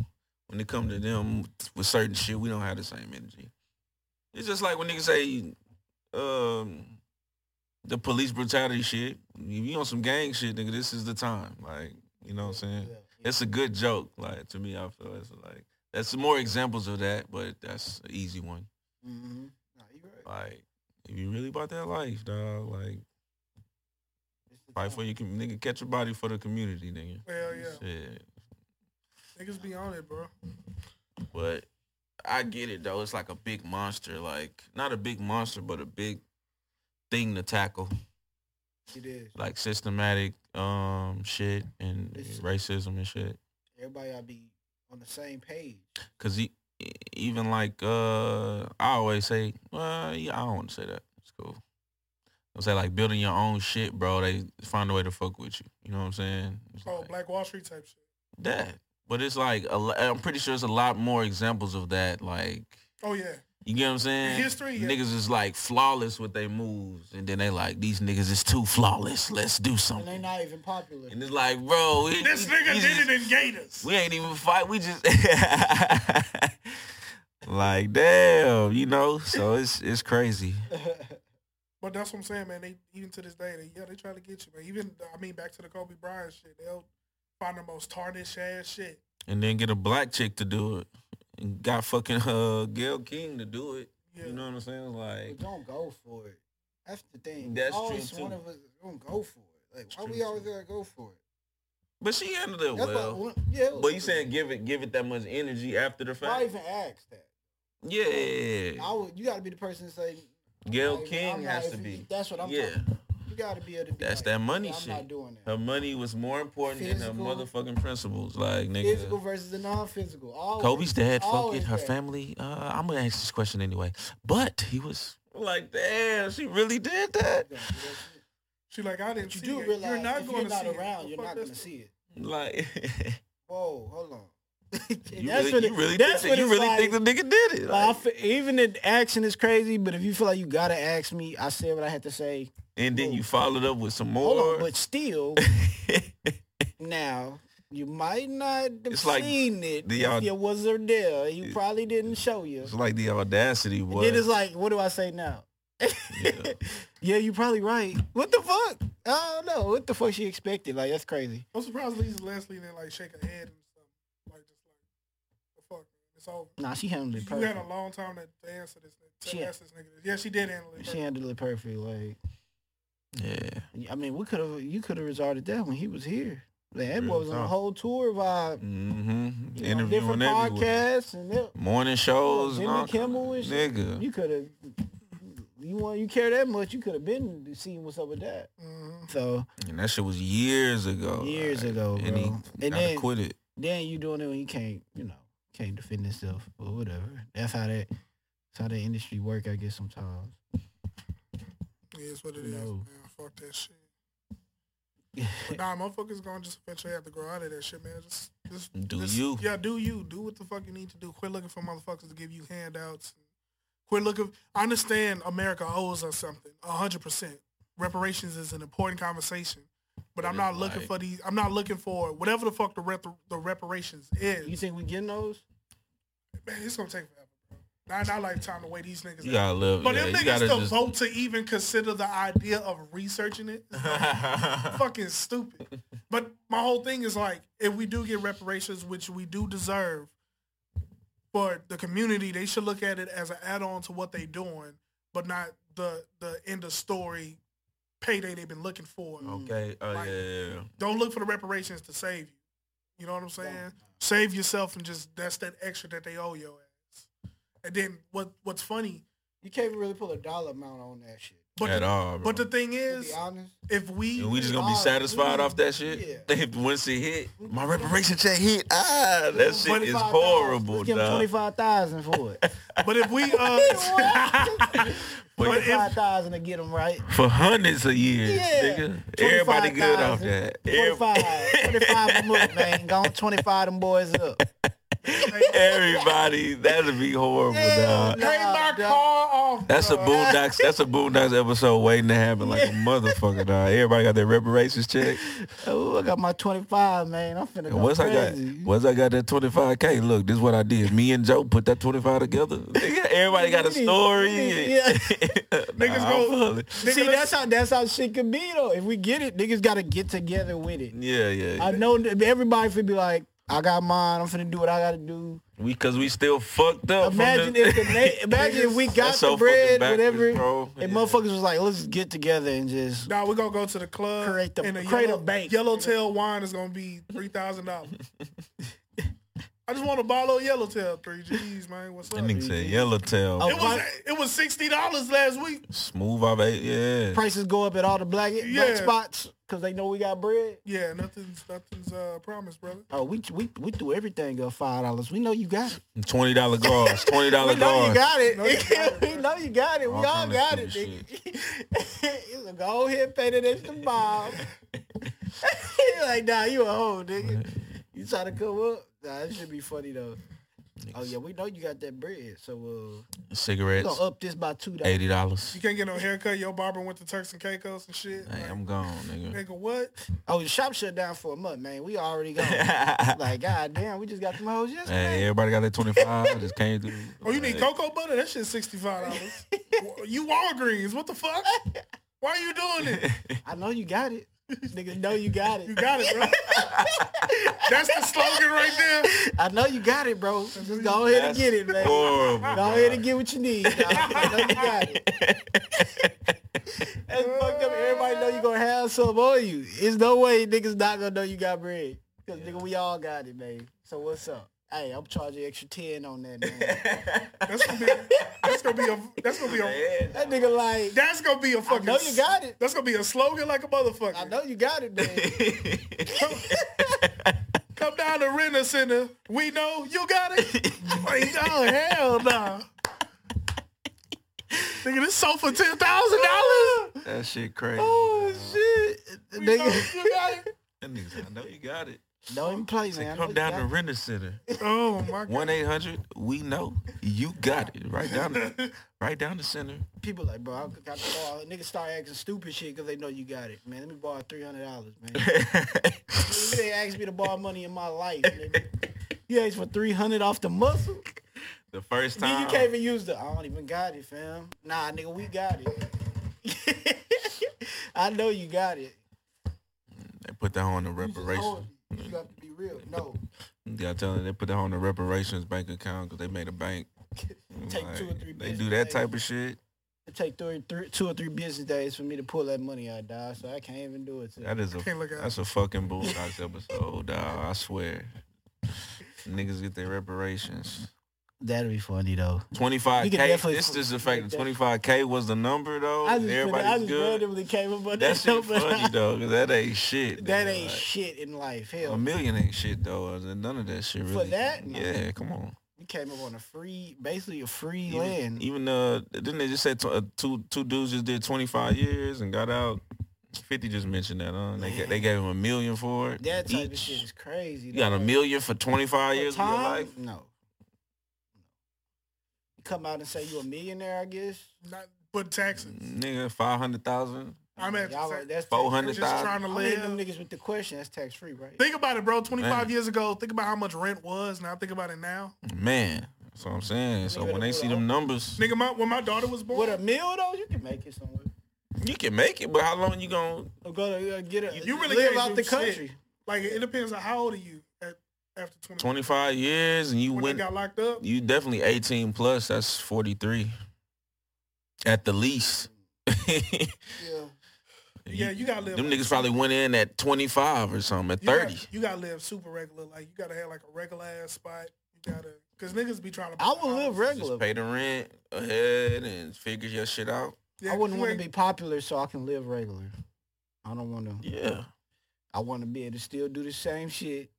B: When it comes to them with certain shit, we don't have the same energy. It's just like when niggas say, um, the police brutality shit. If you on some gang shit, nigga, this is the time. Like you know what I'm saying? It's a good joke. Like to me, I feel it's like that's more examples of that, but that's an easy one.
C: Mm-hmm. Nah, you right.
B: Like if you really about that life, dog, like
C: It's the
B: fight
C: time.
B: for your com- nigga, catch your body for the community, nigga.
A: hell yeah,
B: Shit.
A: niggas be on it, bro.
B: But I get it though. It's like a big monster. Like not a big monster, but a big thing to tackle.
C: It is.
B: Like systematic um shit and
C: It's-
B: racism and shit.
C: Everybody gotta be on the same page.
B: Cause he, e- even like uh, I always say, well, yeah, I don't want to say that. It's cool. I say like building your own shit, bro. They find a way to fuck with you. You know what I'm saying? It's
A: Oh,
B: like
A: Black Wall Street type shit.
B: that. But it's like a, lo- I'm pretty sure there's a lot more examples of that. Like
A: Oh yeah,
B: you get what I'm saying?
A: History, yeah.
B: Niggas is like flawless with their moves, and then they like these niggas is too flawless. Let's do
C: And they
B: something.
C: not even popular. [LAUGHS]
B: And it's like, bro, we-
A: this
B: we-
A: nigga
B: we
A: did
B: just-
A: it in Gators.
B: we ain't even fight. We just [LAUGHS] like damn, you know. So it's it's crazy.
A: But that's what I'm saying, man. They even to this day, they yeah, they try to get you, man. Even I mean, back to the Kobe Bryant shit, they'll find the most tarnished ass shit.
B: And then get a black chick to do it, and got fucking uh Gail King to do it.
A: Yeah,
B: You know what I'm saying?
C: But
B: Like
C: don't go for it. That's the thing.
B: That's true,
C: always
B: too.
C: one of us don't go for it. Like
B: It's
C: why
B: true,
C: we always
B: too.
C: gotta go for it?
B: but she handled it
C: That's
B: well.
C: why, yeah,
B: but you saying give it give it that much energy after the
C: why
B: fact?
C: even ask that? I
B: Yeah.
C: would you gotta be the person to say
B: Gail
C: like,
B: King
C: I'm not-
B: has
C: if
B: to
C: you-
B: be.
C: That's what I'm
B: Yeah.
C: talking about. You gotta be able to. Be
B: That's
C: like,
B: that money
C: "Yeah, I'm
B: shit."
C: Not doing that.
B: Her money was more important than
C: Physical.
B: her motherfucking principles. Like nigga,
C: Physical versus the non-physical. Always.
B: Kobe's dad. Fuck it.
C: Always
B: Her
C: that.
B: family. Uh, I'm gonna ask this question anyway. But he was like, damn, she really did that.
C: Don't do that shit.
A: She like, I didn't
C: But you
A: see
C: do
A: it.
C: realize
A: you're not
C: if
A: going
C: you're
A: to
C: not
A: see
C: around,
A: it.
C: you're not gonna see it.
B: Like, [LAUGHS]
C: Whoa, hold on. [LAUGHS]
B: you really,
C: what
B: you
C: it-
B: really,
C: that's
B: think, that-
C: what
B: you
C: it's
B: really
C: like.
B: think the nigga did it?
C: Like, I
B: Like,
C: fe- even the action is crazy, but if you feel like you gotta ask me, I said what I had to say.
B: and then you followed up with some
C: Hold on,
B: more. [LAUGHS]
C: but still, now you might not have
B: It's like
C: seen it
B: the
C: if
B: aud-
C: it was or there. You probably didn't show you.
B: It's like the audacity
C: And then it's
B: was.
C: like, what do I say now?
B: Yeah.
C: Yeah, [LAUGHS] you probably right. What the fuck? I don't know. What the fuck she expected? Like that's crazy.
A: I'm surprised Lisa Leslie didn't like shake her head and stuff. Like just like, the fuck, it's over.
C: Nah, she handled it
A: You had
C: perfect.
A: a long time to to answer this. To
C: She-
A: ask this nigga. this. Yeah, she did handle it.
C: She
A: She,
C: handled it perfect. Like
B: yeah.
C: I mean, we could have you could have resorted that when he was here. Like, that
B: Real
C: boy was on a
B: talk.
C: whole tour vibe.
B: hmm
C: [LAUGHS] you know,
B: Interviewing
C: different
B: everywhere.
C: podcasts and it,
B: Morning shows. and
C: Jimmy
B: all-
C: Kimmel and shit.
B: Nigga.
C: you could have you want you care that much, you could have been seeing what's up with that.
A: mm-hmm.
C: So
B: And that shit was years ago.
C: Years ago,
B: Oh, And he
C: bro. And
B: gotta
C: then-
B: quit it.
C: then you doing it when you can't, you know, can't defend yourself or whatever. That's how that that's how the industry work, I guess sometimes.
A: Yeah, it's what it is,
C: No.
A: man. Fuck that shit.
C: [LAUGHS]
A: But nah, motherfuckers gonna just eventually have to grow out of that shit, man. Just, just
B: Do
A: just-
B: you.
A: Yeah, do you. Do what the fuck you need to do. Quit looking for motherfuckers to give you handouts. Quit looking. I understand America owes us something, a hundred percent. Reparations is an important conversation, but I'm
B: it's
A: not looking
B: like-
A: for these. I'm not looking for whatever the fuck the rep, the reparations is.
C: you think we getting those?
A: man, it's gonna take forever. bro. Not not like time to wait these niggas.
B: You
A: out.
B: gotta live.
A: But
B: yeah,
A: if
B: you
A: niggas
B: gotta
A: still
B: just-
A: vote to even consider the idea of researching it, fucking stupid. But my whole thing is like, if we do get reparations, which we do deserve, for the community, they should look at it as an add-on to what they doing, but not the the end of story payday they've been looking for.
B: [LAUGHS] okay. Oh yeah,
A: Like-
B: yeah. yeah.
A: Don't look for the reparations to save you. You know what I'm saying? Save yourself and just that's that extra that they owe your ass. And then what what's funny,
C: You can't really put a dollar amount on that shit.
A: but
B: At
A: the,
B: all. Bro.
A: but the thing
C: To
A: is,
C: be honest.
A: if we
B: And we just gonna be
C: Oh,
B: satisfied off that shit.
C: yeah.
B: [LAUGHS] If once it hit, my reparation check hit. Ah, that shit is
C: 25,000.
B: horrible,
C: Let's give him
B: dog.
C: twenty five thousand for
B: [LAUGHS]
C: it.
A: but
C: [LAUGHS]
A: if we uh
B: But
A: [LAUGHS] but if
C: Five thousand to get them right.
B: for hundreds of years,
C: Yeah.
B: nigga. Everybody good off
C: 25,000.
B: that. Every-
C: 25, 25
B: [LAUGHS]
C: them up, man. Go on, 25 them boys up.
B: Everybody, that'd be horrible, dog.
A: Pay my
C: Nah,
A: car off.
B: That's a
C: Oh.
A: bro.
B: boondocks. That's a boondocks episode waiting to happen, like a motherfucker, dog. Everybody got their reparations check.
C: Oh, I got my 25, man. I'm finna
B: And
C: go
B: once I got
C: crazy.
B: once I got that 25K, look, this is what I did. Me and Joe put that 25 together. Nigga, Everybody got a story. [LAUGHS]
C: Yeah.
A: Niggas go- Nigga,
C: See,
A: let's-
C: that's how that's how shit could be though. If we get it, niggas gotta get together with it.
B: Yeah, yeah.
C: I know that everybody finna be like, I got mine. I'm finna do what I gotta do.
B: we cause we still fucked up. from
C: Imagine
B: the,
C: if the
B: [LAUGHS]
C: na- imagine if we got
B: That's so
C: the
B: fucking
C: bread,
B: backwards,
C: whatever.
B: bro.
C: And
B: Yeah.
C: motherfuckers was like, let's get together and just
A: Nah, we're gonna go to the club
C: Create the-
A: and a
C: create a
A: yellow,
C: bank.
A: Yellowtail wine is gonna be three thousand
B: [LAUGHS]
A: dollars. I just want a bottle of yellowtail, three G's, man. What's up?
B: that [LAUGHS] nigga said yellowtail.
C: Oh.
A: it was it was sixty dollars last week.
B: Smooth off eight. Yeah.
C: prices go up at all the black,
A: Yeah.
C: black spots because they know we got bread.
A: Yeah, nothing's nothing's uh promised, brother.
C: Oh, we we we threw everything up five dollars. We know you got it.
B: Twenty
C: [LAUGHS]
B: dollar gauze. Twenty
C: We
B: dollar
C: know
B: gauze.
C: you got it.
A: No, you got
C: [LAUGHS] we know you got it. We
B: All
C: all,
B: kinda
C: got it.
B: stupid
C: Nigga. [LAUGHS] like, go ahead, pay that extra [LAUGHS] bob. like, nah, you a hoe, nigga. You try to come up. Nah, that should be funny though. Oh yeah, we know you got that bread. So uh, we
B: Cigarettes.
C: gonna up this by two dollars.
B: Eighty dollars.
A: You can't get no haircut. Your barber went to Turks and Caicos and shit.
B: Hey,
A: Like,
B: I'm gone, nigga.
A: nigga, what?
C: Oh, the shop shut down for a month, man. We
A: [LAUGHS]
C: already
B: [LAUGHS]
C: gone.
B: hey,
C: like, god damn, we just got them hoes yesterday.
B: everybody got that twenty five. I just came through.
A: Oh, you need
B: Hey.
A: cocoa butter? That shit's sixty five
C: [LAUGHS]
A: dollars. you Walgreens? What the fuck? Why are you doing
C: [LAUGHS]
A: it?
C: I know you
A: [LAUGHS]
C: got it. Nigga, know you got it.
A: You got it, bro. That's the slogan right there.
C: I know you got it, bro. Just go ahead and
B: That's
C: get it, man. Go
B: [LAUGHS] Horrible.
C: ahead and get what you need. dawg. I know you
A: [LAUGHS]
C: got it. That's fucked up. Everybody know you gonna have some on you. It's no way niggas not gonna know you got bread. Cause nigga, we all got it, man. So what's up? Hey, I'm charging extra ten on that man.
A: [LAUGHS] That's
B: That's
A: gonna be that's gonna be a that's gonna be a
C: that nigga like
A: that's gonna be a
C: I
A: fucking
C: know you got it.
A: that's gonna be a slogan like a motherfucker.
C: I know you got it, man.
A: Come down to Renner Center. We know you got
C: [LAUGHS]
A: it. like, oh hell no. Nigga, this sold for ten thousand dollars.
B: that shit crazy.
C: oh shit. Nigga.
A: You got it.
B: That nigga's like, I know you got it.
C: Don't even play,
B: Say,
C: man. I know
B: come
C: you
B: down
C: got
B: to
C: it.
B: Render Center.
A: Oh my god.
B: One eight hundred. We know you got it. Right down,
C: [LAUGHS]
B: the, right down the center.
C: People like, bro, I got to borrow. Niggas start acting stupid shit because they know you got it. Man, let me borrow three hundred dollars, man. you ain't asked me to borrow money in my life, nigga. You asked for three hundred off the muscle.
B: the first
C: Then
B: time.
C: you can't even use the. I don't even got it, fam. Nah, nigga, we got it. [LAUGHS] I know you got it.
B: They put that on the
C: You just
B: reparations.
C: told me. You have to be real. No, [LAUGHS]
B: Yeah, I tell them they put that on the reparations bank account because they made a bank.
C: Take two or three
B: They
C: business
B: do that
C: days.
B: type of shit.
C: it take three, three, two or three business days for me to pull that money out, dog. So I can't even do it. To
B: That is a
A: Can't look at it.
B: that's a fucking bulldogs episode. dawg, I swear. Niggas get their reparations.
C: That'll be funny though.
B: Twenty five
C: You
B: K.
C: can definitely-
B: This is the
C: you
B: fact.
C: can
B: Twenty five K was the number though.
C: I just,
B: Everybody's
C: I just
B: good.
C: randomly came up on that.
B: That
C: [LAUGHS]
B: shit
C: but
B: funny though. 'cause That ain't shit.
C: That
B: nigga,
C: ain't
B: like, um,
C: shit in life. Hell,
B: A million ain't shit though. and None of that shit
C: For
B: really.
C: that?
B: Yeah, come on.
C: we came up on a free, basically a free
B: Even,
C: land.
B: even uh, didn't they just say tw- uh, two two dudes just did twenty five years and got out? Fifty just mentioned that. Huh? They ga- they gave him a million for it.
C: that type of
B: each.
C: shit is crazy.
B: You got a
C: dog.
B: million for twenty five
C: For
B: years of your
C: time?
B: life.
C: No. You come out and say you a millionaire, I guess.
A: Not but taxes.
B: Nigga, five hundred thousand.
A: I'm at
C: Y'all
A: tax-
C: like, that's
B: Four
A: I'm
B: hundred
A: just
B: thousand.
A: trying to
C: I'm hitting them
A: live.
C: niggas with the question. That's tax free, right?
A: Think about it, bro. 25
B: Man.
A: years ago, think about how much rent was. Now think about it now.
B: Man, that's what I'm saying. So
C: Nigga,
B: when they
C: what
B: see
C: a-
B: them numbers,
A: Nigga, my, when my daughter was born,
C: With a meal though, you can make it somewhere.
B: you can make it, but how long you gonna?
C: Or go to uh, get a
A: You really
C: live
A: can't do
C: out the
A: shit.
C: country.
A: like it depends on how old are you at, after 20,
B: Twenty five years and you
A: when
B: went.
A: they got locked up.
B: You definitely 18 plus. That's 43 at the least. [LAUGHS]
C: Yeah.
A: Yeah, you gotta live
B: Them
A: like-
B: niggas probably went in at 25 or something, at
A: You gotta-
B: 30.
A: you gotta live super regular. Like you gotta have like a regular ass spot. You gotta because niggas be trying to.
C: I would live regular.
B: Just pay the rent ahead and figure your shit out.
A: Yeah,
C: I wouldn't
A: you
C: want to
A: ain't-
C: be popular so I can live regular. I don't want to.
B: Yeah.
C: I want to be able to still do the same shit.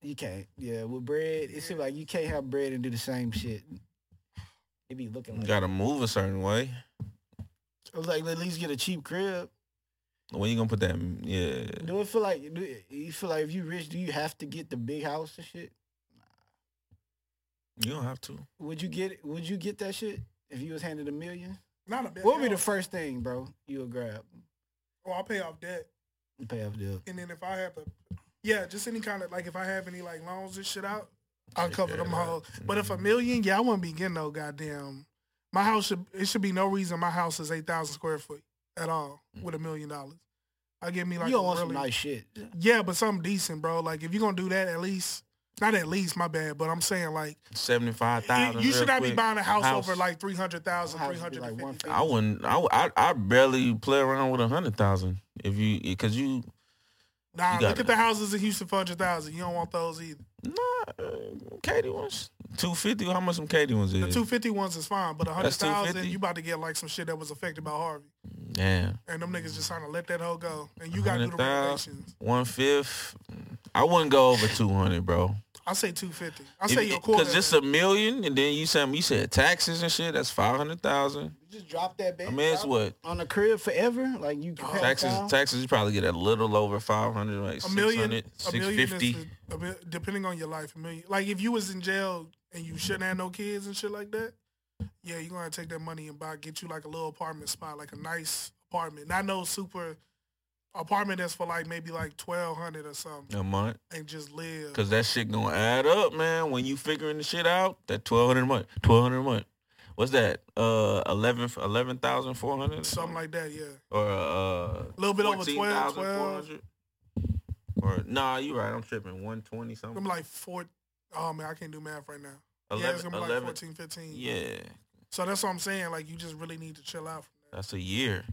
C: You can't. Yeah, with bread, it seems like you can't have bread and do the same shit. It be looking
B: You
C: like,
B: gotta move a certain way.
C: I was like at least get a cheap crib.
B: When you gonna put that? Yeah.
C: Do it feel like do it- you feel like if you rich, do you have to get the big house and shit?
B: You don't have to.
C: Would you get it? Would you get that shit if you was handed a million?
A: Not a bit.
C: What would be the first thing, bro? You would grab
A: Well, Oh, I'll pay off debt,
C: and pay off the.
A: and then if I have to, yeah, just any kind of like if I have any like loans and shit out, I'll cover them
B: Yeah.
A: hoes. But if a
C: Mm-hmm.
A: million, yeah, I wouldn't be getting no goddamn. My house should it should be no reason my house is eight thousand square foot at all with a million dollars. I give me like
C: Mm. you don't
A: a
C: want
A: really-
C: some nice shit.
A: yeah, but something decent, bro. Like if you're gonna do that, at least not at least my bad, but I'm saying like.
B: 75,000.
A: You should
B: real
A: not be
B: quick.
A: buying a house,
B: House.
A: over like 300,000,
C: House would be like
A: 350.
B: I wouldn't. I I I barely play around with a hundred thousand. If you, because you,
A: Nah,
B: You
A: look
B: gotta-
A: at the houses in Houston for 100,000. You don't want those either.
B: nah, uh, Katie ones two fifty. How much some Katie ones
A: The
B: is?
A: 250 ones is fine, but a
B: That's
A: 100,000,
B: 250.
A: you about to get like some shit that was affected by Harvey.
B: Damn.
A: And them niggas just trying to let that hoe go. And you got to do the
B: 100,000.
A: renovations.
B: One fifth. I wouldn't go over two hundred, bro.
A: I say 250. I say your quarter.
B: because it's a million, and then you said you said taxes and shit. That's five hundred thousand.
C: You just drop that bag.
B: I mean, it's what
C: on a crib forever. Like you
B: Oh,
C: can pass
B: taxes.
C: down.
B: Taxes, you probably get a little over five hundred, like
A: a million.
B: 600,
A: A million is
B: 650.
A: the- a mil- depending on your life. A million. Like if you was in jail and you shouldn't have no kids and shit like that, yeah, you're going to take that money and buy, get you like a little apartment spot, like a nice apartment. Not no super apartment that's for like maybe like 1200 or something.
B: a month.
A: and just live.
B: Cause that shit gonna add up, man. When you figuring the shit out, that twelve hundred a month, twelve hundred a month. What's that? Uh, eleven, eleven thousand four hundred,
A: Something like that, yeah.
B: or uh,
A: A little bit over 12, 12.
B: 14,400? Or nah, you right. I'm tripping. One twenty
A: I'm
B: something.
A: like four oh man, I can't do math right now. yeah, it's
B: 11,
A: gonna be
B: 11.
A: like 14, 15.
B: Yeah,
A: So that's what I'm saying. Like you just really need to chill out from that.
B: that's a year.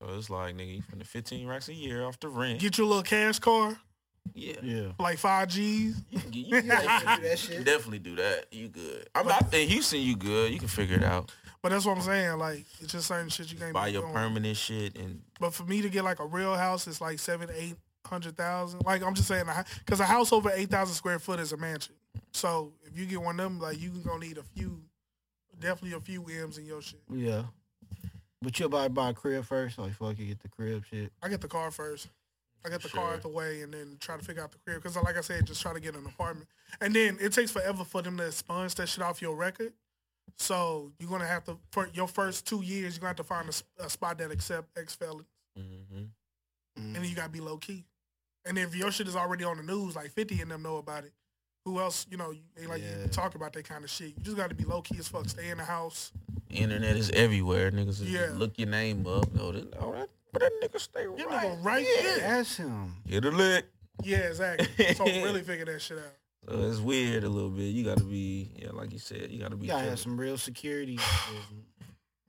B: So it's like nigga, you spending fifteen racks a year off the rent.
A: Get your little cash car. [LAUGHS]
B: Yeah.
C: Yeah.
A: like five G's.
B: You, can- you,
A: You
B: can definitely,
C: do that shit.
B: you can definitely do that. You good. I mean, I think Houston, you good. You can figure it out.
A: But that's what I'm saying. Like it's just certain shit you can't
B: Buy
A: be
B: your
A: doing.
B: permanent shit and
A: But for me to get like a real house, it's like seven, eight hundred thousand. Like I'm just saying, because a house over eight thousand square foot is a mansion. So if you get one of them, like you gonna need a few, definitely a few M's in your shit.
C: Yeah. But you'll buy buy a crib first, like fuck you get the crib shit.
A: I get the car first. I get the car
B: Sure.
A: out the way and then try to figure out the crib. Because like I said, just try to get an apartment. And then it takes forever for them to sponge that shit off your record. So you're gonna have to for your first two years, you're gonna have to find a s- a, spot that accept ex felon,
B: mm-hmm. Mm.
A: and then you gotta be low key. And if your shit is already on the news, like Fifty and them know about it. Who else? You know, you- they like
C: Yeah.
A: you talk about that kind of shit. You just gotta be low key as fuck. Stay in the house.
B: internet is everywhere. Niggas
A: Yeah.
B: just look your name up. Go to, oh, that, but that nigga stay
A: You
B: right.
A: nigga right there.
C: That's him.
B: Hit a lick.
A: Yeah, exactly. So really figure that shit out.
B: So it's weird a little bit. You gotta be, yeah, like you said, you gotta be.
C: You gotta have
B: careful.
C: some real
A: [SIGHS]
C: security. Isn't-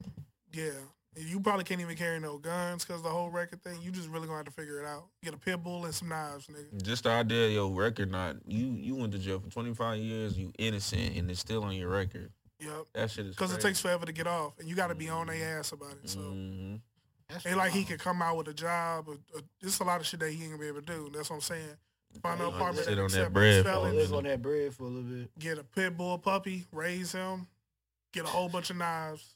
A: Yeah. You probably can't even carry no guns because the whole record thing, you just really gonna have to figure it out. Get a pit bull and some knives, nigga.
B: Just the idea of your record not you you went to jail for twenty five years, you innocent and it's still on your record.
A: Yep.
B: That shit is
A: Because it
B: crazy.
A: takes forever to get off and you gotta be on their ass about it. So
B: Mhm.
C: That's
A: ain't like he
C: wild.
A: could come out with a job or, or it's a lot of shit that he ain't gonna be able to do. That's what I'm saying. Find an
B: Right.
A: apartment
B: Sit
A: that
B: on that
A: accept
B: bread for a
A: felons,
C: live on that bread for a little bit.
A: get a pit bull puppy, raise him, get a whole bunch of knives.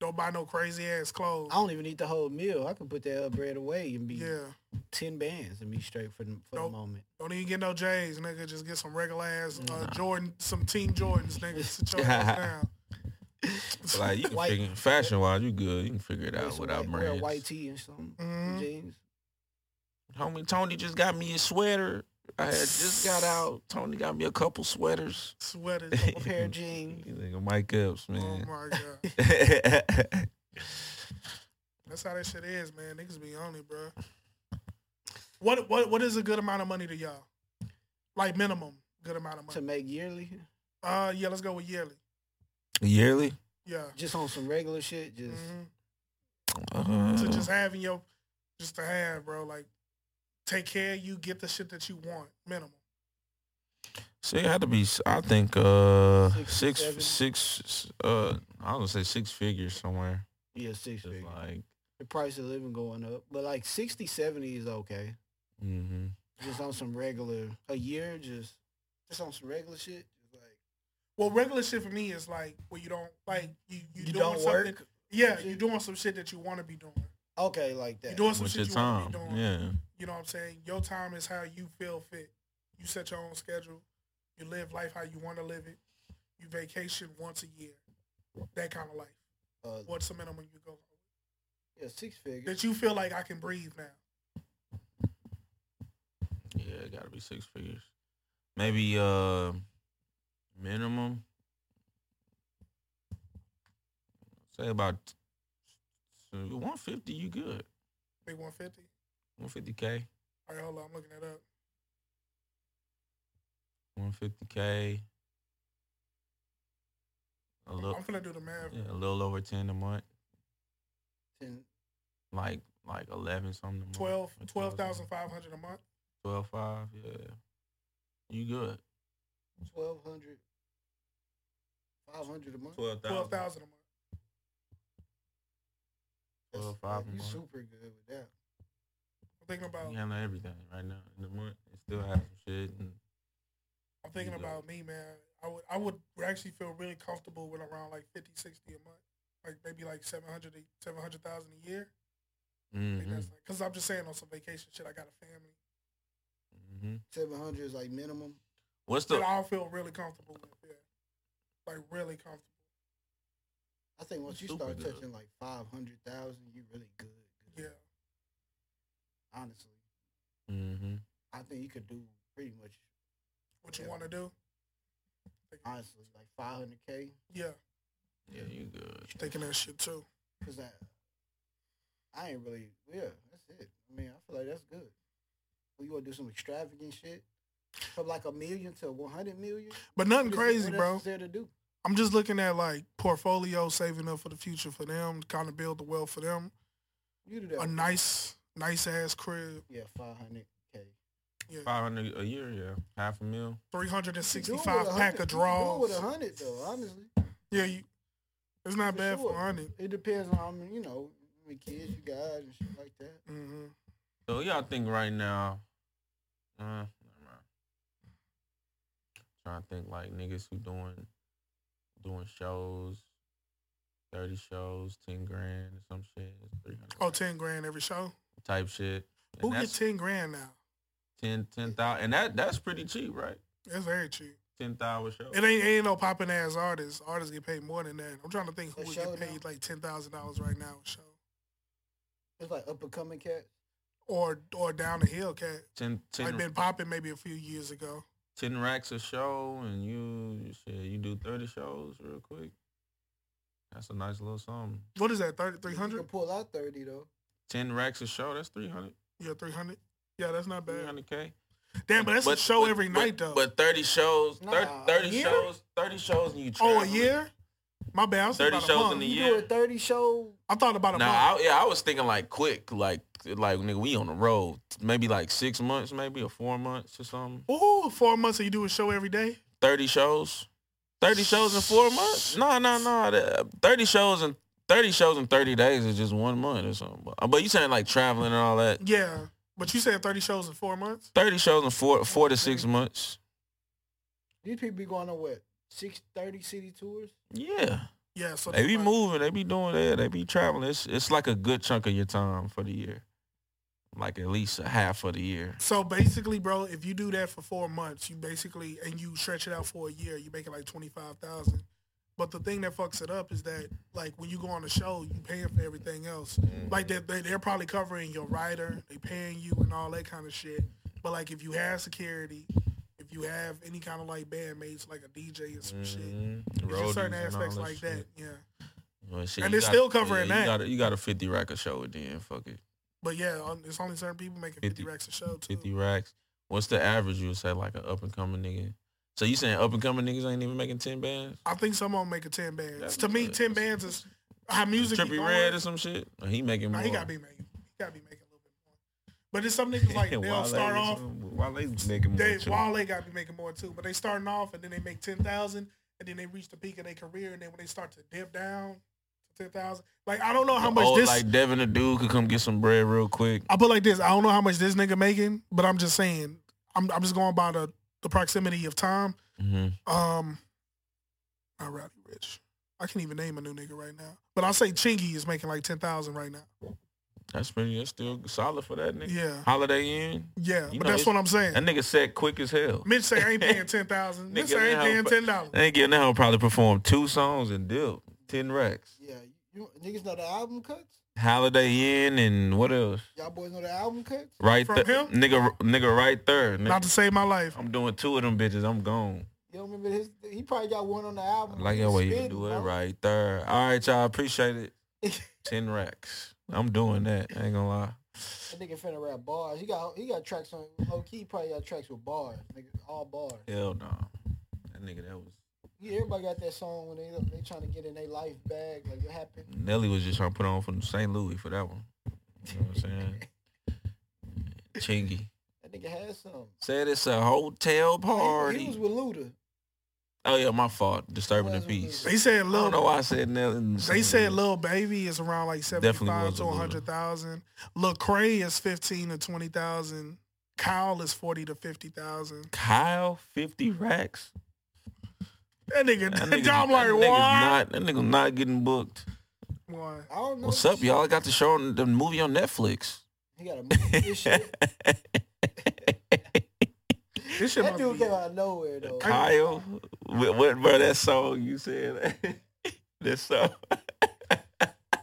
A: Don't buy no crazy ass clothes.
C: I don't even need the whole meal. I can put that other bread away and be
A: Yeah.
C: ten bands and be straight for the, for
A: Nope. [LAUGHS]
C: the moment.
A: Don't even get no J's, nigga. Just get some regular ass uh, Jordan, some Team Jordans, nigga.
B: [LAUGHS]
A: Sit your ass down.
B: Like you can
C: White-
B: figure fashion wise, you good. You can figure it
C: Wear
B: out
C: some
B: without
C: white, wear a
B: brands.
C: white tee and something.
A: Mhm.
C: Jeans.
B: Homie Tony just got me a sweater. I had just got out. Tony got me a couple sweaters.
A: [LAUGHS] Sweaters.
B: [LAUGHS]
C: A pair of jeans.
B: You think of Mike Epps,
C: [LAUGHS]
A: Oh
B: man.
A: my god, that's how that shit is, man. Niggas be on it, bro. What what what is a good amount of money to y'all? Like minimum good amount of
C: to
A: money.
C: make yearly.
A: Uh, yeah, let's go with yearly.
B: [LAUGHS] Yearly?
A: Yeah.
C: Just on some regular shit. Just
A: Mhm.
B: Uh,
C: Uh-huh.
A: So just having your, just to have, bro. Like, take care. of You get the shit that you want. Minimum.
B: so it had to be, I think, uh,
C: Six,
B: six,
C: seven.
B: six, uh, I was gonna say six figures somewhere.
C: yeah, six
B: Just
C: figures.
B: like,
C: The price of living going up. But like 60, 70 is okay.
B: mm-hmm.
C: Just on some regular a year, just just on some regular shit. Just like
A: Well, regular shit for me is like where you don't like you you,
C: you,
A: doing
C: don't
A: something.
C: work.
A: Yeah, you're doing some shit that you want to be doing.
C: Okay, like that.
A: You're doing some
B: with your
A: shit you want
B: time.
A: to be doing.
B: Yeah.
A: You know what I'm saying? Your time is how you feel fit. You set your own schedule. You live life how you want to live it. You vacation once a year. That kind of life.
C: uh,
A: What's the minimum you go?
C: yeah, six figures.
A: That you feel like I can breathe now.
B: Yeah, it gotta be six figures. Maybe uh minimum. Say about one fifty, you good.
A: Big 150.
B: One fifty K.
A: All right, hold on. I'm looking that up.
B: One fifty K. A little
A: I'm gonna do the math.
B: yeah, a little over ten a month.
C: And
B: Like like eleven something a month.
A: Twelve,
B: Or
A: twelve thousand
B: something.
A: five hundred a month.
B: 12,500, yeah. You good.
C: 1200 500 a month.
B: Twelve
A: Twelve thousand a month.
C: That's-
B: Twelve five a
C: you
B: month.
C: super good with that.
A: I'm thinking about.
B: You handle everything right now in the month. It still has some shit and
A: I'm thinking
B: You go.
A: about me, man. I would I would actually feel really comfortable with around like 50, 60 a month, like maybe like 700, 700,000 a year. Because
D: Mm-hmm.
B: Mhm.
A: I'm just saying on some vacation shit, I got a family
B: Mhm.
C: 700 is like minimum.
B: What's
A: that
B: the
A: I don't feel really comfortable with. Yeah, like really comfortable.
C: I think once you
B: Super
C: start
B: good.
C: touching like 500,000, you really good. good.
A: Yeah,
C: Honestly,
B: hmm
C: I think you could do pretty much
A: what you
C: Yeah.
A: want to do?
C: honestly like 500k
A: Yeah,
B: Yeah, you good.
A: thinking that shit too.
C: cuz I I ain't really yeah, that's it. I mean, I feel like that's good. Well, you want to do some extravagant shit from like a million to 100 million?
A: But nothing
C: What is-
A: crazy,
C: what
A: bro.
C: Else is there to do?
A: I'm just looking at like portfolio saving up for the future for them, kind of build the wealth for them.
C: You do that.
A: A nice, nice ass crib.
C: yeah, 500k.
A: Yeah.
D: Five hundred a year, yeah, half a mil.
A: Three hundred and
C: Do it with a
A: sixty-five
C: hundred-
A: pack of
C: Do it
A: draws.
C: with a hundred though, honestly.
A: Yeah, you, it's not
C: For
A: bad for
C: sure.
A: hundred.
C: It depends on how many, you know, how many kids you got and shit like that.
A: Mm-hmm.
D: So what y'all think right now? Uh, never mind. Trying to think like niggas who doing doing shows, thirty shows, ten grand or some shit, three hundred
A: Oh, 10 grand every show.
D: type shit. And
A: Who
D: that's
A: gets ten grand now?
D: ten ten thousand, and that that's pretty cheap, right?
A: That's very cheap.
D: Ten thousand show.
A: It ain't ain't no popping ass artists. Artists get paid more than that. I'm trying to think who
C: A
A: would
C: show
A: get
C: now?
A: paid like ten thousand dollars right now a show,
C: It's like up and coming cats.
A: or or down the hill cat.
D: Ten ten
A: Like been popping maybe a few years ago.
D: 10 racks a show and you shit, you do 30 shows real quick. That's a nice little sum.
A: What is that? Thirty three
C: You can
A: hundred?
C: pull out thirty though.
D: 10 racks a show, that's 300
A: Yeah, three hundred. Yeah, that's not bad.
D: 300k.
A: Damn, but that's a show every
B: but-
A: night though.
B: But thirty shows, thir-
C: Nah,
B: thirty
C: a year?
B: shows, thirty shows, and you
A: oh, a
B: traveling.
A: year? My bad. I was
B: 30
A: thinking about
B: shows
A: a month.
B: in a
C: You
B: year.
C: do a thirty show.
A: I thought about a
B: Nah,
A: month.
B: I, yeah, I was thinking like quick, like like nigga, we on the road, maybe like six months, maybe or four months or something.
A: Ooh, four months and you do a show every day.
B: Thirty shows, thirty shows in four months. No, no, no, that- thirty shows in thirty shows in thirty days is just one month or something. But, but you saying like traveling and all that?
A: Yeah, but you said thirty shows in four months.
B: Thirty shows in four four to six months.
C: These people be going on what six thirty city tours.
B: Yeah,
A: Yeah, so
B: they
A: that's
B: be
A: like-
B: moving, they be doing that, they be traveling. It's it's like a good chunk of your time for the year, like at least a half of the year.
A: So basically, bro, if you do that for four months, you basically and you stretch it out for a year, you make it like twenty five thousand. But the thing that fucks it up is that like when you go on a show, you paying for everything else. Like they, they they're probably covering your rider, they paying you and all that kind of shit. But like if you have security, if you have any kind of like bandmates, like a DJ or some shit,
B: Mhm.
A: it's just certain
B: Roadies and all
A: aspects like
B: shit.
A: that. Yeah.
B: Well, shit,
A: And
B: you
A: it's
B: got-
A: still covering
B: yeah,
A: that.
B: You got, a, you got a 50 rack a show then. Fuck it.
A: But yeah, um, it's only certain people making 50,
D: 50
A: racks a show too.
D: 50 racks. What's the average you would say like an up and coming nigga? So you saying up and coming niggas ain't even making 10 bands?
A: I think some of them make a 10 bands.
D: That's
A: to me,
D: good.
A: 10 bands is how music keep
D: Trippy
A: going.
D: Red or some shit? Or he making
A: Nah,
D: more.
A: he gotta be making. He gotta be making a little bit more. But it's some
B: [LAUGHS]
A: niggas like they'll
D: Wale
A: start
D: is-
A: off.
D: Wale's making more.
A: They
D: too.
A: Wale gotta be making more too. But they starting off and then they make ten thousand and then they reach the peak of their career and then when they start to dip down to ten thousand, like I don't know how much
B: Oh,
A: this.
B: like Devin the dude could come get some bread real quick.
A: I put like this. I don't know how much this nigga making, but I'm just saying. I'm I'm just going by the the proximity of time.
B: hmm
A: Um, not Roddy Rich. I can't even name a new nigga right now. But I'll say Chingy is making like ten thousand right now.
B: That's pretty. That's still solid for that nigga.
A: Yeah,
B: Holiday Inn.
A: yeah.
B: You
A: But
B: know,
A: that's
B: it's-
A: what I'm saying.
B: That nigga set quick as hell.
A: Mitch say I ain't
B: [LAUGHS]
A: paying ten thousand. Mitch
B: Nigga,
A: say I ain't
B: now-
A: paying ten dollars.
B: That nigga now probably performed two songs and dip. 10 racks.
C: Yeah, you niggas know the album cuts.
B: Holiday Inn and what else?
C: Y'all boys know the album cuts.
B: Right
A: From
B: there.
A: him?
B: Nigga, nigga right there. Nigga,
A: Not to save my life.
B: I'm doing two of them bitches. I'm gone.
C: You don't remember his? He probably got one on the album.
B: Like
C: He
B: that way you
C: spitting,
B: do it
C: bro.
B: right there. All right, y'all. Appreciate
A: [LAUGHS]
B: it. Ten racks. I'm doing that. I ain't gonna lie.
C: That nigga finna rap bars. He got he got tracks on low key. he Probably got tracks with bars. Nigga, all bars.
B: Hell no. That nigga, that was
C: Yeah, everybody got that song when they they trying to get in their life back. Like what happened?
B: Nelly was just trying to put on from St. Louis for that one. You know what I'm
A: [LAUGHS]
B: saying? Chingy.
C: That nigga had some.
B: Said it's a hotel
C: He, he
B: party.
C: was with Luda.
B: Oh yeah, my fault. Disturbing the
C: Was with
B: peace.
C: Luda.
A: They said
B: I don't know
A: little.
B: why I said Nelly.
A: They said little baby is around like seventy
B: Mm-hmm. Definitely
A: five
B: was
A: to
B: a
A: one
B: little.
A: hundred thousand. Lil Cray is fifteen to twenty thousand. Kyle is forty to fifty thousand.
B: Kyle
A: [LAUGHS]
B: fifty racks.
A: That nigga,
B: That nigga,
A: I'm like,
B: that nigga's
A: why?
B: not. That nigga's not getting booked.
A: Why?
C: I don't know.
B: What's up, y'all? I got the show, on the movie on Netflix.
C: He got a movie issue.
B: [LAUGHS]
A: This shit
C: that
A: must
C: dude
A: be.
C: came out of nowhere though.
B: Kyle, what, what bro? That song you said, [LAUGHS] that song.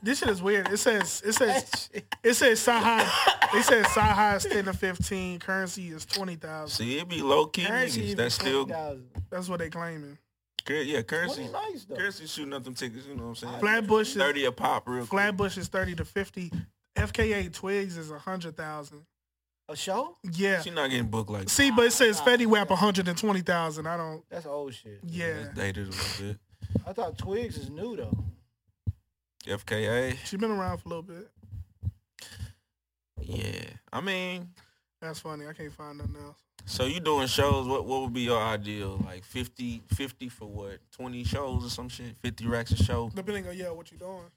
A: This shit is weird. It says it says
C: [LAUGHS] That shit.
A: It says Sahai. It says Sahai is ten to fifteen. Currency is twenty thousand.
B: See, it be low key
C: Currency
B: niggas.
C: even
B: That's still
C: 20,000.
A: That's what they claiming.
B: cur- yeah,
C: Twenty
B: currency.
C: nice though.
B: Currency shooting up them tickets. You know what I'm saying?
A: Flatbush is
B: Thirty a pop, real quick.
A: Flatbush is thirty to fifty. FKA Twigs is hundred thousand.
C: A show?
A: Yeah.
B: She not getting booked like that.
A: See, but it says Fetty Wap hundred and twenty thousand. I don't.
C: That's old shit.
A: Yeah.
B: It's dated a little bit.
C: I thought Twigs is new though.
B: FKA.
A: She been around for a little bit.
B: Yeah, I mean,
A: That's funny. I can't find nothing else.
B: So you doing shows? What what would be your ideal? Like 50, 50 for what? Twenty shows or some shit? Fifty racks a show?
A: Depending on yeah, what you doing.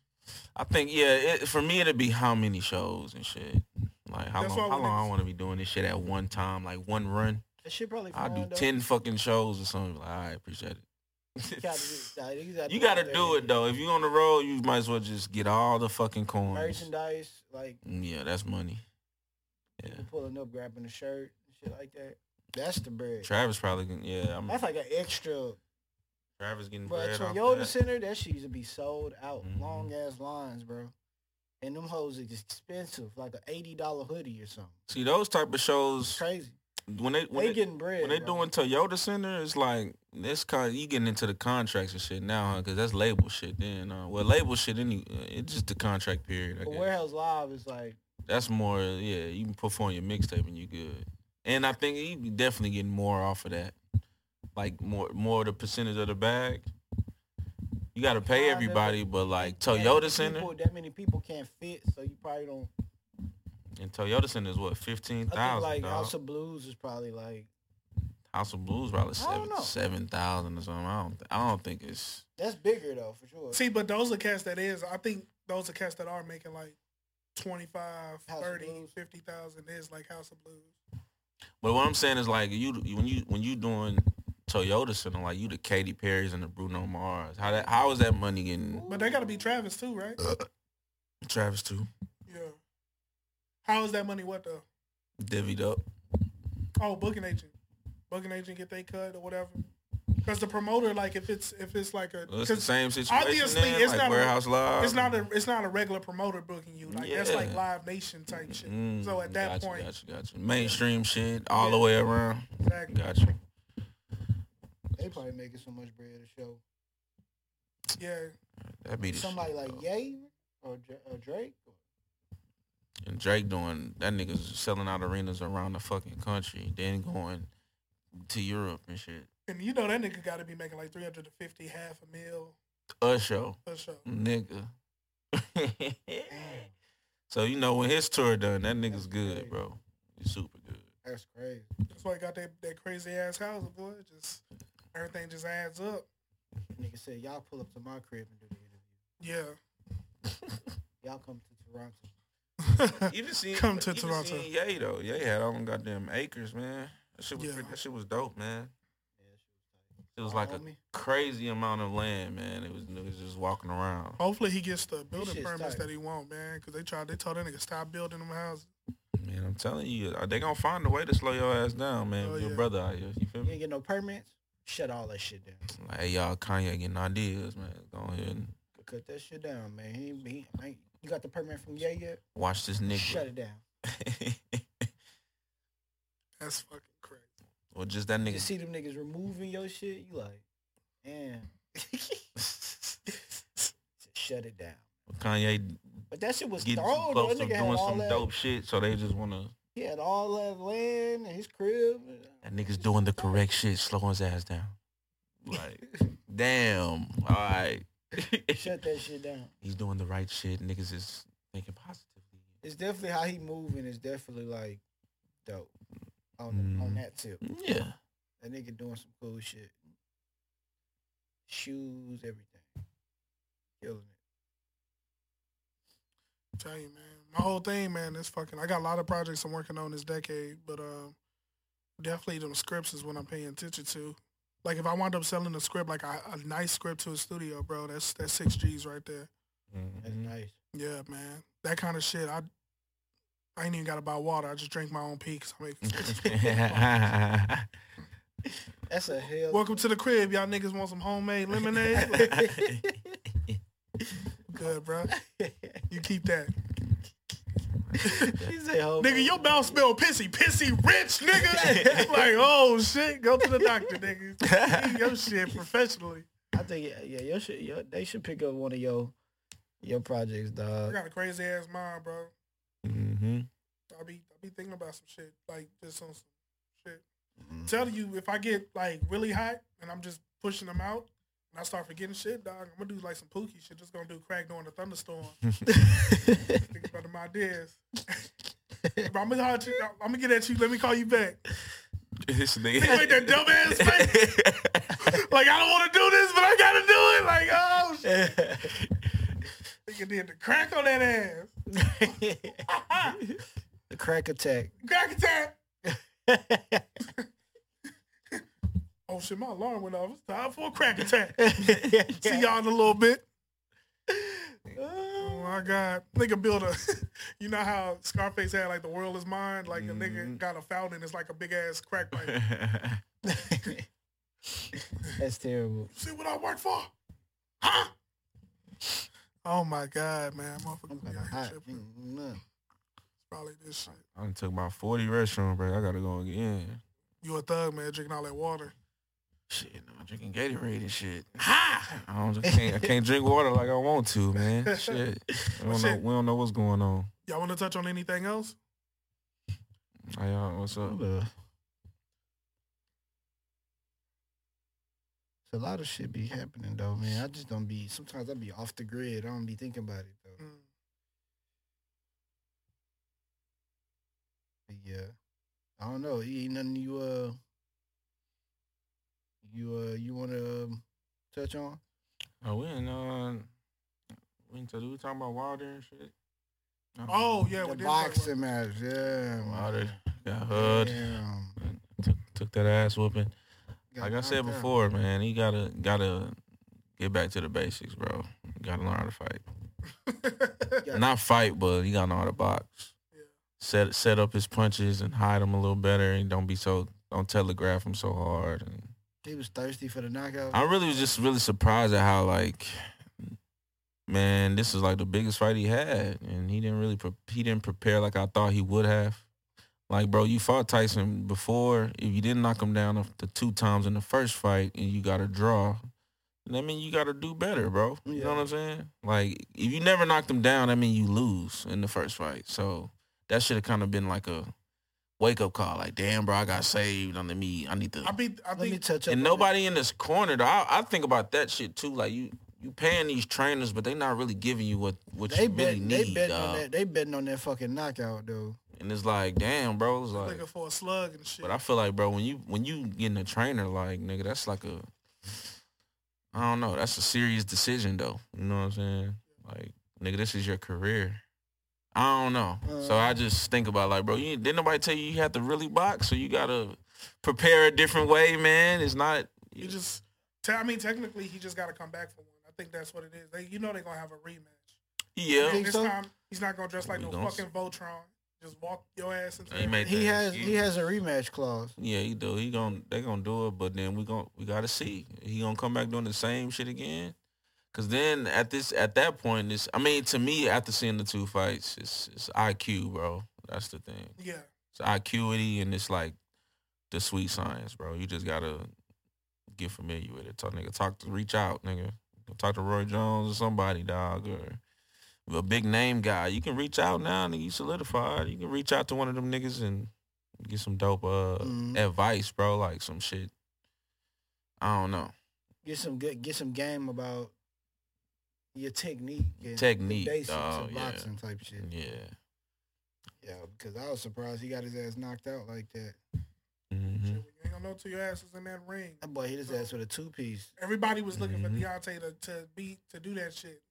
B: I think yeah. It, for me, it'd be how many shows and shit. Like how
A: That's
B: long?
A: why
B: How
A: when
B: long
A: it's-
B: I want to be doing this shit at one time? Like one run?
C: That shit probably.
B: I do
C: fine, though.
B: ten fucking shows or something. Like I appreciate
C: You
B: it.
C: gotta
B: [LAUGHS]
C: do- nah, niggas gotta
B: you
C: do
B: gotta
C: their
B: do it though. If you on the road, you might as well just get all the fucking coins. Mm,
C: Merchandise, like
B: Yeah, that's money. Yeah,
C: people pulling up, grabbing a shirt, and shit like that. That's the bread.
B: Travis probably. Can, yeah, I'm,
C: That's like an extra.
B: Travis getting
C: But
B: bread off
C: Toyota
B: that.
C: Center, that shit used to be sold out.
B: Mhm.
C: Long ass lines, bro. And them hoes is expensive, like an eighty dollar hoodie or something.
B: See those type of shows
C: Crazy.
B: when they when
C: they, getting bread.
B: when they
C: bro.
B: doing Toyota Center, it's like this kind. You getting into the contracts and shit now, huh? Because that's label shit. Then, uh, well, label shit. Any, uh, it's just the contract period. I
C: But
B: guess.
C: Warehouse Live is like
B: That's more. Yeah, you can perform your mixtape and you good. And I think you be definitely getting more off of that. Like more, more of the percentage of the bag. You got to pay
C: Kinda, but
B: everybody, but like
C: that many
B: Toyota Center
C: people- that many people can't fit, so you probably don't.
B: and Toyota Center is what fifteen
C: I think
B: thousand.
C: like
B: dog.
C: House of Blues is probably like
B: House of Blues probably
C: I don't
B: seven
C: know.
B: seven thousand or something. I don't th- I don't think it's
C: that's bigger though for sure.
A: See, but those are cats that is. I think those are cats that are making like 25,
C: House of
A: 30,
C: Blues.
A: 50,000 is like House of Blues.
B: but what I'm saying is like you you- when you when you doing Toyota Center, like you the Katy Perry's and the Bruno Mars. How that how is that money getting
A: But they got to be Travis too, right?
B: Travis too?
A: Yeah. How is that money what though?
B: Divvied up.
A: Oh, booking agent. Booking agent get they cut or whatever. Because the promoter, like if it's if it's like a
B: Well, it's the
A: 'cause
B: same situation.
A: obviously
B: then,
A: it's
B: like
A: not a-
B: warehouse live.
A: it's not a it's not a regular promoter booking you. Like that's like
B: Yeah.
A: live nation type shit.
B: Mm,
A: so at that
B: gotcha,
A: point
B: gotcha, gotcha. Mainstream shit all the way around.
A: exactly.
B: Gotcha.
C: They probably making so much bread to show.
B: Mm-hmm.
A: Yeah.
B: That be the
C: Somebody
B: shit,
C: like
B: though.
C: Ye or, Dra- or Drake.
B: And Drake doing that nigga's selling out arenas around the fucking country, then going to Europe and shit.
A: And you know that nigga gotta be making like three hundred and fifty half a mil
B: A show,
A: for sure.
B: nigga. [LAUGHS] so you know when his tour done, that nigga's good, bro. He's super good.
C: That's crazy.
A: That's why he got that, that crazy ass house, boy. Just everything just adds up.
C: Nigga said y'all pull up to my crib and do the interview.
A: Yeah.
C: Y'all come to Toronto.
B: Even seeing
A: Come to
B: even
A: Toronto.
B: seeing Ye though, Ye had on goddamn acres, man. That shit was
A: Yeah.
B: pretty, that shit was dope, man.
C: Yeah, that shit was tight.
B: It was like
C: My
B: a
C: homie,
B: crazy amount of land, man. It was niggas just walking around.
A: [LAUGHS] Hopefully he gets the building
C: shit's
A: permits
C: tight.
A: that he want, man. Cause they tried they told that nigga stop building them houses.
B: Man, I'm telling you, uh, they gonna find a way to slow your ass down, man.
A: Oh,
B: with your
A: yeah.
B: brother out here, you feel
C: You
B: me?
C: ain't get no permits. Shut all that shit down.
B: Like, hey, y'all, Kanye getting ideas, man. Go ahead and
C: Cut that shit down, man. He, ain't- he, ain't- you got the permit from Ye yet?
B: watch this nigga.
C: Shut it down.
B: [LAUGHS]
A: That's fucking crazy.
B: or just that
C: You
B: nigga.
C: see them niggas removing your shit. You like, damn. [LAUGHS] Shut it down.
B: Kanye
C: But that shit was
B: getting too
C: thrown. though.
B: close to
C: That nigga had
B: doing
C: all
B: some
C: that.
B: dope shit, so they just wanna.
C: He had all that land and his crib.
B: That nigga's doing the correct shit, slowing his ass down.
A: [LAUGHS]
B: Like, damn. All right.
C: Shut that shit down.
B: [LAUGHS] He's doing the right shit. Niggas is thinking positively.
C: It's definitely how he moving is definitely like dope on on
B: Mhm.
C: that tip.
B: Yeah.
C: That nigga doing some cool shit. Shoes, everything. Killing it.
A: tell you, man. My whole thing, man, is fucking. I got a lot of projects I'm working on this decade, but um, definitely them scripts is what I'm paying attention to. Like if I wind up selling a script, like a, a nice script to a studio, bro, that's that's six G's right there.
C: That's nice.
A: Yeah, man, that kind of shit. I I ain't even gotta buy water. I just drink my own pee 'cause I make.
B: [LAUGHS]
A: Mm-hmm.
C: That's a hell.
A: [LAUGHS] Welcome
C: [LAUGHS]
A: to the crib, y'all niggas want some homemade lemonade? [LAUGHS] Good, bro. You keep that.
C: He said, "Ho,
A: Nigga, your mouth smell pissy, pissy rich, nigga. like, oh shit, go to the doctor, nigga. Clean your shit professionally.
C: I think yeah, yeah your shit, your, they should pick up one of your your projects,
A: I
C: dog.
A: got a crazy ass mind, bro.
B: mm-hmm.
A: I be I be thinking about some shit, like just on some shit.
B: Mm.
A: I'm
B: [LAUGHS]
A: telling you, if I get like really hot and I'm just pushing them out and I start forgetting shit, dog, I'm gonna do like some pookie shit. Just gonna do crack during the thunderstorm. Think about my ideas. Bro, I'm gonna you. I'm gonna get at you. Let me call you back.
E: this
A: He
E: nigga.
A: made that
B: [LAUGHS]
A: dumb ass face. Like I don't want to do this, but I gotta do it. Like oh shit, nigga did the crack on that ass. oh,
C: the crack [LAUGHS] attack.
A: Crack attack. Oh shit, my alarm went off. It's time for a crack attack. [LAUGHS] See y'all in a little bit. Oh my god, nigga build a. [LAUGHS] You know how Scarface had like the world is mine. Like a nigga
C: Mm-hmm.
E: Mhm.
A: got a fountain. It's like a big ass crack pipe.
C: [LAUGHS]
B: [LAUGHS]
C: That's terrible.
A: See what I work for? Huh? Oh my god, man, motherfucker,
C: I'm
A: we
C: kinda
A: out here
C: hot.
A: tripping.
C: Mm, no.
A: Probably this shit.
B: I done took about 40 restaurant breaks. I gotta go again.
A: You a thug, man, drinking all that water.
B: Shit, no, I'm drinking Gatorade and shit. [LAUGHS]
A: Ha!
B: I don't just can't, I can't drink water like I want to, man. Shit. We don't know,
A: Shit.
B: we don't know what's going on.
A: Y'all want to touch on anything else?
B: Hey, y'all, what's up?
C: It's a lot of shit be happening though, man. I just don't be. Sometimes I be off the grid. I don't be thinking about it though.
A: Mm.
C: But yeah, I don't know. Ain't nothing you uh, you uh, you want to um, touch on?
B: Oh, we didn't, uh, we didn't tell we talking about water and shit. No.
A: Oh yeah,
C: the
A: we did talk about-
C: boxing match. Yeah,
B: Wilder got
C: man.
B: hugged.
C: Damn.
B: Took, took that ass whooping.
C: Got
B: Like I said
C: knocked out.
B: before, man, he gotta gotta get back to the basics, bro. Gotta learn how to fight.
C: Yeah.
B: Not fight, but he gotta know how to box.
A: Yeah.
B: Set set up his punches and hide them a little better, and don't be so don't telegraph him so hard. And
C: he was thirsty for the knockout.
B: I really was just really surprised at how like, man, this is like the biggest fight he had, and he didn't really pre- he didn't prepare like I thought he would have. Like, bro, you fought Tyson before. If you didn't knock him down the- the two times in the first fight, and you got a draw, that mean you got to do better, bro. You know
C: Yeah.
B: what I'm saying? Like, if you never knocked him down, that mean you lose in the first fight. So that should have kind of been like a wake up call. Like, damn, bro, I got saved. Under me, I need to
A: [LAUGHS] I beat. I
C: Let me
A: think.
C: touch up.
B: and
C: on
B: nobody in this corner. Though, I, I think about that shit too. Like you, you paying these trainers, but they not really giving you what what
C: that. They
B: you really need. uh,
C: bet. They betting on
B: dawg.
C: that. They betting on that fucking knockout though.
B: And it's like, damn, bro. It's like,
A: Looking for a slug and shit.
B: but I feel like, bro, when you when you getting a trainer, like nigga, that's like a, I don't know, that's a serious decision though. You know what I'm saying? Like, nigga, this is your career. I don't know. so
C: Uh-huh.
B: I just think about like, bro, you didn't nobody tell you you have to really box, so you gotta prepare a different way, man. It's not.
A: he just. Te- I mean, technically, he just got to come back for one. I think that's what it is. They, you know, they're gonna have a rematch.
B: Yeah.
A: And
C: Think
A: this
C: so?
A: time, he's not gonna dress like
B: We
A: no
B: gonna
A: fucking Voltron. Just walk your ass into.
B: He made
C: He
B: Yeah.
C: has. He has a rematch clause.
B: Yeah, he do. He gon' they gonna do it, but then we gon' we gotta see. He gonna come back doing the same shit again. Cause then at this at that point, this I mean to me after seeing the two fights, it's it's IQ, bro. That's the thing.
A: yeah.
B: It's IQity and it's like the sweet science, bro. You just gotta get familiar with it. Talk nigga, talk to reach out, nigga. Talk to Roy Jones or somebody, dog, or a big name guy. You can reach out now, nigga. You solidified. You can reach out to one of them niggas and get some dope uh
C: Mhm.
B: advice, bro. Like some shit. I don't know.
C: Get some good. Get some game about your technique. And
B: Technique,
C: The basics
B: dog,
C: of
B: yeah. Mm.
C: boxing type shit.
B: Yeah.
C: Yeah, because I was surprised he got his ass knocked out like that.
B: Mhm.
A: Shit, You ain't gonna know till your ass is in that ring.
C: That boy hit his ass with a two piece.
A: Everybody was looking
B: Mhm.
A: for Deontay to, to beat to do that shit.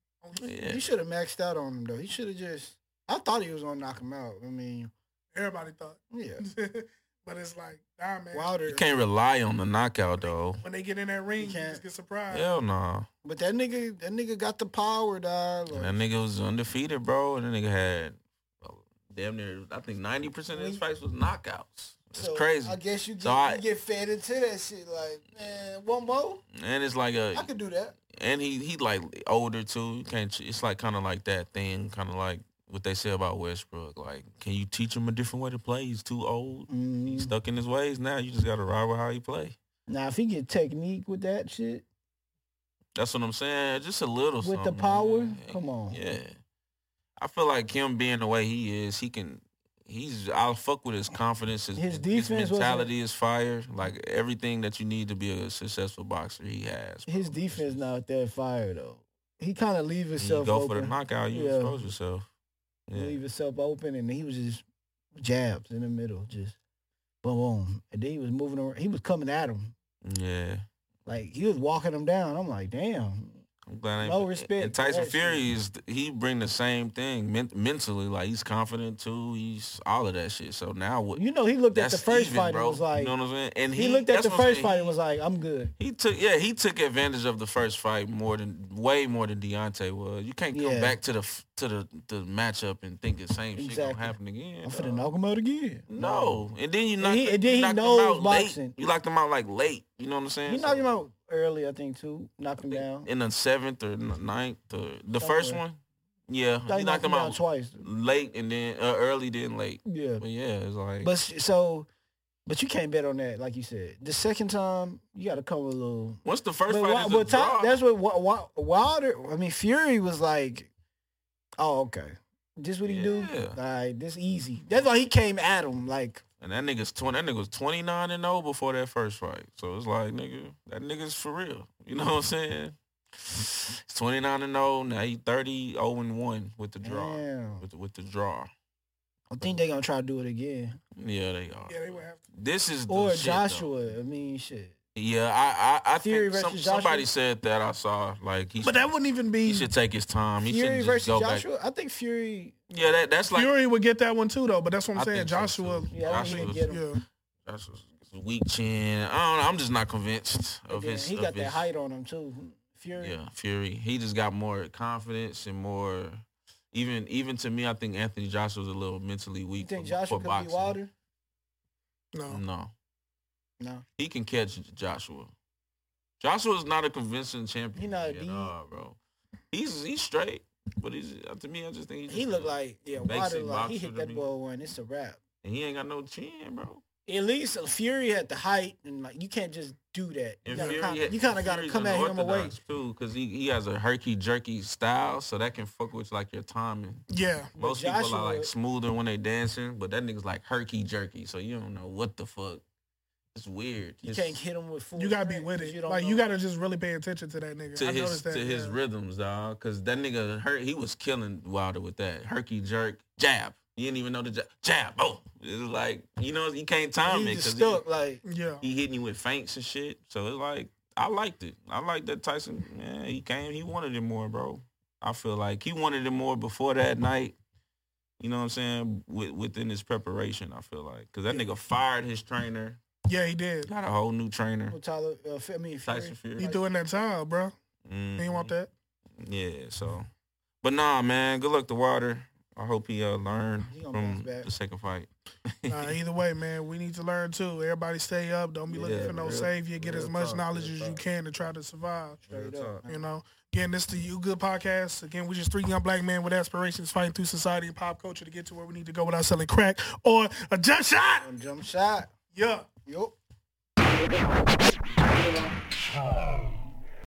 B: Yeah.
C: He should have maxed out on him though. He should have just. I thought he was gonna knock him out. I mean,
A: Everybody thought. [LAUGHS]
C: yeah,
A: Mm-hmm. but it's like, nah, man.
C: Wilder.
B: You can't rely on the knockout though.
A: When they get in that ring, you,
C: can't.
A: just get surprised.
B: Hell no.
C: But that nigga, that nigga got the power, dog.
B: And that nigga was undefeated, bro. And that nigga had well, damn near, I think ninety percent of his fights was knockouts. It's
C: So,
B: crazy.
C: I guess you get,
B: So I-
C: you get fed into that shit. Like, man, one more,
B: And it's like a,
C: I could do that.
B: and he he like older too. You can't. It's like kind of like that thing, kind of like what they say about Westbrook. Like, can you teach him a different way to play? He's too old.
C: Mm.
B: He's stuck in his ways now. You just gotta ride with how he play.
C: Now, if he get technique with that shit,
B: That's what I'm saying. Just a little
C: with the
B: something,
C: power,
B: man.
C: come on.
B: Yeah. I feel like him being the way he is, he can he's I'll fuck with his confidence. His,
C: His defense wasn't-
B: mentality is fire. Like everything that you need to be a successful boxer he has. bro.
C: His defense not that fire though. He kind of leave
B: When
C: himself
B: you go for
C: open,
B: the knockout, you
C: Yeah.
B: expose yourself. Yeah.
C: leave himself open, and he was just jabs in the middle, just boom, boom. And then he was moving around. He was coming at him.
B: Yeah.
C: Like he was walking him down. I'm like, damn.
B: I'm glad I ain't.
C: No respect
B: And
C: for
B: Tyson
C: that shit.
B: Fury is he bring the same thing men- mentally. Like he's confident too. He's all of that shit. So now what?
C: You know, he looked at
B: That's
C: the first
B: even,
C: fight
B: bro.
C: and was
B: you
C: like,
B: know what I'm saying? And
C: he, looked at
B: that's
C: the
B: what I'm
C: first
B: saying.
C: fight and was like, I'm good.
B: He took yeah, he took advantage of the first fight more than way more than Deontay was. You can't come
C: Yeah.
B: back to the f- to the, the matchup and think the same shit gonna
C: Exactly.
B: happen again.
C: I'm
B: dog.
C: finna knock him out again.
B: No, and then you knocked,
C: he- and then
B: you
C: he
B: knocked
C: knows
B: him out
C: boxing.
B: late. You locked him out like late. You know what I'm saying?
C: He
B: So,
C: knocked him out early, I think, too. Knocked him down.
B: in the seventh or n- ninth or the first
C: Somewhere.
B: one. Yeah,
C: Thought
B: he knocked him out
C: twice.
B: late and then uh, early, then late.
C: Yeah.
B: But yeah, it's like
C: But s- so, but you can't bet on that, like you said. The second time, you got to come with a little.
B: once the first
C: But
B: fight
C: Wi-
B: is a
C: but Ty-
B: draw,
C: that's what Wi- Wi- Wilder. I mean, Fury was like, "Oh, okay, this what he do?
B: Yeah.
C: All right, this easy." That's why he came at him like,
B: and that nigga's twenty. That nigga was twenty nine and zero before that first fight. So it's like nigga, that nigga's for real. You know what I'm saying? He's twenty nine and zero. Now he 30 0 and one with the draw.
C: "Damn."
B: With the, with the draw.
C: I think they gonna try to do it again.
B: Yeah, they are.
A: Yeah, they would have to.
B: This is the
C: Or
B: shit, though.
C: Joshua. I mean, shit.
B: Yeah, I I, I
C: Fury
B: think some,
C: versus Joshua?
B: somebody said that I saw. Like he,
A: But that wouldn't even
B: he
A: be.
B: should take his time. He
C: Fury
B: shouldn't just
C: versus
B: go
C: Joshua. I think Fury.
B: back. Yeah, that that's like
A: Fury would get that one too, though. But that's what I'm
B: I
A: saying.
B: think so,
A: Joshua,
B: too.
C: Yeah, I think he'd
B: Joshua's-
C: get him.
A: yeah,
B: Joshua's weak chin. I don't know. I'm just not convinced
C: But
B: of
C: then
B: his.
C: he
B: of
C: got that
B: his-
C: height on him too. Fury.
B: Yeah, Fury. He just got more confidence and more. Even even to me, I think Anthony Joshua's a little mentally weak.
C: You think
B: for-
C: Joshua
B: for
C: could
B: boxing.
C: be Wilder?
A: no.
B: No,
C: No.
B: he can catch Joshua. Joshua's not a convincing champion.
C: He not a
B: at
C: dude.
B: all, bro. He's he's straight, but he's uh, to me. I just think he's just
C: He looked
B: a-
C: like yeah,
B: Basic
C: Wilder. Like he
B: boxer
C: hit
B: to
C: that
B: me.
C: ball one. It's a wrap.
B: and he ain't got no chin, bro.
C: At least Fury had the height, and like you can't just do that. You
B: And
C: gotta
B: Fury-
C: kinda-
B: yeah,
C: you kind of got to
B: Fury's
C: come at him away.
B: unorthodox, too, because he, he has a herky jerky style, so that can fuck with like your timing.
A: yeah.
B: Most people
C: Joshua-
B: are like smoother when they dancing, but that nigga's like herky jerky, so you don't know what the fuck. It's weird.
C: You
B: His-
C: can't hit him with full.
A: You gotta be
C: strength,
A: with
C: 'cause
A: it.
C: don't
A: like you
C: know.
A: gotta just really pay attention to that nigga.
B: to
A: I
B: his
A: noticed that.
B: to his
A: yeah.
B: rhythms, dog. Cause that nigga hurt he was killing Wilder with that herky jerk jab. You didn't even know the jab. Jab, oh, it's like you know you can't time
C: He
B: it
C: was
B: 'cause
C: stuck. Like
A: Yeah.
B: he, he hitting you with feints and shit. So it's like I liked it. I liked that Tyson. Man, he came. He wanted it more, bro. I feel like he wanted it more before that night. You know what I'm saying? With, within his preparation, I feel like because that nigga fired his trainer,
A: Yeah, he did.
B: got a whole new trainer,
C: with Tyler, uh, Fu- I mean Fury.
B: Tyson
A: He
B: Fury.
A: threw in that towel, bro. He didn't
B: Mm-hmm.
A: want that.
B: Yeah, so. But nah, man, good luck to Wilder. I hope he uh, learned
C: He gonna bounce
B: from
C: back.
B: the second fight. [LAUGHS]
A: Nah, either way, man, we need to learn too. Everybody stay up. Don't be looking
B: Yeah,
A: for no
B: real-
A: savior. Get
B: real
A: as much
B: talk,
A: knowledge
B: real
A: as you
B: talk.
A: can to try to survive.
C: Straight
B: Real
C: up.
B: talk.
A: You know. Again, this the You Good podcast. Again, we just three young black men with aspirations fighting through society and pop culture to get to where we need to go without selling crack or a jump shot.
C: One jump shot.
A: Yeah.
C: Yup.